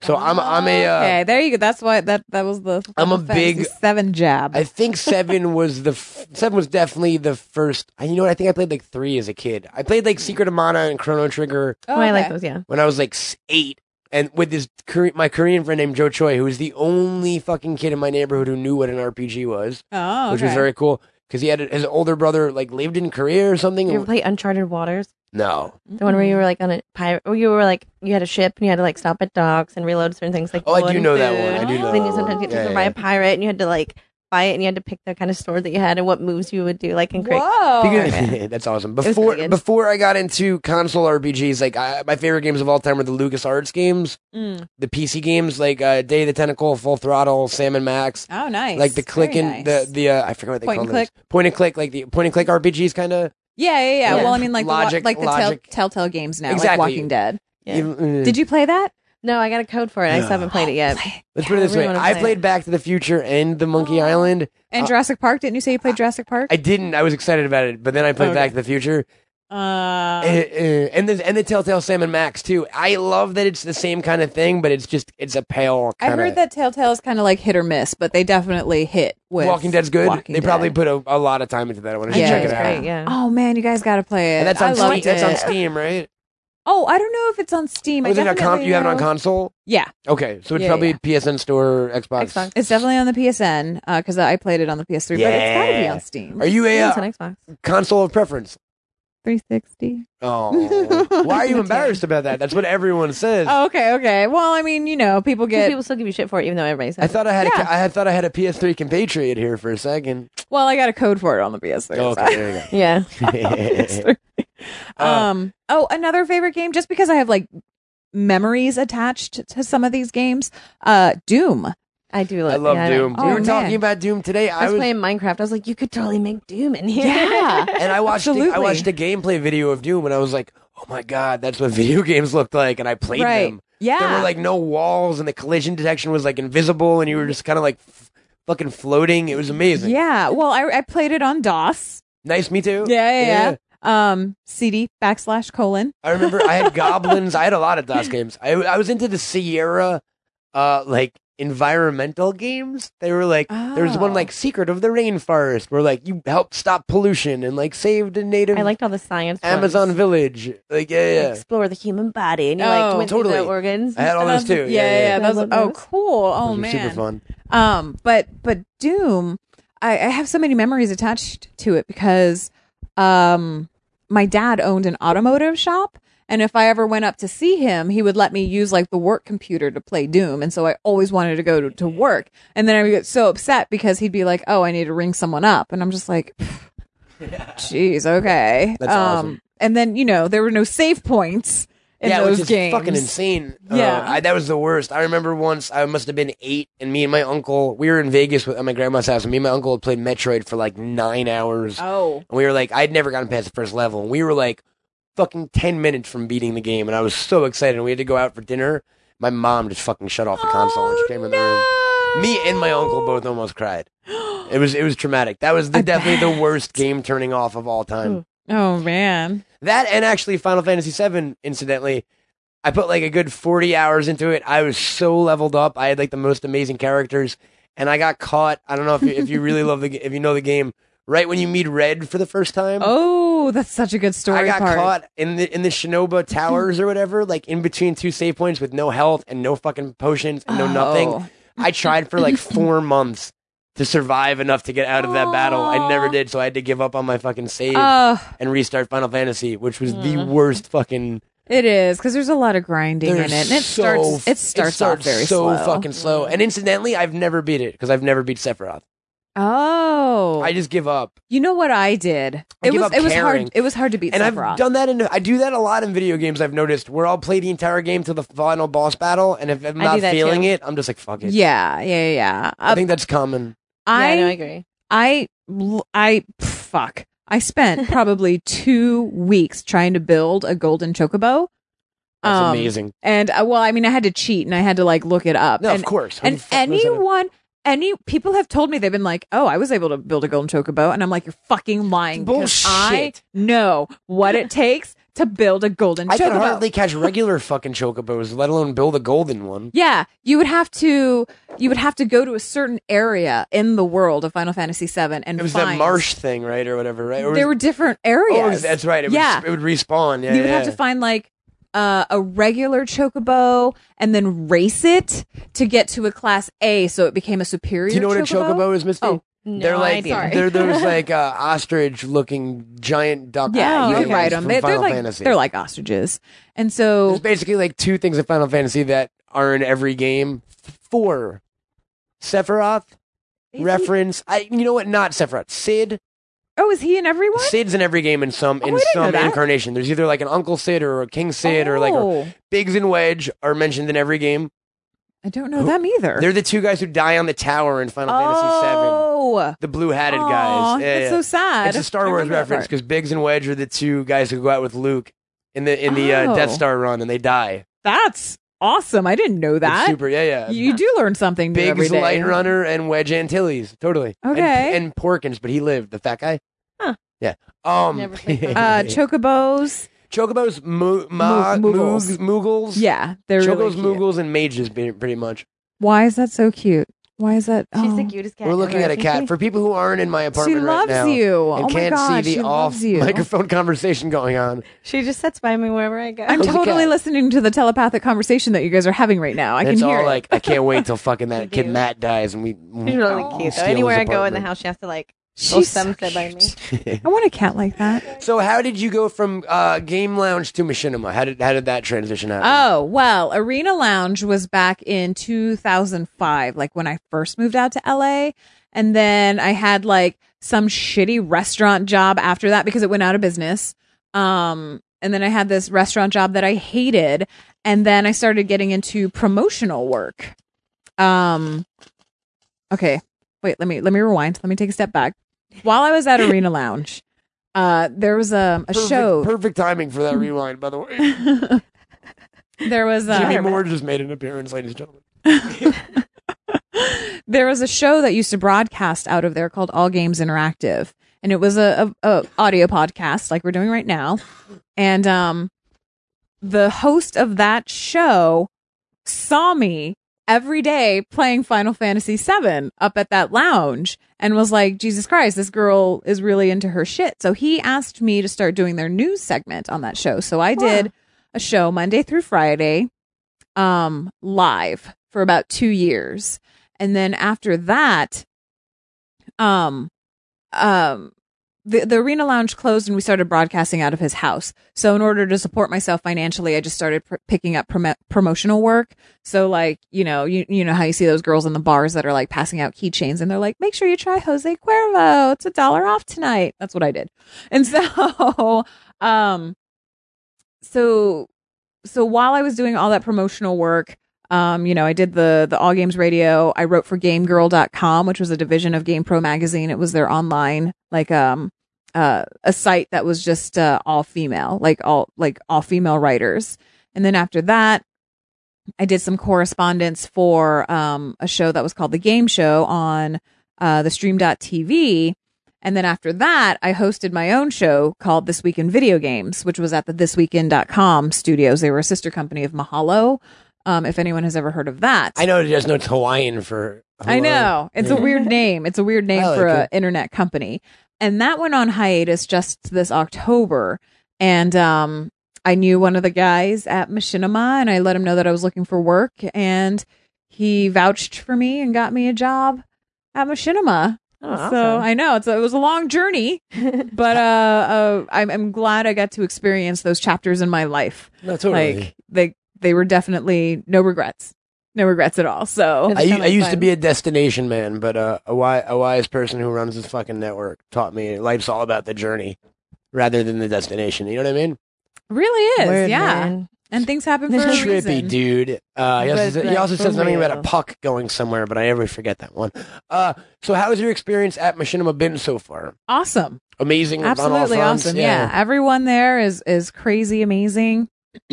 Speaker 3: So I'm I'm a uh,
Speaker 5: okay. There you go. That's why that that was the.
Speaker 3: I'm a
Speaker 5: Fantasy
Speaker 3: big-
Speaker 5: seven jab.
Speaker 3: I think seven was the f- seven was definitely the first. I You know what? I think I played like three as a kid. I played like Secret of Mana and Chrono Trigger
Speaker 5: Oh,
Speaker 4: Oh, I like
Speaker 5: okay.
Speaker 4: those. Yeah.
Speaker 3: when I was like s- eight, and with this Kore- my Korean friend named Joe Choi, who was the only fucking kid in my neighborhood who knew what an RPG was,
Speaker 5: Oh, okay.
Speaker 3: which was very cool because he had a, his older brother like lived in Korea or something.
Speaker 4: You ever play Uncharted Waters?
Speaker 3: no,
Speaker 4: The one where
Speaker 3: Mm-hmm.
Speaker 4: you were like on a pirate, or you were like you had a ship and you had to like stop at docks and reload certain things like
Speaker 3: Oh, I
Speaker 4: wood
Speaker 3: do
Speaker 4: and
Speaker 3: know that
Speaker 4: food.
Speaker 3: one. I do know
Speaker 4: Then
Speaker 3: that
Speaker 4: you sometimes
Speaker 3: one.
Speaker 4: get
Speaker 3: Yeah,
Speaker 4: taken
Speaker 3: yeah,
Speaker 4: by
Speaker 3: yeah.
Speaker 4: a pirate and you had to like buy it and you had to pick the kind of sword that you had and what moves you would do like in Korea.
Speaker 5: Mm-hmm. Whoa.
Speaker 3: Because- that's awesome.
Speaker 4: was
Speaker 3: Before
Speaker 4: pretty good.
Speaker 3: before I got into console RPGs, like I, my favorite games of all time were the LucasArts games,
Speaker 5: Mm.
Speaker 3: the PC games like uh, Day of the Tentacle, Full Throttle, Sam and Max.
Speaker 5: Oh, nice.
Speaker 3: Like the click
Speaker 5: Very
Speaker 3: and
Speaker 5: nice.
Speaker 3: the the uh, I forget what they
Speaker 5: Point
Speaker 3: call
Speaker 5: and
Speaker 3: those point and click like the point and click RPGs kind of
Speaker 5: yeah, yeah, yeah,
Speaker 4: Yeah.
Speaker 5: Well, I mean, like
Speaker 3: Logic-
Speaker 5: the, wa- like the
Speaker 3: logic.
Speaker 5: tell, Telltale games now,
Speaker 3: Exactly.
Speaker 5: like Walking Dead.
Speaker 3: mm,
Speaker 5: Did you play that?
Speaker 4: No, I got a code for it. I still haven't played it yet.
Speaker 3: Let's put it
Speaker 4: Yeah, I
Speaker 3: this
Speaker 4: really
Speaker 3: way:
Speaker 4: wanna
Speaker 3: I
Speaker 4: play
Speaker 3: played Back to the Future and The Monkey
Speaker 5: Oh.
Speaker 3: Island.
Speaker 5: And
Speaker 3: Uh,
Speaker 5: Jurassic Park? Didn't you say you played Jurassic Park?
Speaker 3: I didn't. I was excited about it, but then I played
Speaker 5: Oh, Okay.
Speaker 3: Back to the Future
Speaker 5: uh,
Speaker 3: Eh, eh, and the and the Telltale Sam and Max too. I love that it's the same kind of thing, but it's just it's a pale.
Speaker 5: I
Speaker 3: Kinda,
Speaker 5: heard that Telltale is kind of like hit or miss, but they definitely hit with
Speaker 3: Walking Dead's good.
Speaker 5: Walking
Speaker 3: they probably
Speaker 5: Dead.
Speaker 3: put a, a lot of time into that. I want to
Speaker 5: Yeah,
Speaker 3: check it
Speaker 4: it's
Speaker 3: out.
Speaker 4: great. Yeah.
Speaker 5: Oh man, you guys got to play it.
Speaker 3: And that's
Speaker 5: I
Speaker 3: on Steam.
Speaker 5: loved
Speaker 3: That's on
Speaker 5: it.
Speaker 3: Steam, right?
Speaker 5: Oh, I don't know if it's on Steam.
Speaker 3: Oh,
Speaker 5: I
Speaker 3: is it on
Speaker 5: definitely
Speaker 3: con- you have it on
Speaker 5: know-
Speaker 3: console?
Speaker 5: Yeah,
Speaker 3: Okay, so it's
Speaker 5: Yeah,
Speaker 3: probably
Speaker 5: yeah.
Speaker 3: PSN Store, Xbox.
Speaker 4: Xbox.
Speaker 5: it's definitely on the PSN because uh, I played it on the PS3, but it's got to be
Speaker 3: Yeah.
Speaker 5: on Steam.
Speaker 3: Are you a
Speaker 4: Yeah,
Speaker 3: uh,
Speaker 4: it's on Xbox.
Speaker 3: console of preference?
Speaker 5: 360.
Speaker 3: Oh, why are you embarrassed about that? That's what everyone says.
Speaker 5: Oh, okay, okay. Well, I mean, you know, people
Speaker 4: Because
Speaker 5: get.
Speaker 4: people still give you shit for it, even though everybody's.
Speaker 3: I thought I had
Speaker 5: Yeah.
Speaker 3: a, I had thought I had a PS3 compatriot here for a second.
Speaker 5: well, I got a code for it on the PS3. so-
Speaker 3: Oh, okay, there you go.
Speaker 4: yeah.
Speaker 3: Uh,
Speaker 5: um oh another favorite game just because i have like memories attached to some of these games uh doom
Speaker 4: I do.
Speaker 3: I love
Speaker 4: yeah, like
Speaker 3: Doom.
Speaker 5: Oh,
Speaker 3: we were
Speaker 5: man.
Speaker 3: talking about Doom today.
Speaker 4: I
Speaker 3: I
Speaker 4: was
Speaker 3: was
Speaker 4: playing Minecraft. I was like, you could totally make Doom in here.
Speaker 5: yeah
Speaker 3: and I watched the, I
Speaker 5: Absolutely.
Speaker 3: watched a gameplay video of Doom, and I was like, oh my god, that's what video games looked like, and I played
Speaker 5: right
Speaker 3: them.
Speaker 5: yeah
Speaker 3: There were like no walls, and the collision detection was like invisible, and you were just kind of like f- fucking floating. It was amazing.
Speaker 5: Mm. yeah well I, I played it on dos
Speaker 3: Nice, me too.
Speaker 5: yeah yeah, yeah. um cd backslash colon
Speaker 3: I remember I had goblins. I had a lot of DOS games. I, I was into the Sierra, uh, like environmental games. They were like there was one
Speaker 5: Oh.
Speaker 3: like Secret of the Rainforest, where like you helped stop pollution and like saved a native
Speaker 4: I liked all the science.
Speaker 3: Amazon
Speaker 4: ones.
Speaker 3: village. Like yeah, yeah.
Speaker 4: Explore the human body, and you like
Speaker 5: Oh,
Speaker 4: went through
Speaker 3: totally.
Speaker 4: the organs.
Speaker 3: I had all those too.
Speaker 5: yeah yeah, yeah.
Speaker 4: yeah.
Speaker 5: Those,
Speaker 4: I love
Speaker 5: oh
Speaker 4: those.
Speaker 5: cool oh
Speaker 3: Those were
Speaker 5: man
Speaker 3: super fun.
Speaker 5: Um, but but Doom, I, I have so many memories attached to it because um my dad owned an automotive shop and if I ever went up to see him, he would let me use like the work computer to play Doom. And so I always wanted to go to, to work. And then I would get so upset because he'd be like, Oh, I need to ring someone up and I'm just like Jeez, okay.
Speaker 3: That's awesome.
Speaker 5: and then you know there were no save points in
Speaker 3: yeah,
Speaker 5: those
Speaker 3: which is
Speaker 5: games.
Speaker 3: fucking insane. Uh,
Speaker 5: Yeah.
Speaker 3: I, that was the worst. I remember once I must have been eight, and me and my uncle we were in Vegas with, at my grandma's house, and me and my uncle had played Metroid for like nine hours.
Speaker 5: Oh,
Speaker 3: And we were like, I'd never gotten past the first level. And we were like fucking 10 minutes from beating the game. And I was so excited. And we had to go out for dinner. My mom just fucking shut off the console and she came in the room.
Speaker 5: Oh,
Speaker 3: Me and my uncle both almost cried. It was it was traumatic. That was the,
Speaker 5: I
Speaker 3: definitely
Speaker 5: bet.
Speaker 3: the worst game turning off of all time.
Speaker 5: Oh man.
Speaker 3: That and actually Final Fantasy VII, incidentally, I put like a good 40 hours into it. I was so leveled up. I had like the most amazing characters, and I got caught. I don't know if you, if you really love the g- if you know the game. Right when you meet Red for the first time,
Speaker 5: Oh, that's such a good story.
Speaker 3: I got
Speaker 5: part.
Speaker 3: caught in the in the Shinoba Towers or whatever, like in between two save points with no health and no fucking potions and no
Speaker 5: Oh.
Speaker 3: nothing. I tried for like four months to survive enough to get out of that battle. I never
Speaker 5: Aw.
Speaker 3: did, so I had to give up on my fucking save
Speaker 5: Oh,
Speaker 3: and restart Final Fantasy, which was the worst fucking.
Speaker 5: it is because there's a lot of grinding in it, and it
Speaker 3: so f-
Speaker 5: starts. It starts, off very
Speaker 3: so
Speaker 5: slow. Mm.
Speaker 3: fucking slow. And incidentally, I've never beat it because I've never beat Sephiroth.
Speaker 5: Oh,
Speaker 3: I just give up.
Speaker 5: you know what I did?
Speaker 3: I
Speaker 5: it
Speaker 3: give
Speaker 5: was
Speaker 3: up
Speaker 5: it was
Speaker 3: caring.
Speaker 5: hard. It was hard to beat
Speaker 3: and
Speaker 5: Sephiroth.
Speaker 3: I've done that in I do that a lot in video games. I've noticed where I'll play the entire game to the final boss battle, and if I'm
Speaker 4: I do
Speaker 3: not
Speaker 4: that
Speaker 3: feeling
Speaker 4: too.
Speaker 3: it, I'm just like fuck it.
Speaker 5: yeah, yeah, yeah.
Speaker 3: I
Speaker 5: Uh,
Speaker 3: think that's common.
Speaker 5: I,
Speaker 4: yeah, no, I agree.
Speaker 5: I, l- I, fuck. I spent probably two weeks trying to build a golden chocobo.
Speaker 3: That's
Speaker 5: Um,
Speaker 3: amazing.
Speaker 5: And uh, well, I mean, I had to cheat and I had to like look it up.
Speaker 3: No,
Speaker 5: and,
Speaker 3: of course. Who the
Speaker 5: And
Speaker 3: fuck knows how to-
Speaker 5: anyone, any people have told me they've been like, "Oh, I was able to build a golden chocobo," and I'm like, "You're fucking lying." because I
Speaker 3: Bullshit.
Speaker 5: know what it takes to build a golden
Speaker 3: I
Speaker 5: chocobo.
Speaker 3: can hardly catch regular fucking chocobos, let alone build a golden one.
Speaker 5: Yeah, you would have to you would have to go to a certain area in the world of Final Fantasy VII and
Speaker 3: It was
Speaker 5: find
Speaker 3: that marsh thing, right, or whatever, right? Or was-
Speaker 5: there were different
Speaker 3: oh,
Speaker 5: areas.
Speaker 3: it was- that's right. It was,
Speaker 5: yeah,
Speaker 3: it would respawn. Yeah,
Speaker 5: you would have
Speaker 3: yeah.
Speaker 5: to find like uh, a regular chocobo and then race it to get to a class A, so it became a superior.
Speaker 3: Do you know what a chocobo is, Misty?
Speaker 5: Oh,
Speaker 4: No
Speaker 3: they're like
Speaker 4: idea.
Speaker 3: they're those like uh, ostrich looking giant duck.
Speaker 5: Yeah, you
Speaker 3: things
Speaker 5: could ride them.
Speaker 3: from
Speaker 5: They, they're
Speaker 3: Final
Speaker 5: like
Speaker 3: Fantasy.
Speaker 5: they're like ostriches, and so
Speaker 3: There's basically like two things in Final Fantasy that are in every game. Four. Sephiroth reference. I you know what? Not Sephiroth. Sid.
Speaker 5: oh, is he in everyone?
Speaker 3: Sid's in every game in some
Speaker 5: Oh, I
Speaker 3: in
Speaker 5: didn't know
Speaker 3: some
Speaker 5: that.
Speaker 3: incarnation. There's either like an Uncle Sid or a King Sid or like or
Speaker 5: Oh,
Speaker 3: Biggs and Wedge are mentioned in every game.
Speaker 5: I don't know them either.
Speaker 3: They're the two guys who die on the tower in Final Fantasy VII.
Speaker 5: oh,
Speaker 3: The blue hatted guys. Yeah, yeah.
Speaker 5: that's so sad.
Speaker 3: It's a Star
Speaker 5: I
Speaker 3: Wars
Speaker 5: remember that
Speaker 3: reference
Speaker 5: part.
Speaker 3: because Biggs and Wedge are the two guys who go out with Luke in the in the uh,
Speaker 5: Oh.
Speaker 3: Death Star run and they die.
Speaker 5: That's awesome. I didn't know
Speaker 3: It's
Speaker 5: that.
Speaker 3: super. Yeah, yeah.
Speaker 5: you do learn something new every
Speaker 3: Biggs
Speaker 5: day.
Speaker 3: Light Runner and Wedge Antilles. Totally. And-
Speaker 5: Okay.
Speaker 3: And, Porkins, but he lived, the fat guy.
Speaker 4: Huh.
Speaker 3: Yeah. Um
Speaker 4: Never played
Speaker 5: Uh, chocobos.
Speaker 3: Chocobos, mo- ma-
Speaker 5: Moog-
Speaker 3: Moog- Moogles.
Speaker 5: Yeah, they're
Speaker 3: Chocobos,
Speaker 5: really cute.
Speaker 3: Moogles, and Mages, be- pretty much.
Speaker 5: Why is that so cute? Why is that?
Speaker 4: She's the
Speaker 5: oh.
Speaker 4: cutest cat.
Speaker 3: We're looking at
Speaker 4: ever.
Speaker 3: a cat. For people who aren't in my
Speaker 5: She
Speaker 3: apartment right
Speaker 5: loves
Speaker 3: now
Speaker 5: you.
Speaker 3: and
Speaker 5: oh my
Speaker 3: can't
Speaker 5: gosh,
Speaker 3: see
Speaker 5: she
Speaker 3: the off
Speaker 5: loves you.
Speaker 3: microphone conversation going on,
Speaker 4: she just sits by me wherever I go.
Speaker 5: I'm
Speaker 3: Who's the
Speaker 5: totally
Speaker 3: cat?
Speaker 5: listening to the telepathic conversation that you guys are having right now. I
Speaker 3: it's
Speaker 5: can hear
Speaker 3: all
Speaker 5: it.
Speaker 3: like I can't wait till fucking that kid
Speaker 4: do.
Speaker 3: Matt dies and we.
Speaker 4: She's
Speaker 3: Oh,
Speaker 4: really cute. Though. Anywhere I go in the house, she has to like
Speaker 5: She's so
Speaker 4: some sit by me.
Speaker 3: house.
Speaker 5: I want a cat like that.
Speaker 3: so how did you go from uh, game lounge to machinima? How did how did that transition happen?
Speaker 5: Oh, well, Arena Lounge was back in 2005, like when I first moved out to LA. And then I had like some shitty restaurant job after that because it went out of business. Um, and then I had this restaurant job that I hated. And then I started getting into promotional work. Um, okay. Wait, let me, let me rewind. Let me take a step back. While I was at Arena Lounge, uh, there was um, a
Speaker 3: perfect,
Speaker 5: show.
Speaker 3: Perfect timing for that rewind, by the way.
Speaker 5: there was uh,
Speaker 3: Jimmy Moore just made an appearance, ladies and gentlemen.
Speaker 5: there was a show that used to broadcast out of there called All Games Interactive, and it was a, a, a audio podcast like we're doing right now. And um, the host of that show saw me every day playing Final Fantasy VII up at that lounge and was like, Jesus Christ, this girl is really into her shit. So he asked me to start doing their news segment on that show. So I did a show Monday through Friday um, live for about two years. And then after that, um, um, the, the arena lounge closed and we started broadcasting out of his house. So in order to support myself financially, I just started pr- picking up promo promotional work. So like, you know, you, you know how you see those girls in the bars that are like passing out keychains and they're like, make sure you try Jose Cuervo. It's a dollar off tonight. That's what I did. And so, Um, so, so while I was doing all that promotional work, um, you know, I did the the All Games Radio. I wrote for GameGirl.com, which was a division of Game Pro magazine. It was their online like um uh, a site that was just uh, all female, like all like all female writers. And then after that, I did some correspondence for um, a show that was called The Game Show on uh, the Stream.tv. And then after that, I hosted my own show called This Week in Video Games, which was at the thisweekend.com studios. They were a sister company of Mahalo. Um, if anyone has ever heard of that,
Speaker 3: I know there's no Hawaiian for.
Speaker 5: I know. It's a weird name. It's a weird
Speaker 3: I
Speaker 5: name
Speaker 4: Oh,
Speaker 3: like
Speaker 5: for
Speaker 3: it.
Speaker 5: an internet company. And that went on hiatus just this October. And um, I knew one of the guys at Machinima and I let him know that I was looking for work. And he vouched for me and got me a job at Machinima.
Speaker 4: Oh,
Speaker 5: So
Speaker 4: awesome.
Speaker 5: I know it's a, it was a long journey, but uh, uh, I'm, I'm glad I got to experience those chapters in my life.
Speaker 3: No, totally.
Speaker 5: Like they they were definitely no regrets, no regrets at all. So
Speaker 3: I,
Speaker 5: It's
Speaker 3: u-
Speaker 5: kinda
Speaker 3: I used to
Speaker 5: fun.
Speaker 3: be a destination man, but uh, a, wi- a wise person who runs this fucking network taught me life's all about the journey rather than the destination. You know what I mean?
Speaker 5: Really is,
Speaker 4: Word,
Speaker 5: yeah.
Speaker 4: man.
Speaker 5: And things happen for a
Speaker 4: Trippy
Speaker 5: reason.
Speaker 3: Trippy dude. Uh, he also,
Speaker 4: But
Speaker 3: said, he
Speaker 4: that's
Speaker 3: also
Speaker 4: for
Speaker 3: said something about a
Speaker 4: real.
Speaker 3: puck going somewhere, but I never forget that one. Uh, so, how has your experience at Machinima been so far?
Speaker 5: Awesome,
Speaker 3: Amazing. on all
Speaker 5: absolutely
Speaker 3: fronts?
Speaker 5: awesome. Yeah. everyone there is is crazy amazing.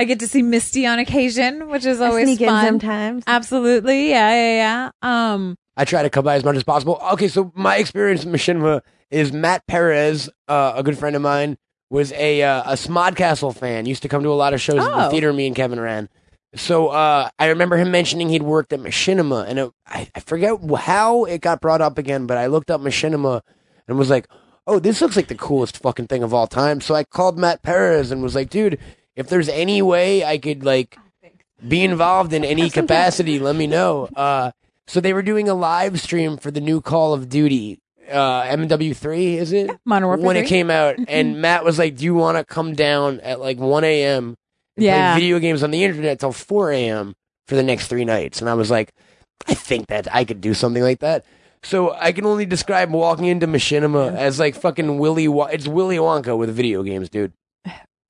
Speaker 5: I get to see Misty on occasion, which is
Speaker 4: I
Speaker 5: always
Speaker 4: sneak
Speaker 5: fun.
Speaker 4: in sometimes.
Speaker 5: Absolutely, yeah, yeah, yeah. Um,
Speaker 3: I try to come by as much as possible. Okay, so my experience with Machinima is Matt Perez, uh, a good friend of mine, was a uh, a Smodcastle fan. Used to come to a lot of shows in the
Speaker 5: Oh.
Speaker 3: theater. Me and Kevin ran. So uh, I remember him mentioning he'd worked at Machinima, and it, I, I forget how it got brought up again. But I looked up Machinima and was like, "Oh, this looks like the coolest fucking thing of all time." So I called Matt Perez and was like, "Dude, if there's any way I could like be involved in any capacity, let me know." Uh, so they were doing a live stream for the new Call of Duty, uh, MW3, is it?
Speaker 5: Modern Warfare
Speaker 3: when
Speaker 5: 3.
Speaker 3: it came out, and Matt was like, "Do you want to come down at like 1 a.m. and
Speaker 5: Yeah.
Speaker 3: play video games on the internet till 4 a.m. for the next three nights?" And I was like, "I think that I could do something like that." So I can only describe walking into Machinima as like fucking Willy. Won- it's Willy Wonka with video games, dude.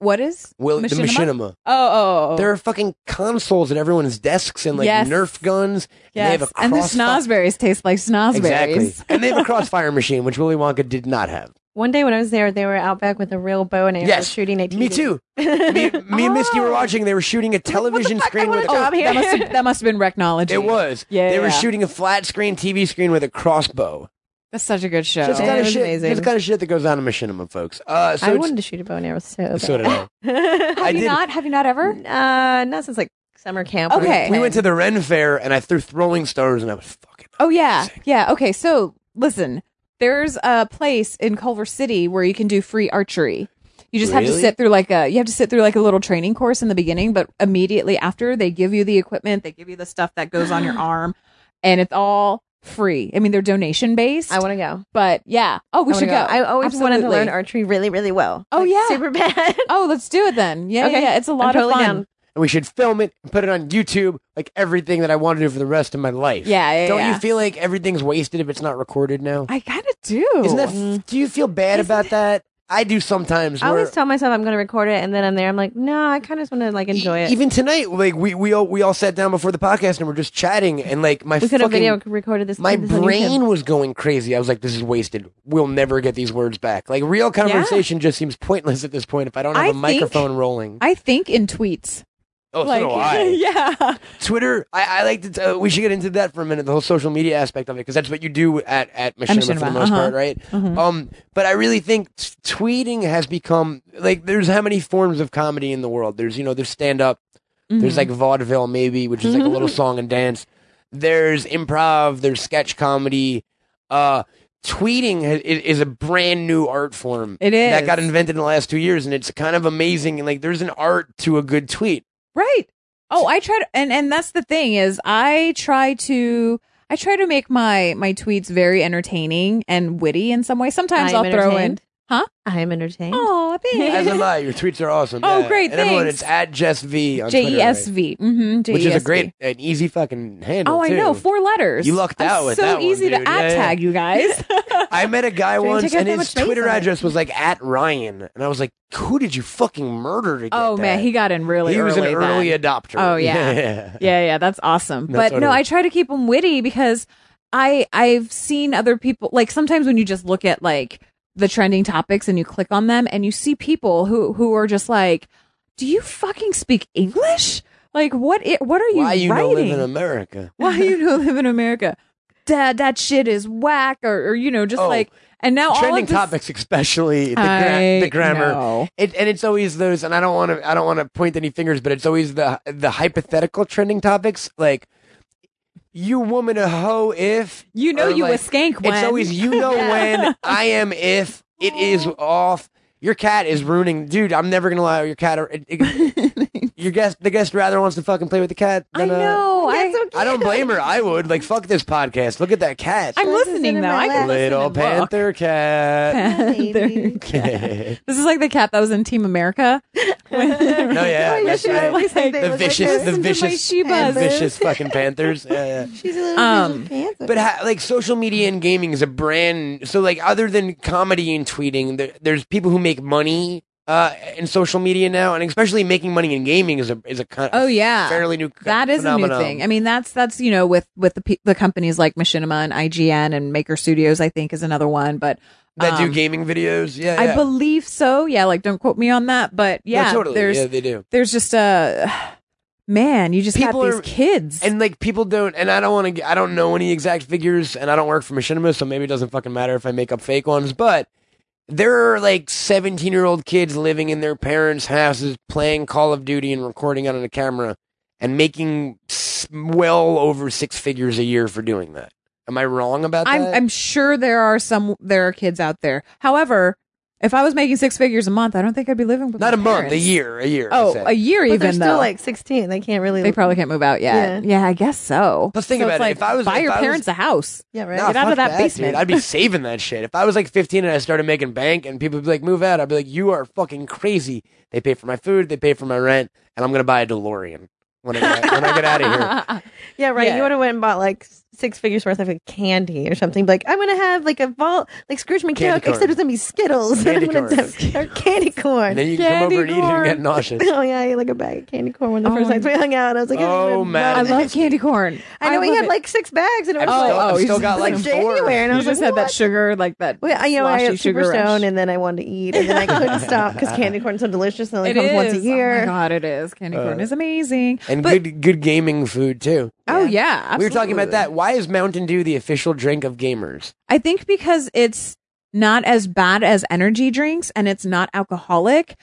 Speaker 5: what is
Speaker 3: Willy the
Speaker 5: Machinima?
Speaker 3: Machinima.
Speaker 5: Oh, oh, oh.
Speaker 3: There are fucking consoles at everyone's desks and like
Speaker 5: Yes.
Speaker 3: Nerf guns. And they have
Speaker 5: Yes.
Speaker 3: a
Speaker 5: and the
Speaker 3: cross-
Speaker 5: snozberries taste like snozberries.
Speaker 3: Exactly. and they have a crossfire machine, which Willy Wonka did not have.
Speaker 4: One day when I was there, they were out back with a real bow and arrow
Speaker 3: Yes.
Speaker 4: shooting at
Speaker 3: Me too. Me, me and Misty
Speaker 5: Oh.
Speaker 3: were watching. They were shooting a television screen with
Speaker 4: want a job
Speaker 5: That
Speaker 4: here.
Speaker 5: must have, that must have been Rechnology.
Speaker 3: It was.
Speaker 5: Yeah,
Speaker 3: they
Speaker 5: yeah,
Speaker 3: were
Speaker 5: yeah.
Speaker 3: shooting a flat screen TV screen with a crossbow.
Speaker 5: That's such a good show.
Speaker 3: Just kind
Speaker 4: It
Speaker 3: of
Speaker 4: was
Speaker 3: shit.
Speaker 4: amazing.
Speaker 3: Just kind of shit that goes on in machinima, folks. Uh, so
Speaker 4: I
Speaker 3: it's-
Speaker 4: wanted to shoot a bow and arrow so bad.
Speaker 3: so did I.
Speaker 5: have
Speaker 3: I
Speaker 5: you
Speaker 3: did-
Speaker 5: not? Have you not ever?
Speaker 4: uh, not since like summer camp.
Speaker 5: Okay.
Speaker 3: We went to the Ren Fair and I threw throwing stars and I was fucking.
Speaker 5: Oh yeah, yeah. Okay, so listen, there's a place in Culver City where you can do free archery. You just have to
Speaker 3: Really?
Speaker 5: sit through like a you have to sit through like a little training course in the beginning, but immediately after they give you the equipment, they give you the stuff that goes on your arm, and it's all free. I mean, they're donation based.
Speaker 4: I want to go.
Speaker 5: but yeah. Oh, we
Speaker 4: I wanna
Speaker 5: should go.
Speaker 4: I always wanted to learn
Speaker 5: Absolutely.
Speaker 4: archery really, really well.
Speaker 5: Oh,
Speaker 4: Like,
Speaker 5: yeah.
Speaker 4: super bad.
Speaker 5: Oh, let's do it then. Yeah, yeah,
Speaker 4: Okay.
Speaker 5: yeah. It's a
Speaker 4: I'm
Speaker 5: lot
Speaker 4: totally
Speaker 5: of fun.
Speaker 4: down.
Speaker 3: And we should film it and put it on YouTube, like everything that I want to do for the rest of my life.
Speaker 5: Yeah, yeah,
Speaker 3: Don't
Speaker 5: yeah.
Speaker 3: you feel like everything's wasted if it's not recorded now?
Speaker 5: I kind of do.
Speaker 3: Isn't that? Do you feel bad about that? I do sometimes.
Speaker 4: I
Speaker 3: where-
Speaker 4: always tell myself I'm going to record it, and then I'm there. I'm like, no, I kind of just want to like enjoy it.
Speaker 3: e, Even tonight, like we we all we all sat down before the podcast and we're just chatting, and like my
Speaker 4: we could
Speaker 3: fucking
Speaker 4: have video recorded this.
Speaker 3: my
Speaker 4: put this on YouTube.
Speaker 3: brain was going crazy. I was like, "This is wasted. We'll never get these words back." Like real conversation just seems pointless at this point if I don't have
Speaker 5: I
Speaker 3: a
Speaker 5: think-
Speaker 3: microphone rolling.
Speaker 5: I think in tweets.
Speaker 3: oh,
Speaker 5: like,
Speaker 3: so do I.
Speaker 5: yeah.
Speaker 3: Twitter. I, I like to. T- uh, we should get into that for a minute. The whole social media aspect of it, because that's what you do at at Machinima for the
Speaker 5: Machinima,
Speaker 3: most
Speaker 5: uh-huh.
Speaker 3: part, right? Um, but I really think t- tweeting has become like there's how many forms of comedy in the world. There's you know there's stand up. There's
Speaker 5: Mm-hmm.
Speaker 3: like vaudeville, maybe, which is like a little song and dance. There's improv. There's sketch comedy. Uh, tweeting ha- i- is a brand new art form.
Speaker 5: It
Speaker 3: that
Speaker 5: is.
Speaker 3: got invented in the last two years, and it's kind of amazing. And like, there's an art to a good tweet.
Speaker 5: Right. Oh, I try to, and and that's the thing is I try to I try to make my my tweets very entertaining and witty in some way. Sometimes
Speaker 4: I am
Speaker 5: I'll throw in
Speaker 4: entertained.
Speaker 5: Huh?
Speaker 4: I am entertained.
Speaker 5: Oh,
Speaker 3: As
Speaker 5: thanks.
Speaker 3: am I. Your tweets are awesome.
Speaker 5: Oh,
Speaker 3: yeah.
Speaker 5: great,
Speaker 3: And everyone, it's
Speaker 5: thanks.
Speaker 3: at Jess V on
Speaker 5: J
Speaker 3: Twitter,
Speaker 5: E S V. Mm-hmm.
Speaker 3: right? Which is a great, an easy fucking handle.
Speaker 5: Oh, I
Speaker 3: too.
Speaker 5: know. Four letters.
Speaker 3: You lucked
Speaker 5: I'm
Speaker 3: out with
Speaker 5: so
Speaker 3: that one,
Speaker 5: easy to
Speaker 3: dude.
Speaker 5: at
Speaker 3: Yeah, yeah.
Speaker 5: tag you guys.
Speaker 3: I met a guy
Speaker 4: Didn't
Speaker 3: once,
Speaker 4: take up
Speaker 3: and
Speaker 4: that
Speaker 3: his
Speaker 4: much space
Speaker 3: Twitter
Speaker 4: on it.
Speaker 3: address was like at Ryan, and I was like, "Who did you fucking murder to get
Speaker 5: oh
Speaker 3: that?
Speaker 5: man, he got in really.
Speaker 3: he was
Speaker 5: early
Speaker 3: an
Speaker 5: then.
Speaker 3: early adopter.
Speaker 5: Oh, yeah. Yeah, yeah, that's awesome.
Speaker 3: No,
Speaker 5: but
Speaker 3: totally.
Speaker 5: no, I try to keep them witty because I I've seen other people like sometimes when you just look at like the trending topics and you click on them and you see people who who are just like, do you fucking speak English? Like what it, what are you
Speaker 3: Why you
Speaker 5: writing?
Speaker 3: don't live in America?
Speaker 5: Why you don't live in America? Dad, that shit is whack or, or you know just
Speaker 3: Oh,
Speaker 5: like and now all
Speaker 3: Trending
Speaker 5: of this,
Speaker 3: topics, especially the, gra-
Speaker 5: I
Speaker 3: the grammar.
Speaker 5: know.
Speaker 3: It, and it's always those, and I don't want to, I don't want to point any fingers, but it's always the the hypothetical trending topics, like you woman a hoe if
Speaker 5: You know
Speaker 3: or
Speaker 5: you a
Speaker 3: like,
Speaker 5: skank when.
Speaker 3: It's always you know when I am if it is off. Your cat is ruining, dude. I'm never gonna lie. Your cat, it, it- your guest, the guest rather wants to fucking play with the cat.
Speaker 5: I
Speaker 3: than, uh,
Speaker 5: know.
Speaker 4: That's
Speaker 5: I,
Speaker 4: okay.
Speaker 3: I don't blame her. I would like fuck this podcast. Look at that cat,
Speaker 5: I'm
Speaker 4: This is
Speaker 5: listening
Speaker 4: in
Speaker 5: though.
Speaker 4: my
Speaker 5: I
Speaker 4: lap.
Speaker 5: can listen
Speaker 3: little
Speaker 5: and look.
Speaker 3: panther cat.
Speaker 5: Panther
Speaker 4: Baby.
Speaker 5: cat. This is like the cat that was in Team America. When-
Speaker 3: No, yeah,
Speaker 4: Oh,
Speaker 3: that's
Speaker 4: she
Speaker 3: right.
Speaker 4: looks like
Speaker 3: The
Speaker 4: they look like
Speaker 3: vicious, the
Speaker 4: this.
Speaker 5: to my
Speaker 3: vicious, the
Speaker 5: Shibas.
Speaker 3: vicious fucking panthers. Yeah, yeah.
Speaker 4: She's a little
Speaker 5: Um,
Speaker 4: vicious panther.
Speaker 3: But ha- like social media and gaming is a brand. So like other than comedy and tweeting, there, there's people who make money uh, in social media now, and especially making money in gaming is a is a kind
Speaker 5: Oh, yeah.
Speaker 3: fairly new co-
Speaker 5: that is
Speaker 3: phenomenon.
Speaker 5: a new thing. I mean, that's that's you know with with the pe- the companies like Machinima and IGN and Maker Studios, I think is another one. But
Speaker 3: that do
Speaker 5: um,
Speaker 3: gaming videos. Yeah,
Speaker 5: I
Speaker 3: yeah.
Speaker 5: believe so. Yeah, like don't quote me on that, but
Speaker 3: No,
Speaker 5: yeah,
Speaker 3: totally.
Speaker 5: there's
Speaker 3: yeah, they do.
Speaker 5: there's just a man. You just
Speaker 3: People
Speaker 5: got these
Speaker 3: are-
Speaker 5: kids.
Speaker 3: And like people don't, and I don't want to. I don't know any exact figures, and I don't work for Machinima, so maybe it doesn't fucking matter if I make up fake ones. But there are like seventeen-year-old kids living in their parents' houses, playing Call of Duty and recording it on a camera, and making s- well over six figures a year for doing that. Am I wrong about that?
Speaker 5: I'm I'm sure there are some there are kids out there. However, if I was making six figures a month, I don't think I'd be living with
Speaker 3: not
Speaker 5: my
Speaker 3: a month, a
Speaker 5: parents.
Speaker 3: year, a year. I
Speaker 5: Oh,
Speaker 3: said.
Speaker 5: a year
Speaker 4: But
Speaker 5: even
Speaker 4: they're
Speaker 5: though
Speaker 4: still like 16. They can't really.
Speaker 5: they probably can't move out yet. Yeah, I guess so.
Speaker 3: Let's think
Speaker 5: So
Speaker 3: about
Speaker 5: it's
Speaker 3: it.
Speaker 5: like,
Speaker 3: If I was-
Speaker 5: buy
Speaker 3: if
Speaker 5: your
Speaker 3: I was-
Speaker 5: parents a house.
Speaker 4: Yeah, right.
Speaker 3: Nah,
Speaker 5: Get out of
Speaker 3: fuck
Speaker 5: that basement.
Speaker 3: Dude. I'd be saving that shit. If I was like 15 and I started making bank and people would be like, move out, I'd be like, you are fucking crazy. They pay for my food, they pay for my rent, and I'm going to buy a DeLorean when I get, when I get out of here.
Speaker 4: Yeah, right.
Speaker 5: Yeah.
Speaker 4: You would have went and bought like six figures worth of like, candy or something. Be Like I'm gonna have like a vault, like Scrooge
Speaker 3: Candy
Speaker 4: McDuck,
Speaker 3: corn.
Speaker 4: except it's gonna be Skittles.
Speaker 3: Candy
Speaker 4: and I'm gonna
Speaker 3: corn.
Speaker 4: have- or candy corn.
Speaker 3: And then you can come
Speaker 5: Candy
Speaker 3: over and eat it and get
Speaker 5: corn.
Speaker 3: nauseous.
Speaker 4: oh yeah, I ate like a bag of candy corn one of the
Speaker 5: Oh,
Speaker 4: first times we hung out. I was like,
Speaker 3: Oh, man.
Speaker 5: I
Speaker 4: I,
Speaker 5: love candy corn.
Speaker 4: I know he
Speaker 5: love
Speaker 4: had
Speaker 5: it.
Speaker 4: like six bags, and it
Speaker 3: I've
Speaker 4: was
Speaker 5: Oh,
Speaker 3: still,
Speaker 5: oh,
Speaker 3: I've
Speaker 5: he's
Speaker 3: still got
Speaker 4: like,
Speaker 3: like
Speaker 4: like
Speaker 3: four.
Speaker 4: January, and I
Speaker 5: You
Speaker 4: was
Speaker 5: just
Speaker 4: like,
Speaker 5: had that
Speaker 4: what?
Speaker 5: sugar, like that.
Speaker 4: Well, I- you know, I
Speaker 5: sloshy
Speaker 4: got super
Speaker 5: sugar rush.
Speaker 4: stoned, and then I wanted to eat, and then I couldn't stop because candy corn's so delicious, and it only
Speaker 5: It
Speaker 4: comes once
Speaker 5: is.
Speaker 4: a year.
Speaker 5: Oh my god, it is. Candy
Speaker 3: Uh,
Speaker 5: corn is amazing.
Speaker 3: And
Speaker 5: But-
Speaker 3: good, good gaming food, too.
Speaker 5: Oh yeah, absolutely.
Speaker 3: We were talking about that. Why is Mountain Dew the official drink of gamers?
Speaker 5: I think because it's not as bad as energy drinks and it's not alcoholic,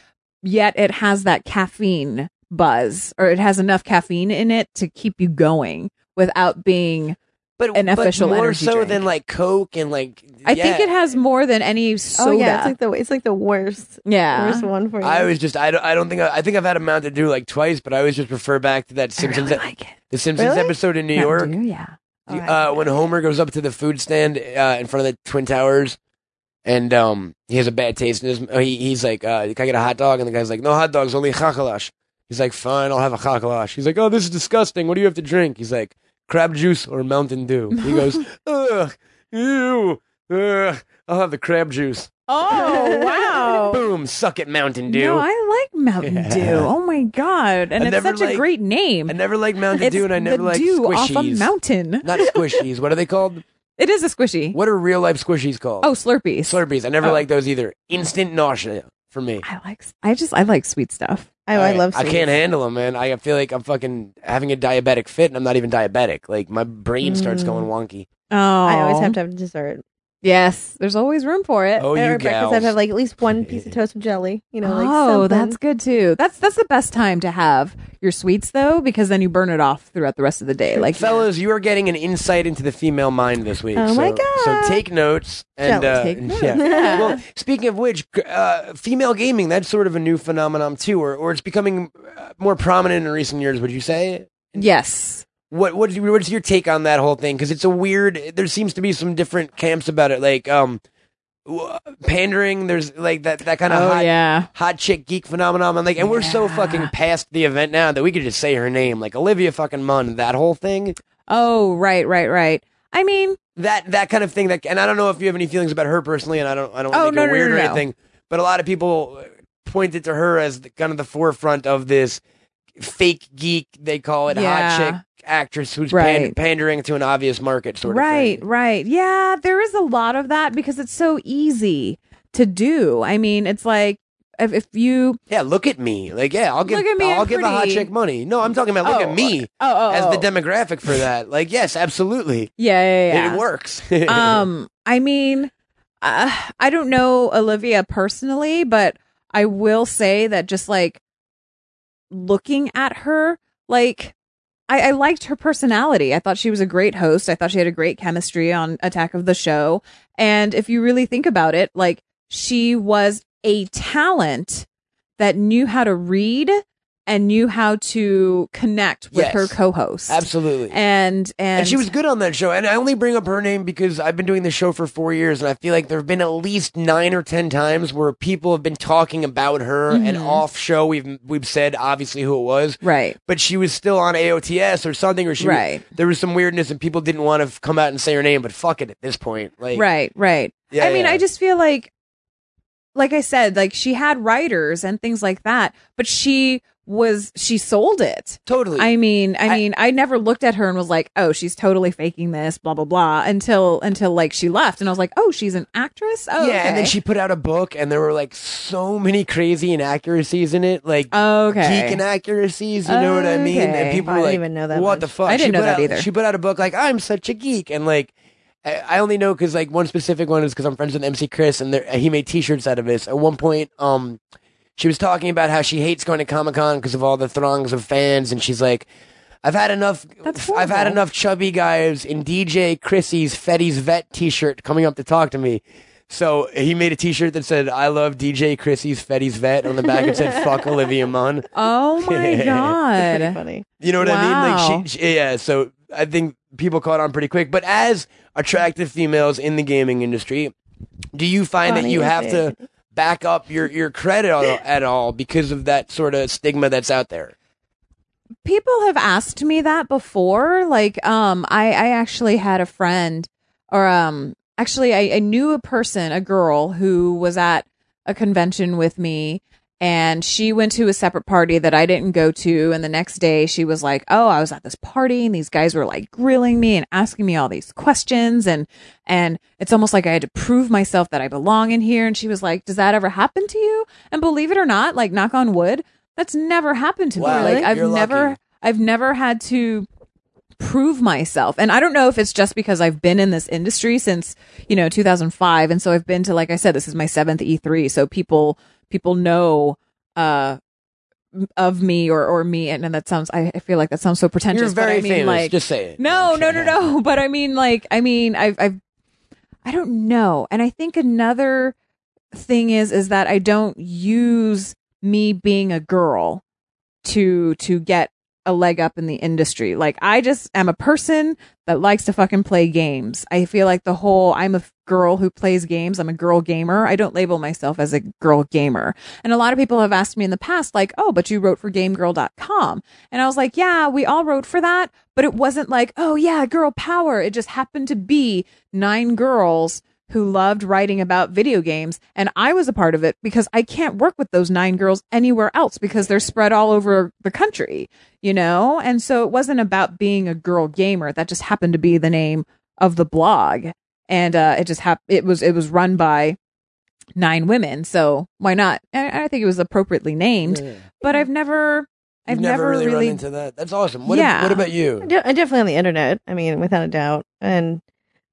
Speaker 5: yet it has that caffeine buzz or it has enough caffeine in it to keep you going without being
Speaker 3: But,
Speaker 5: An
Speaker 3: but
Speaker 5: official
Speaker 3: more
Speaker 5: energy
Speaker 3: so
Speaker 5: drink.
Speaker 3: than like Coke and like.
Speaker 5: I think it has more than any soda.
Speaker 4: Oh yeah, it's like the it's like the worst
Speaker 5: yeah.
Speaker 4: worst one for you.
Speaker 3: I was just I don't I don't think I, I think I've had a Mountain Dew like twice, but I always just refer back to that
Speaker 5: I
Speaker 3: Simpsons
Speaker 5: really like it.
Speaker 3: the Simpsons
Speaker 4: Really?
Speaker 3: episode in New
Speaker 5: Mountain
Speaker 3: York.
Speaker 5: Dew, yeah. Oh, I
Speaker 3: uh,
Speaker 5: like
Speaker 3: when
Speaker 5: it.
Speaker 3: Homer goes up to the food stand uh, in front of the Twin Towers, and um, he has a bad taste in his. oh, He, he's like, uh, "Can I get a hot dog?" And the guy's like, "No hot dogs, only chakalash." He's like, "Fine, I'll have a chakalash." He's like, "Oh, this is disgusting. What do you have to drink?" He's like, "Crab juice or Mountain Dew." He goes, "Ugh, ew, ugh, I'll have the crab juice."
Speaker 5: Oh wow.
Speaker 3: Boom, suck it, Mountain Dew.
Speaker 5: No, I like Mountain
Speaker 3: Yeah.
Speaker 5: Dew. Oh my god. And
Speaker 3: I
Speaker 5: it's
Speaker 3: never
Speaker 5: such a
Speaker 3: liked-
Speaker 5: great name.
Speaker 3: I never liked Mountain
Speaker 5: it's
Speaker 3: Dew, and I never
Speaker 5: the
Speaker 3: liked
Speaker 5: dew
Speaker 3: squishies.
Speaker 5: off a mountain.
Speaker 3: Not squishies. What are they called?
Speaker 5: It is a squishy.
Speaker 3: What are real life squishies called?
Speaker 5: Oh, Slurpees.
Speaker 3: Slurpees. I never
Speaker 5: Oh.
Speaker 3: liked those either. Instant nausea for me.
Speaker 5: I like. I just. I like sweet stuff.
Speaker 4: I, I love.
Speaker 3: I
Speaker 4: sweets.
Speaker 3: can't handle them, man. I feel like I'm fucking having a diabetic fit, and I'm not even diabetic. Like my brain starts
Speaker 4: Mm.
Speaker 3: going wonky.
Speaker 5: Oh,
Speaker 4: I always have to have dessert.
Speaker 5: Yes, there's always room for it.
Speaker 3: Oh,
Speaker 4: Or
Speaker 3: you
Speaker 4: at breakfast, I'd
Speaker 3: gals.
Speaker 4: have like at least one piece of toast with jelly. You know, like
Speaker 5: oh,
Speaker 4: something.
Speaker 5: that's good too. That's that's the best time to have your sweets though, because then you burn it off throughout the rest of the day. Like
Speaker 3: Fellas, you are getting an insight into the female mind this week.
Speaker 4: Oh,
Speaker 3: so,
Speaker 4: my
Speaker 3: So
Speaker 4: God.
Speaker 3: take notes and
Speaker 4: Jelly,
Speaker 3: uh,
Speaker 5: take notes.
Speaker 3: yeah.
Speaker 5: Yeah.
Speaker 3: Well, speaking of which, g- uh, female gaming—that's sort of a new phenomenon too, or or it's becoming uh, more prominent in recent years. Would you say?
Speaker 5: yes,
Speaker 3: What what do you- what's your take on that whole thing? Because it's a weird. There seems to be some different camps about it. Like, um, w- pandering. There's like that that kind of
Speaker 5: oh
Speaker 3: hot,
Speaker 5: yeah.
Speaker 3: hot chick geek phenomenon. And like, and we're so
Speaker 5: Yeah.
Speaker 3: fucking past the event now that we could just say her name, like Olivia fucking Munn. That whole thing,
Speaker 5: Oh right, right, right. I mean,
Speaker 3: that that kind of thing. That and I don't know if you have any feelings about her personally, and I don't I don't
Speaker 5: Oh,
Speaker 3: want to
Speaker 5: no,
Speaker 3: make
Speaker 5: no,
Speaker 3: her weird
Speaker 5: no,
Speaker 3: or
Speaker 5: no.
Speaker 3: anything. But a lot of people pointed to her as the, kind of the forefront of this fake geek. They call it
Speaker 5: Yeah.
Speaker 3: hot chick actress who's
Speaker 5: Right.
Speaker 3: pan- pandering to an obvious market, sort
Speaker 5: right,
Speaker 3: of thing.
Speaker 5: right. Yeah, there is a lot of that because it's so easy to do. I mean, it's like if, if you
Speaker 3: Yeah, look at me. Like, yeah, I'll give
Speaker 5: Look at me,
Speaker 3: I'll
Speaker 5: I'm
Speaker 3: give a hot
Speaker 5: pretty.
Speaker 3: chick money. No, I'm talking about look
Speaker 5: Oh,
Speaker 3: at me
Speaker 5: oh, oh,
Speaker 3: as the
Speaker 5: oh.
Speaker 3: demographic for that. Like, yes, absolutely.
Speaker 5: yeah, yeah, yeah.
Speaker 3: It works.
Speaker 5: um i mean uh, i don't know olivia personally but i will say that just like looking at her like I, I liked her personality i thought she was a great host i thought she had a great chemistry on attack of the show and if you really think about it like she was a talent that knew how to read and knew how to connect with
Speaker 3: Yes.
Speaker 5: her co-host
Speaker 3: absolutely. And,
Speaker 5: and, and
Speaker 3: she was good on that show. And I only bring up her name because I've been doing this show for four years, and I feel like there have been at least nine or ten times where people have been talking about her and
Speaker 5: Mhm.
Speaker 3: off show. We've we've said obviously who it was,
Speaker 5: right
Speaker 3: but she was still on AOTS or something, or she
Speaker 5: Right.
Speaker 3: there was some weirdness, and people didn't want to come out and say her name. But fuck it, at this point, like
Speaker 5: right right
Speaker 3: Yeah,
Speaker 5: i mean
Speaker 3: yeah.
Speaker 5: i just feel like like i said like she had writers and things like that but she was she sold it
Speaker 3: totally.
Speaker 5: i mean i,
Speaker 3: I-
Speaker 5: mean i never looked at her and was like oh she's totally faking this blah blah blah until until like she left and i was like oh she's an actress oh
Speaker 3: yeah,
Speaker 5: okay.
Speaker 3: and then she put out a book, and there were like so many crazy inaccuracies in it, like
Speaker 5: okay
Speaker 3: geek inaccuracies. You know what I mean? And
Speaker 5: Okay.
Speaker 3: people
Speaker 4: I
Speaker 3: were
Speaker 4: didn't
Speaker 3: like,
Speaker 4: even know that
Speaker 3: "What
Speaker 4: much.
Speaker 3: the fuck?"
Speaker 5: I didn't
Speaker 3: she
Speaker 5: know
Speaker 3: put
Speaker 5: that
Speaker 3: out,
Speaker 5: either.
Speaker 3: She put out a book like, "I'm such a geek," and like, I, I only know because like one specific one is because I'm friends with MC Chris, and there- he made T-shirts out of this. At one point, um, she was talking about how she hates going to Comic Con because of all the throngs of fans, and she's like. I've had enough.
Speaker 5: That's
Speaker 3: I've had
Speaker 5: horrible.
Speaker 3: enough chubby guys in DJ Chrissy's Fetty's Vet T-shirt coming up to talk to me. So he made a T-shirt that said "I love DJ Chrissy's Fetty's Vet" on the back. It said "Fuck Olivia Munn."
Speaker 5: oh my
Speaker 4: It's pretty
Speaker 5: god
Speaker 4: funny.
Speaker 3: You know what I mean?
Speaker 5: Wow.
Speaker 3: Like she, she, yeah. So I think people caught on pretty quick. But as attractive females in the gaming industry, do you find that
Speaker 4: Funny
Speaker 3: you
Speaker 4: you
Speaker 3: have
Speaker 4: say.
Speaker 3: to back up your your credit at- at all because of that sort of stigma that's out there?
Speaker 5: people have asked me that before like um i i actually had a friend or um actually i, I knew a person a girl who was at a convention with me and she went to a separate party that I didn't go to. And the next day she was like, Oh, I was at this party and these guys were like grilling me and asking me all these questions. And, and it's almost like I had to prove myself that I belong in here. And she was like, Does that ever happen to you? And believe it or not, like knock on wood, that's never happened to
Speaker 3: Wow,
Speaker 5: me. Like
Speaker 3: Really?
Speaker 5: I've
Speaker 3: you're
Speaker 5: never,
Speaker 3: lucky.
Speaker 5: I've never had to prove myself. And I don't know if it's just because I've been in this industry since, you know, 2005 and so I've been to like I said this is my 7th E3, so people people know uh m- of me or or me and, and that sounds I, I feel like that sounds so pretentious
Speaker 3: You're very
Speaker 5: but I mean
Speaker 3: famous.
Speaker 5: like
Speaker 3: Just say it.
Speaker 5: no, no, no, no. But I mean, like, I mean, I've, I've, I don't know. And I think another thing is, is that I don't use me being a girl to, to get a leg up in the industry. Like, I just am a person that likes to fucking play games. I feel like the whole, I'm a girl who plays games. I'm a girl gamer. I don't label myself as a girl gamer. And a lot of people have asked me in the past, like, oh, but you wrote for gamegirl.com. And I was like, yeah, we all wrote for that. But it wasn't like, oh, yeah, girl power. It just happened to be nine girls who loved writing about video games. And I was a part of it because I can't work with those nine girls anywhere else because they're spread all over the country, you know? And so it wasn't about being a girl gamer. That just happened to be the name of the blog. And uh, it just hap- it was it was run by nine women, so why not? I, I think it was appropriately named, but I've never, I've
Speaker 3: I've
Speaker 5: never,
Speaker 3: really,
Speaker 5: really
Speaker 3: run into that. That's awesome. What,
Speaker 5: Yeah.
Speaker 3: what about
Speaker 4: I
Speaker 3: you?
Speaker 4: de- I definitely on the internet. I mean, without a doubt. And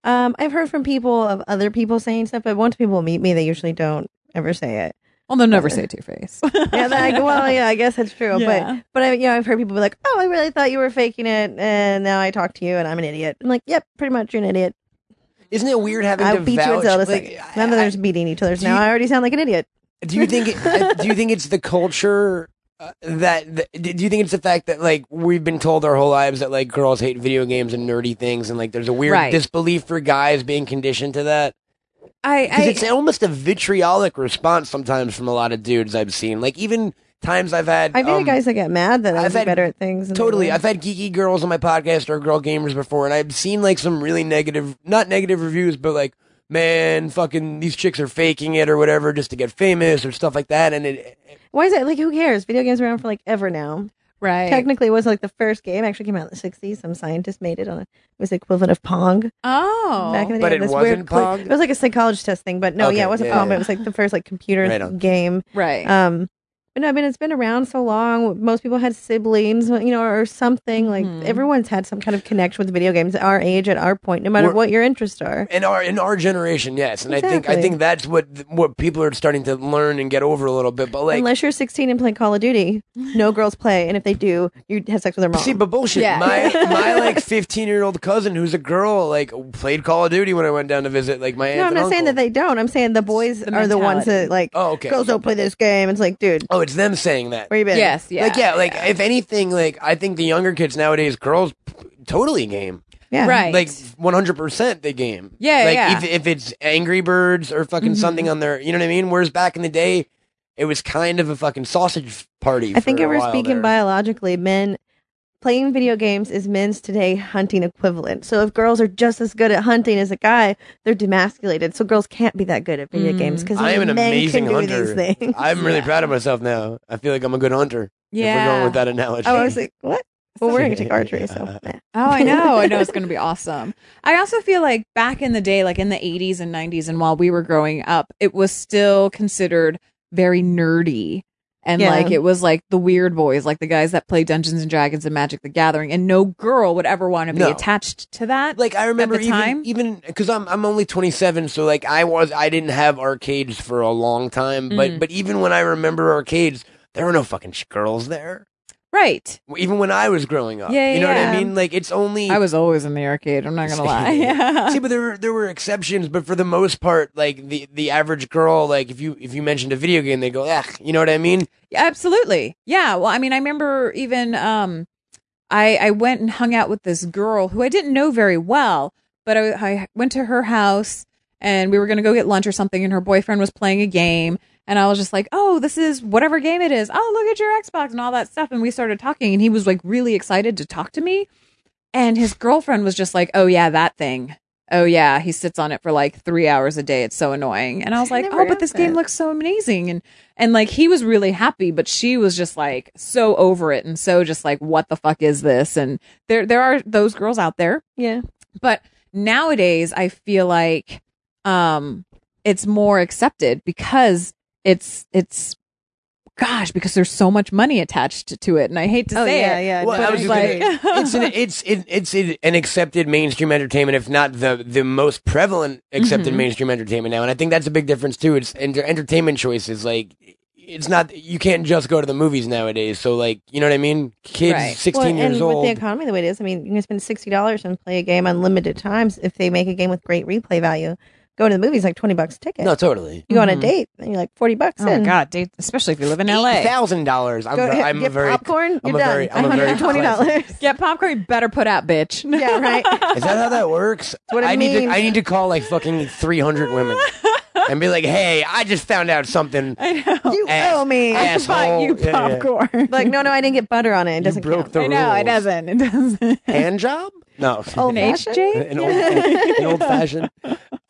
Speaker 4: um, I've heard from people of other people saying stuff, but once people meet me, they usually don't ever say it.
Speaker 5: Well, they'll never say Two Face.
Speaker 4: Yeah, like, well, yeah, I guess that's true.
Speaker 5: Yeah.
Speaker 4: But but I, you know, I've heard people be like, "Oh, I really thought you were faking it, and now I talk to you, and I'm an idiot." I'm like, "Yep, pretty much, you're an idiot."
Speaker 3: Isn't it weird having
Speaker 4: I
Speaker 3: to
Speaker 4: beat you
Speaker 3: vouch?
Speaker 4: in Zelda.
Speaker 3: like,
Speaker 4: Like,
Speaker 3: I-
Speaker 4: None of
Speaker 3: I-
Speaker 4: them's beating each other's
Speaker 3: do
Speaker 4: now.
Speaker 3: you-
Speaker 4: I already sound like an idiot.
Speaker 3: Do you think? It, uh, do you think it's the culture uh, that, that? Do you think it's the fact that like we've been told our whole lives that like girls hate video games and nerdy things, and like there's a weird
Speaker 5: Right.
Speaker 3: disbelief for guys being conditioned to that?
Speaker 5: I, I
Speaker 3: Because it's almost a vitriolic response sometimes from a lot of dudes I've seen. Like even times I've had
Speaker 4: I've
Speaker 3: um,
Speaker 4: had guys that get mad that
Speaker 3: I've
Speaker 4: I'm
Speaker 3: had-
Speaker 4: better at things. than they
Speaker 3: Totally.
Speaker 4: were.
Speaker 3: I've had geeky girls on my podcast or girl gamers before, and I've seen like some really negative, not negative reviews, but like, man, fucking these chicks are faking it or whatever just to get famous or stuff like that. And it,
Speaker 4: Why is that? Like, who cares? Video games are around for like ever now.
Speaker 5: right.
Speaker 4: Technically, it was like the first game actually came out in the '60s. Some scientist made it on. A, it was the equivalent of Pong
Speaker 5: oh,
Speaker 4: back in the day.
Speaker 3: But it
Speaker 4: this
Speaker 3: wasn't
Speaker 4: weird click-
Speaker 3: Pong?
Speaker 4: It was like a psychologist test thing, but no,
Speaker 3: Okay,
Speaker 4: yeah, it wasn't
Speaker 3: yeah,
Speaker 4: Pong. But
Speaker 3: yeah.
Speaker 4: it was like the first like computer
Speaker 3: Right on.
Speaker 4: game.
Speaker 5: right.
Speaker 3: Uh,
Speaker 4: Um, but no, I mean it's been around so long. Most people had siblings, you know, or something. Like
Speaker 3: Mm-hmm.
Speaker 5: Mhm.
Speaker 4: everyone's had some kind of connection with video games at our age, at our point, no matter
Speaker 3: We're-
Speaker 4: what your interests are.
Speaker 3: in our in our generation, yes. And I think I
Speaker 4: Exactly.
Speaker 3: think that's what what people are starting to learn and get over a little bit. But like,
Speaker 4: Unless you're 16 and playing Call of Duty, no girls play, and if they do, you have sex with their mom.
Speaker 3: See, but bullshit.
Speaker 5: Yeah.
Speaker 3: My my like fifteen year old cousin, who's a girl, like played Call of Duty when I went down to visit. Like my aunt.
Speaker 4: No, I'm not saying that they don't. I'm saying the boys
Speaker 5: the
Speaker 4: are the ones
Speaker 5: mentality.
Speaker 4: that like
Speaker 3: Oh, okay.
Speaker 4: girls don't play this game. It's like, dude,
Speaker 3: Oh, it's them saying that.
Speaker 4: where you been?
Speaker 5: yes. Yeah.
Speaker 3: like yeah, like if anything, like I think the younger kids nowadays, girls, p- totally game.
Speaker 4: yeah,
Speaker 5: Right.
Speaker 3: Like one hundred percent, they game.
Speaker 5: Yeah,
Speaker 3: like
Speaker 5: yeah.
Speaker 3: If, if it's Angry Birds or
Speaker 4: Mm-hmm.
Speaker 3: fucking something on their, you know what I mean. Whereas back in the day, it was kind of a fucking sausage party.
Speaker 4: I think
Speaker 3: for
Speaker 4: if
Speaker 3: a
Speaker 4: we're
Speaker 3: while
Speaker 4: speaking
Speaker 3: there.
Speaker 4: biologically, men playing video games is men's today hunting equivalent. So if girls are just as good at hunting as a guy, they're demasculated. So girls can't be that good at video
Speaker 5: Mm.
Speaker 4: games because
Speaker 3: I am an
Speaker 4: men
Speaker 3: amazing
Speaker 4: can
Speaker 3: hunter.
Speaker 4: do these things.
Speaker 3: I'm really proud of myself now. I feel like I'm a good hunter. If
Speaker 5: yeah.
Speaker 3: we're going with that analogy.
Speaker 4: oh, I was like, what? Well, we're gonna take archery, so eh.
Speaker 5: Oh, I know. I know it's going to be awesome. I also feel like back in the day, like in the 80s and 90s, and while we were growing up, it was still considered very nerdy. And
Speaker 4: Yeah.
Speaker 5: like it was like the weird boys, like the guys that play Dungeons and Dragons and Magic the Gathering, and no girl would ever want to be
Speaker 3: No.
Speaker 5: attached to that.
Speaker 3: like I remember
Speaker 5: the time?
Speaker 3: even because I'm I'm only 27, so like I was I didn't have arcades for a long time, but
Speaker 5: Mm.
Speaker 3: but even when I remember arcades, there were no fucking sh- girls there.
Speaker 5: right.
Speaker 3: Even when I was growing up,
Speaker 5: Yeah,
Speaker 3: you know what
Speaker 5: yeah.
Speaker 3: I mean. Like it's only
Speaker 5: I was always in the arcade. I'm not going to lie. Yeah.
Speaker 3: See, but there were there were exceptions, but for the most part, like the the average girl, like if you if you mentioned a video game, they go, "Ugh," you know what I mean?
Speaker 5: Yeah, Absolutely. Yeah. Well, I mean, I remember even um, I I went and hung out with this girl who I didn't know very well, but I, I went to her house and we were going to go get lunch or something, and her boyfriend was playing a game, and I was just like, "Oh, this is whatever game it is. Oh, look at your Xbox and all that stuff." And we started talking, and he was like really excited to talk to me, and his girlfriend was just like, "Oh yeah, that thing." Oh yeah, he sits on it for like three hours a day. It's so annoying. And I was
Speaker 4: I
Speaker 5: like,
Speaker 4: never
Speaker 5: "Oh, but
Speaker 4: got
Speaker 5: this game
Speaker 4: that.
Speaker 5: looks so amazing." And and like he was really happy, but she was just like so over it and so just like, what the fuck is this? And there there are those girls out there.
Speaker 4: yeah.
Speaker 5: But nowadays I feel like um it's more accepted because it's it's gosh, because there's so much money attached to it. And I hate to
Speaker 4: Oh
Speaker 5: say
Speaker 4: yeah,
Speaker 5: it.
Speaker 4: yeah.
Speaker 3: Well,
Speaker 4: no,
Speaker 3: I was
Speaker 5: it's
Speaker 3: just
Speaker 5: like-
Speaker 3: gonna- it's an it's it, it's an- an accepted mainstream entertainment, if not the the most prevalent accepted
Speaker 4: Mm-hmm.
Speaker 5: Mhm.
Speaker 3: mainstream entertainment now. And I think that's a big difference too. It's enter- entertainment choices. Like it's not you can't just go to the movies nowadays. So like you know what I mean? Kids
Speaker 5: Right.
Speaker 3: sixteen
Speaker 4: well,
Speaker 3: years
Speaker 4: and
Speaker 3: old.
Speaker 4: with the economy the way it is, I mean, you can spend sixty dollars and play a game unlimited times if they make a game with great replay value. Going to the movies like twenty bucks a ticket.
Speaker 3: no, totally.
Speaker 4: you go on a
Speaker 5: Mhm.
Speaker 4: date and you're like forty bucks.
Speaker 5: Oh my
Speaker 4: in.
Speaker 5: god, dude, especially if you live in LA.
Speaker 3: thousand dollars. I'm,
Speaker 4: Go ahead,
Speaker 3: I'm a
Speaker 4: get
Speaker 3: very.
Speaker 4: popcorn.
Speaker 3: I'm
Speaker 4: you're
Speaker 3: a
Speaker 4: done.
Speaker 3: very- I'm a very
Speaker 4: $120.
Speaker 5: Get popcorn, you better put out, bitch.
Speaker 4: yeah, right.
Speaker 3: Is that how that works?
Speaker 4: what it
Speaker 3: I need to
Speaker 4: means.
Speaker 3: I need to call like fucking three hundred women and be like, hey, I just found out something.
Speaker 5: I know.
Speaker 4: You
Speaker 3: Ass-
Speaker 4: owe me.
Speaker 3: ass-
Speaker 5: Buy
Speaker 3: asshole.
Speaker 5: you
Speaker 3: Yeah, yeah.
Speaker 5: popcorn.
Speaker 4: Like, no, no, I didn't get butter on it. It
Speaker 3: You
Speaker 4: doesn't
Speaker 3: broke
Speaker 4: count.
Speaker 3: the
Speaker 5: I know it
Speaker 3: rules.
Speaker 5: doesn't. It doesn't.
Speaker 3: Hand job? No.
Speaker 4: Old
Speaker 5: An
Speaker 4: fashioned?
Speaker 5: HJ?
Speaker 3: an old, an old fashioned.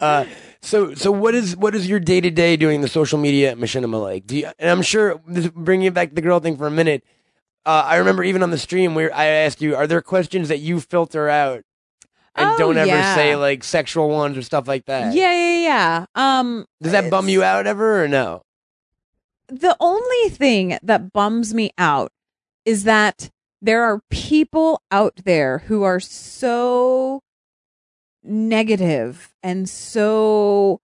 Speaker 3: Uh, so, so what is what is your day to day doing the social media at Machinima like? Do you, and I'm sure this, bringing it back to the girl thing for a minute. Uh, I remember even on the stream where I asked you, are there questions that you filter out and
Speaker 5: Oh,
Speaker 3: don't ever
Speaker 5: yeah.
Speaker 3: say like sexual ones or stuff like that?
Speaker 5: Yeah, yeah, yeah. Um,
Speaker 3: Does that bum you out ever or no?
Speaker 5: the only thing that bums me out is that there are people out there who are so negative and so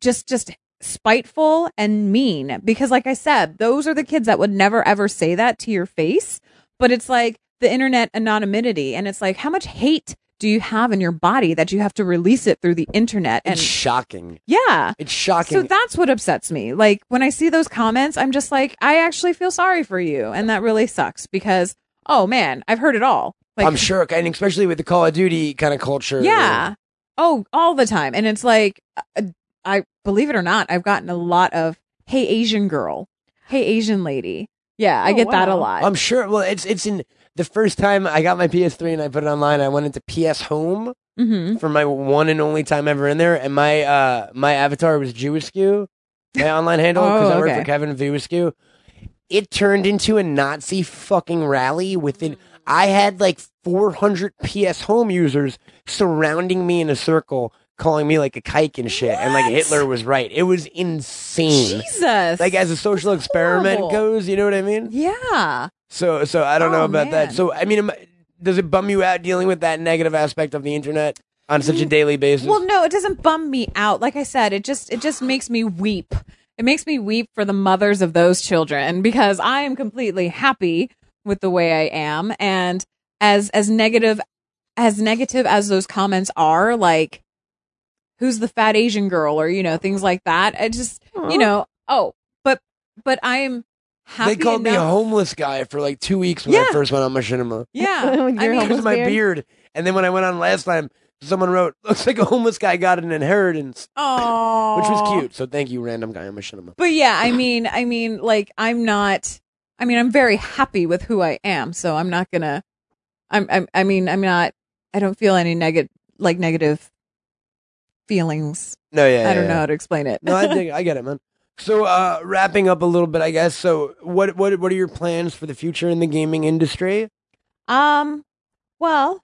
Speaker 5: just just spiteful and mean because like I said, those are the kids that would never ever say that to your face, but it's like the internet anonymity and it's like how much hate do you have in your body that you have to release it through the internet and
Speaker 3: It's shocking.
Speaker 5: yeah
Speaker 3: It's
Speaker 5: so
Speaker 3: shocking.
Speaker 5: that's what upsets me. Like when I see those comments, I'm just like, I actually feel sorry for you, and that really sucks because, oh man, I've heard it all. Like,
Speaker 3: I'm sure, and especially with the Call of Duty kind of culture.
Speaker 5: yeah, oh, all the time, and it's like, uh, I believe it or not, I've gotten a lot of "Hey Asian girl," "Hey Asian lady." Yeah, I
Speaker 4: Oh,
Speaker 5: get that a
Speaker 4: wow.
Speaker 5: lot.
Speaker 3: I'm sure. Well, it's it's in the first time I got my PS3 and I put it online. I went into PS Home
Speaker 5: hmm
Speaker 3: for my one and only time ever in there, and my uh my avatar was Jewiskew, my online handle because
Speaker 5: Oh,
Speaker 3: I work
Speaker 5: okay.
Speaker 3: for Kevin Jewiskew. It turned into a Nazi fucking rally within. I had like 400 PS Home users surrounding me in a circle, calling me like a kike and shit, and like
Speaker 5: What?
Speaker 3: Hitler was right. It was insane.
Speaker 5: Jesus.
Speaker 3: Like as a social experiment
Speaker 5: horrible.
Speaker 3: goes, you know what I mean?
Speaker 5: yeah.
Speaker 3: So, so I don't know
Speaker 5: Oh,
Speaker 3: about that.
Speaker 5: man.
Speaker 3: So, I mean, am, does it bum you out dealing with that negative aspect of the internet on such a daily basis?
Speaker 5: Mm, Well, no, it doesn't bum me out. Like I said, it just it just makes me weep. It makes me weep for the mothers of those children because I am completely happy with the way I am and as as negative as negative as those comments are like who's the fat Asian girl or you know things like that. I just you know, oh, but but I am happy
Speaker 3: they called me a
Speaker 5: enough-
Speaker 3: homeless guy for like two weeks when I
Speaker 5: Yeah.
Speaker 3: first went on Machinima
Speaker 5: Yeah.
Speaker 4: With
Speaker 5: I
Speaker 4: your
Speaker 5: mean,
Speaker 3: because of
Speaker 4: homeless
Speaker 3: my
Speaker 4: beard?
Speaker 3: beard. And then when I went on last time, someone wrote, "Looks like a homeless guy got an inheritance,"
Speaker 5: oh.
Speaker 3: which was cute. So, thank you, random guy on Machinima.
Speaker 5: But yeah, I mean, I mean, like, I'm not. I mean, I'm very happy with who I am, so I'm not gonna. I'm. I'm I mean, I'm not. I don't feel any negative, like negative feelings.
Speaker 3: No, yeah,
Speaker 5: I don't
Speaker 3: yeah,
Speaker 5: know
Speaker 3: yeah.
Speaker 5: how to explain it.
Speaker 3: No, I dig. I get it, man. So, uh, wrapping up a little bit, I guess. So, what what what are your plans for the future in the gaming industry?
Speaker 5: um. Well,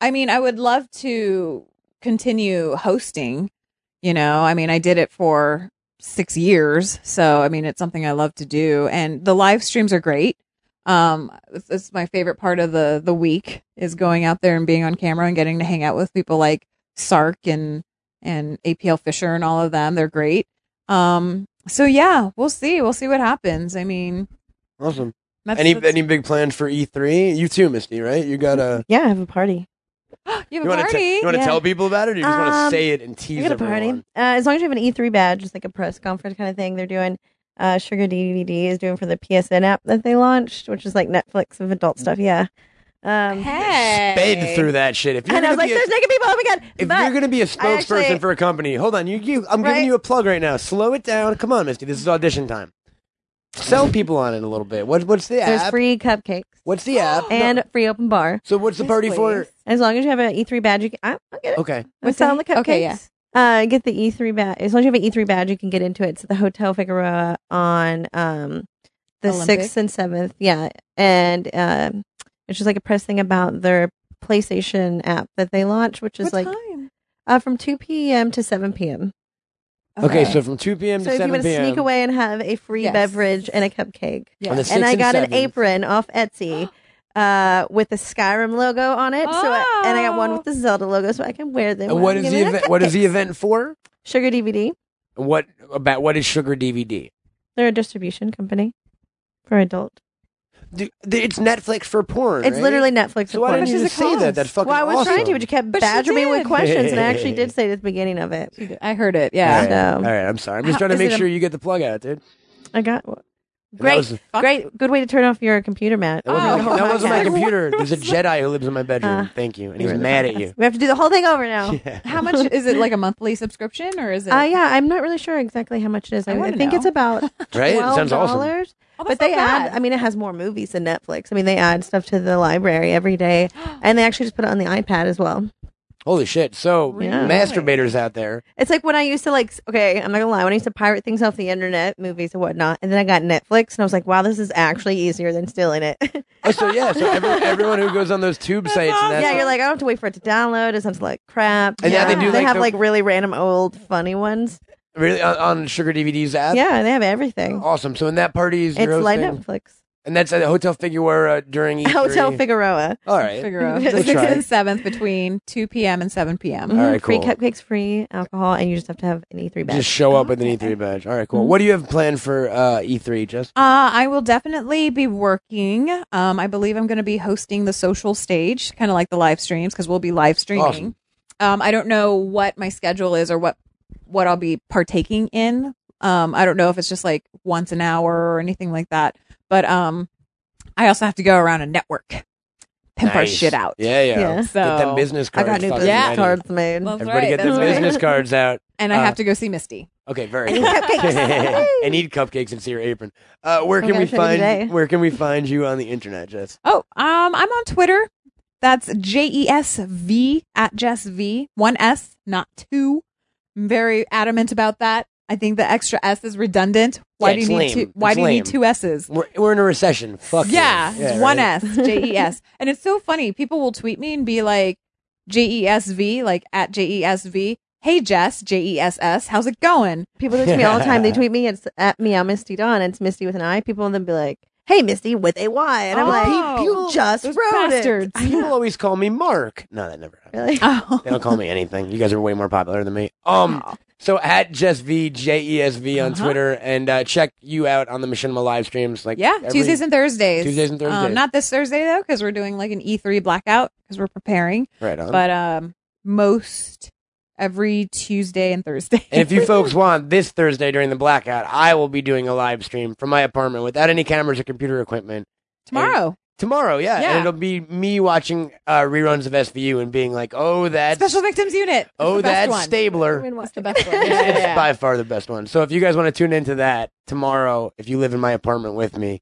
Speaker 5: I mean, I would love to continue hosting. You know, I mean, I did it for six years, so I mean, it's something I love to do, and the live streams are great. Um, it's, it's my favorite part of the the week is going out there and being on camera and getting to hang out with people like Sark and and APL Fisher and all of them. They're great. Um, so yeah, we'll see. We'll see what happens. I mean,
Speaker 3: Awesome.
Speaker 5: that's,
Speaker 3: Any
Speaker 5: that's-
Speaker 3: any big plans for E3? You too, Misty, right? You got a
Speaker 4: Yeah, I have a party.
Speaker 5: you have
Speaker 3: you
Speaker 5: a
Speaker 3: want to
Speaker 5: party.
Speaker 3: you want to
Speaker 4: Yeah.
Speaker 3: tell people about it, or you just want
Speaker 4: Um,
Speaker 3: to say it and
Speaker 4: I
Speaker 3: tease
Speaker 4: got a
Speaker 3: everyone?
Speaker 4: party. Uh, as long as you have an E3 badge, it's like a press conference kind of thing. They're doing uh, Sugar DVD is doing for the PSN app that they launched, which is like Netflix of adult stuff.
Speaker 3: Mm.
Speaker 4: Yeah. Um,
Speaker 5: hey.
Speaker 3: Sped through that shit. If you're
Speaker 4: and I was
Speaker 3: gonna
Speaker 4: like,
Speaker 3: be
Speaker 4: "There's
Speaker 3: a,
Speaker 4: naked people! Oh my god!"
Speaker 3: if
Speaker 4: But-
Speaker 3: you're gonna be a
Speaker 4: I
Speaker 3: spokesperson
Speaker 4: actually-
Speaker 3: for a company, hold on. You, you I'm
Speaker 4: Right?
Speaker 3: giving you a plug right now. Slow it down. Come on, Misty. This is audition time. Sell people on it a little bit. What what's the
Speaker 4: there's
Speaker 3: app?
Speaker 4: free cupcakes
Speaker 3: what's the app?
Speaker 4: and free open bar.
Speaker 3: so what's the
Speaker 5: Yes,
Speaker 3: party for?
Speaker 5: please.
Speaker 4: As long as you have an E3 badge, you can, I- I'll get it.
Speaker 3: Okay.
Speaker 4: We're
Speaker 5: Okay.
Speaker 4: selling the cupcakes.
Speaker 5: Okay, yeah.
Speaker 4: Uh, get the E3 badge. As long as you have an E3 badge, you can get into it. It's at the Hotel Figueroa on um, the
Speaker 5: Olympic.
Speaker 4: 6th and 7th. Yeah. And um it's just like a press thing about their PlayStation app that they launched, which is
Speaker 5: What
Speaker 4: like
Speaker 5: time?
Speaker 4: uh, from 2 p.m. to 7 p.m.
Speaker 3: okay. So from 2 p.m.
Speaker 4: So
Speaker 3: to
Speaker 4: if you
Speaker 3: 7
Speaker 4: want to
Speaker 3: p.m.
Speaker 4: sneak away and have a free
Speaker 5: Yes.
Speaker 4: beverage and a cupcake.
Speaker 5: Yeah.
Speaker 3: on the
Speaker 4: and
Speaker 3: sixth
Speaker 4: I got an
Speaker 3: seventh.
Speaker 4: apron off Etsy. Uh, with the Skyrim logo on it, so I, and I got one
Speaker 5: Oh.
Speaker 4: with the Zelda logo, so I can wear them.
Speaker 3: And
Speaker 4: while
Speaker 3: what
Speaker 4: I'm
Speaker 3: is the
Speaker 4: giving out
Speaker 3: event? What is the
Speaker 4: cupcakes.
Speaker 3: event for?
Speaker 4: Sugar DVD.
Speaker 3: What about what is Sugar DVD?
Speaker 4: They're a distribution company for adult.
Speaker 3: Dude, it's Netflix for porn.
Speaker 4: It's
Speaker 3: right?
Speaker 4: literally Netflix.
Speaker 3: So why
Speaker 4: of
Speaker 3: didn't
Speaker 5: How
Speaker 3: you
Speaker 4: course.
Speaker 5: much does
Speaker 3: just
Speaker 5: it
Speaker 3: say that?
Speaker 5: cost?
Speaker 3: That fucking
Speaker 4: Well, I was
Speaker 3: awesome.
Speaker 4: trying to, but you kept
Speaker 5: But she
Speaker 4: badgering me with
Speaker 5: did.
Speaker 4: questions, and I actually did say it at the beginning of it.
Speaker 5: I heard it.
Speaker 3: All
Speaker 5: Yeah.
Speaker 3: right,
Speaker 4: So-
Speaker 3: all right, I'm sorry. I'm just
Speaker 5: How-
Speaker 3: trying to
Speaker 5: is
Speaker 3: make
Speaker 5: it a-
Speaker 3: sure you get the plug out, dude.
Speaker 4: I got
Speaker 3: That
Speaker 4: great,
Speaker 3: was-
Speaker 4: great, good way to turn off your computer, Matt.
Speaker 3: That wasn't,
Speaker 5: Oh,
Speaker 3: my,
Speaker 5: okay.
Speaker 3: that wasn't my
Speaker 5: Okay.
Speaker 3: computer. There's a Jedi who lives in my bedroom.
Speaker 4: Uh,
Speaker 3: Thank you. And he's mad at you.
Speaker 4: We have to do the whole thing over now. Yeah.
Speaker 3: Yeah.
Speaker 5: How much is it? Like a monthly subscription, or is it?
Speaker 4: Uh, yeah, I'm not really sure exactly how much it is.
Speaker 5: I
Speaker 4: I, I
Speaker 5: wanna
Speaker 4: think
Speaker 5: know.
Speaker 4: it's about
Speaker 3: Right? It
Speaker 4: twelve
Speaker 3: sounds awesome.
Speaker 4: dollars.
Speaker 5: Oh, that's
Speaker 4: But they
Speaker 5: not
Speaker 4: add.
Speaker 5: bad.
Speaker 4: I mean, it has more movies than Netflix. I mean, they add stuff to the library every day, and they actually just put it on the iPad as well.
Speaker 3: Holy shit. So,
Speaker 4: Yeah.
Speaker 3: masturbators out there.
Speaker 4: It's like when I used to like, s- okay, I'm not gonna lie, when I used to pirate things off the internet, movies and whatnot, and then I got Netflix and I was like, wow, this is actually easier than stealing it.
Speaker 3: Oh, so, yeah. So, every, everyone who goes on those tube sites and that's
Speaker 4: yeah, you're like, I don't have to wait for it to download. It sounds like crap.
Speaker 3: And
Speaker 5: now they do,
Speaker 4: They
Speaker 3: like,
Speaker 4: have
Speaker 3: the-
Speaker 4: like really random old funny ones.
Speaker 3: really on, on Sugar DVD's app.
Speaker 4: Yeah, they have everything.
Speaker 3: Awesome. So, in that party is your
Speaker 4: it's like
Speaker 3: hosting.
Speaker 4: Netflix.
Speaker 3: and that's at Hotel Figueroa uh, during E3.
Speaker 4: Hotel Figueroa.
Speaker 3: All right.
Speaker 5: Figure out.
Speaker 4: They
Speaker 5: The sixth
Speaker 3: tried.
Speaker 5: and seventh between two p.m. and seven p.m.
Speaker 3: All right,
Speaker 4: Mhm, Free
Speaker 3: cool.
Speaker 4: cupcakes, free alcohol, and you just have to have an E3 badge.
Speaker 3: Just show up with an
Speaker 5: Okay.
Speaker 3: E3 badge. All right,
Speaker 4: Mm-hmm.
Speaker 3: cool. What do you have planned for uh, E3, Jess?
Speaker 5: Uh, I will definitely be working. Um, I believe I'm going to be hosting the social stage, kind of like the live streams, because we'll be live streaming.
Speaker 3: Awesome.
Speaker 5: Um, I don't know what my schedule is or what what I'll be partaking in. Um, I don't know if it's just like once an hour or anything like that. But um, I also have to go around and network, pimp our
Speaker 3: Nice.
Speaker 5: shit out.
Speaker 3: Yeah, yeah.
Speaker 4: Yeah.
Speaker 5: So
Speaker 3: Get them business
Speaker 4: I
Speaker 3: cards.
Speaker 4: got new
Speaker 3: fucking
Speaker 4: business
Speaker 3: ready.
Speaker 4: cards made.
Speaker 5: Well,
Speaker 3: Everybody
Speaker 5: Right,
Speaker 3: get them
Speaker 5: that's right.
Speaker 3: business cards out.
Speaker 5: and I
Speaker 3: Uh,
Speaker 5: have to go see Misty.
Speaker 3: Okay, very
Speaker 4: I need
Speaker 3: cool.
Speaker 4: cupcakes.
Speaker 3: I need cupcakes and see your apron. Uh, where
Speaker 4: We're
Speaker 3: can we
Speaker 4: gonna fit in today.
Speaker 3: find where can we find you on the internet, Jess?
Speaker 5: Oh, um, I'm on Twitter. That's J E S V at Jess V. One S, not two. I'm very adamant about that. I think the extra S is redundant. Why
Speaker 3: Yeah,
Speaker 5: do
Speaker 3: it's
Speaker 5: you need
Speaker 3: lame.
Speaker 5: two? Why
Speaker 3: It's
Speaker 5: do you need
Speaker 3: lame.
Speaker 5: two S's?
Speaker 3: We're, we're in a recession. Fuck you.
Speaker 5: yeah, it's one
Speaker 3: right?
Speaker 5: S, J E S. And it's so funny. People will tweet me and be like, J E S V, like at J E S V. Hey, Jess, J E S S, how's it going?
Speaker 4: People do it to me all the time. They tweet me. It's at me. I'm Misty Dawn. It's Misty with an I. People then be like, "Hey, Misty with a Y," and I'm
Speaker 5: Oh,
Speaker 4: like, "You just
Speaker 5: those
Speaker 4: wrote
Speaker 5: bastards.
Speaker 4: it."
Speaker 3: People always call me Mark. No, that never happened.
Speaker 4: Really?
Speaker 5: Oh.
Speaker 3: They don't call me anything. You guys are way more popular than me. Um, so at Jess V J E S V on
Speaker 5: Uh-huh.
Speaker 3: Twitter, and uh, check you out on the Machinima live streams. Like
Speaker 5: Yeah,
Speaker 3: every-
Speaker 5: Tuesdays and Thursdays.
Speaker 3: Tuesdays and Thursdays.
Speaker 5: Um, not this Thursday though, because we're doing like an E3 blackout because we're preparing.
Speaker 3: right on.
Speaker 5: But um, most every Tuesday and Thursday.
Speaker 3: and if you folks want this Thursday during the blackout, I will be doing a live stream from my apartment without any cameras or computer equipment
Speaker 5: tomorrow,
Speaker 3: tomorrow. Yeah,
Speaker 5: Yeah.
Speaker 3: and it'll be me watching uh, reruns of SVU and being like, "Oh, that's
Speaker 5: Special Victims Unit. That's
Speaker 3: oh,
Speaker 5: the best
Speaker 3: that's
Speaker 5: one.
Speaker 3: Stabler."
Speaker 5: That's the best one.
Speaker 3: It's,
Speaker 5: Yeah,
Speaker 3: it's
Speaker 5: yeah.
Speaker 3: by far the best one. So if you guys want to tune into that tomorrow, if you live in my apartment with me,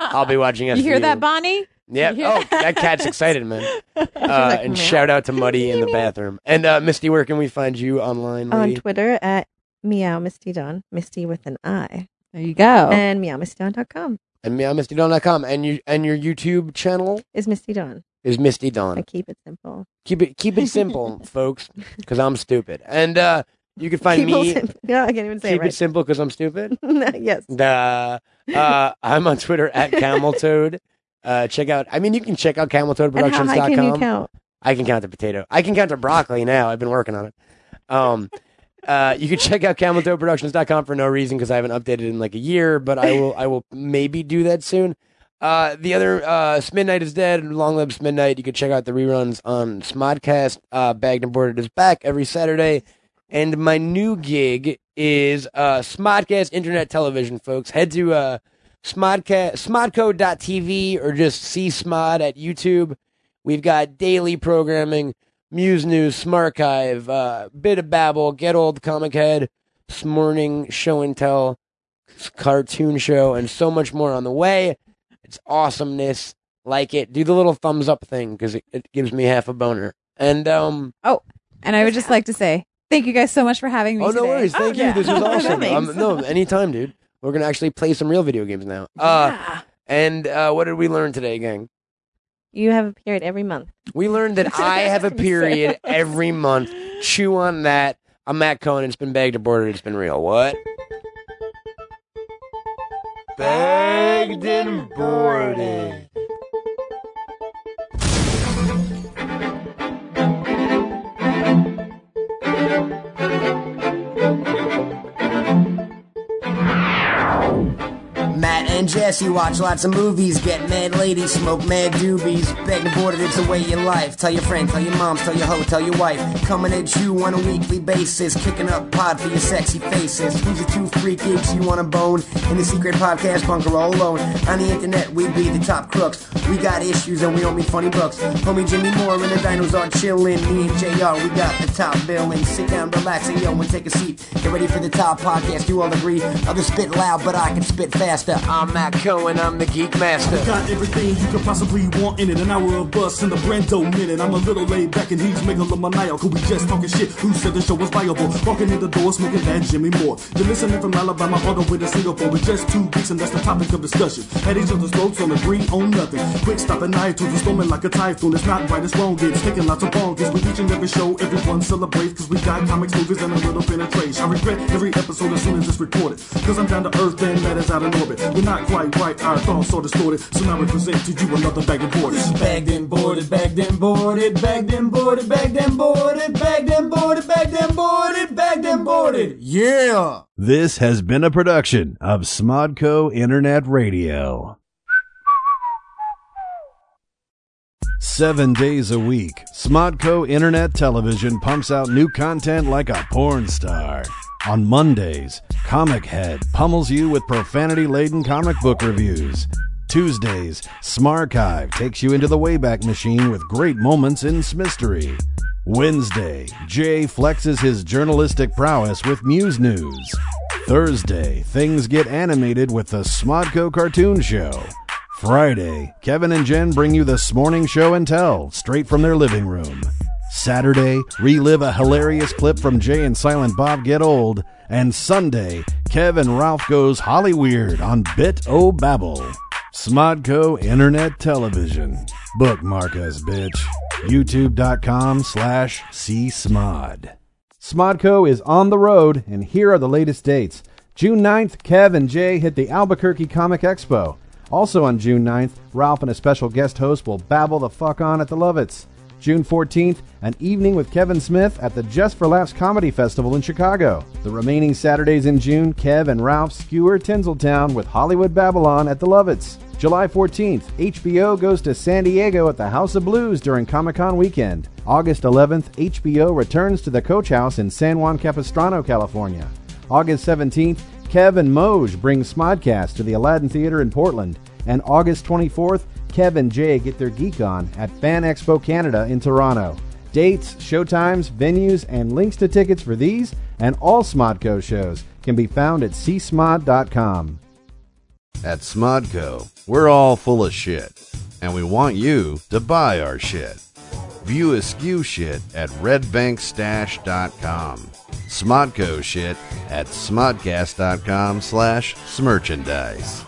Speaker 3: I'll be watching SVU.
Speaker 5: you hear that, Bonnie?
Speaker 3: Yep.
Speaker 5: Yeah.
Speaker 3: Oh, that cat's excited, man. Uh, and shout out to Muddy in the bathroom. And uh, Misty, where can we find you online?
Speaker 4: On
Speaker 3: lady?
Speaker 4: Twitter at meow Misty Dawn. Misty with an I.
Speaker 5: There you
Speaker 3: Oh.
Speaker 5: go.
Speaker 4: And meowmistydawn.com
Speaker 3: and me on MistyDawn.com. And you and your YouTube channel
Speaker 4: is Misty Dawn.
Speaker 3: is Misty Dawn.
Speaker 4: I keep it simple.
Speaker 3: Keep it keep it simple, folks, because I'm stupid. And uh, you can find
Speaker 4: keep it
Speaker 3: me.
Speaker 4: sim- no, I can't even say
Speaker 3: Keep it
Speaker 4: it
Speaker 3: simple because I'm stupid.
Speaker 4: right. yes.
Speaker 3: Duh. Uh, I'm on Twitter at CamelToad. Uh, check out. I mean, you can check out
Speaker 4: And how
Speaker 3: CamelToadProductions.com.
Speaker 4: high can you count?
Speaker 3: I can count the potato. I can count the broccoli now. I've been working on it. Um, uh, you can check out CamelToeProductions.com for no reason because I haven't updated in like a year, but I will. I will maybe do that soon. Uh, the other uh, Midnight is dead. Long live Midnight. You can check out the reruns on Smodcast. Uh, Bagged and boarded is back every Saturday, and my new gig is uh, Smodcast Internet Television. Folks, head to uh, Smodca- smodco.tv or just see Smod at YouTube. We've got daily programming, Muse News, Smarchive, uh, Bit of Babble, Get Old Comic Head, Smorning Show and Tell, s- Cartoon Show, and so much more on the way. It's awesomeness. Like it. Do the little thumbs up thing because it, it gives me half a boner. And, um,
Speaker 5: Oh, And I would just like to say thank you guys so much for having me.
Speaker 3: oh, no
Speaker 5: today.
Speaker 3: worries. Thank you.
Speaker 5: yeah.
Speaker 3: This was awesome.
Speaker 4: Thanks.
Speaker 3: Um, no, anytime, dude. We're going to actually play some real video games now. Uh,
Speaker 5: Yeah.
Speaker 3: And uh, what did we learn today, gang?
Speaker 4: You have a period every month.
Speaker 3: We learned that I have a
Speaker 5: I'm sorry.
Speaker 3: period every month. Chew on that. I'm Matt Cohen. It's been bagged and boarded. It's been real. What? Bagged and boarded.
Speaker 6: Matt and Jesse watch lots of movies, get mad ladies, smoke mad doobies. Begging boarded, it's a way of life. Tell your friend, tell your mom, tell your hoe, tell your wife. Coming at you on a weekly basis, kicking up pod for your sexy faces. Who's the two free geeks you want to bone? In the secret podcast bunker all alone. On the internet, we be the top crooks. We got issues and we don't mean funny books. Homie Jimmy Moore and the dinos are chilling. Me and JR, we got the top billing. Sit down, relax, and yo, and take a seat. Get ready for the top podcast, you all agree. Others spit loud, but I can spit faster. I'm Matt Cohen, I'm the Geek Master.
Speaker 7: Got everything you could possibly want in it. An hour of us in the Brando minute. I'm a little laid back and he's megalomaniacal. We just talking shit. Who said the show was viable? Walking in the door, smoking that Jimmy Moore. You're listening from Alabama all the way to Singapore. With just two weeks and that's the topic of discussion. At each other's throats on agree on nothing. Quick stopping eye to the storming like a typhoon. It's not right, it's wrong. It's taking lots of bongers. With each and every show, everyone celebrates. Cause we got comics, movies, and a little penetration. I regret every episode as soon as it's recorded. Cause I'm down to earth and that is out of orbit. We're not quite right, our thoughts are distorted. So now we present to you another bag of borders.
Speaker 6: Bagged and boarded, bagged and boarded, bagged and boarded, bagged and boarded, bagged and boarded, bagged and boarded, bagged and boarded. Yeah!
Speaker 1: This has been a production of Smodco Internet Radio. Seven days a week, Smodco Internet Television pumps out new content like a porn star. On Mondays, Comic Head pummels you with profanity laden comic book reviews. Tuesdays, Smarchive takes you into the Wayback Machine with great moments in Smystery. Wednesday, Jay flexes his journalistic prowess with Muse News. Thursday, things get animated with the Smodco Cartoon Show. Friday, Kevin and Jen bring you this morning show and tell straight from their living room. Saturday, relive a hilarious clip from Jay and Silent Bob Get Old. And Sunday, Kev and Ralph goes Holly Weird on Bit O Babble. Smodco Internet Television. Bookmark us, bitch. YouTube.com slash csmod. Smodco is on the road, and here are the latest dates. June 9th, Kev and Jay hit the Albuquerque Comic Expo. Also on June 9th, Ralph and a special guest host will babble the fuck on at the Lovitz. June 14th, an evening with Kevin Smith at the Just for Laughs Comedy Festival in Chicago. The remaining Saturdays in June, Kev and Ralph skewer Tinseltown with Hollywood Babylon at the Lovitz. July 14th, HBO goes to San Diego at the House of Blues during Comic Con weekend. August 11th, HBO returns to the Coach House in San Juan Capistrano, California. August 17th, Kevin Moj brings Smodcast to the Aladdin Theater in Portland. And August 24th, Kev and Jay get their geek on at Fan Expo Canada in Toronto. Dates, showtimes, venues, and links to tickets for these and all Smodco shows can be found at csmod.com. At Smodco, we're all full of shit, and we want you to buy our shit. View askew shit at redbankstash.com. Smodco shit at smodcast.com slash smerchandise.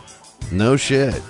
Speaker 1: No shit.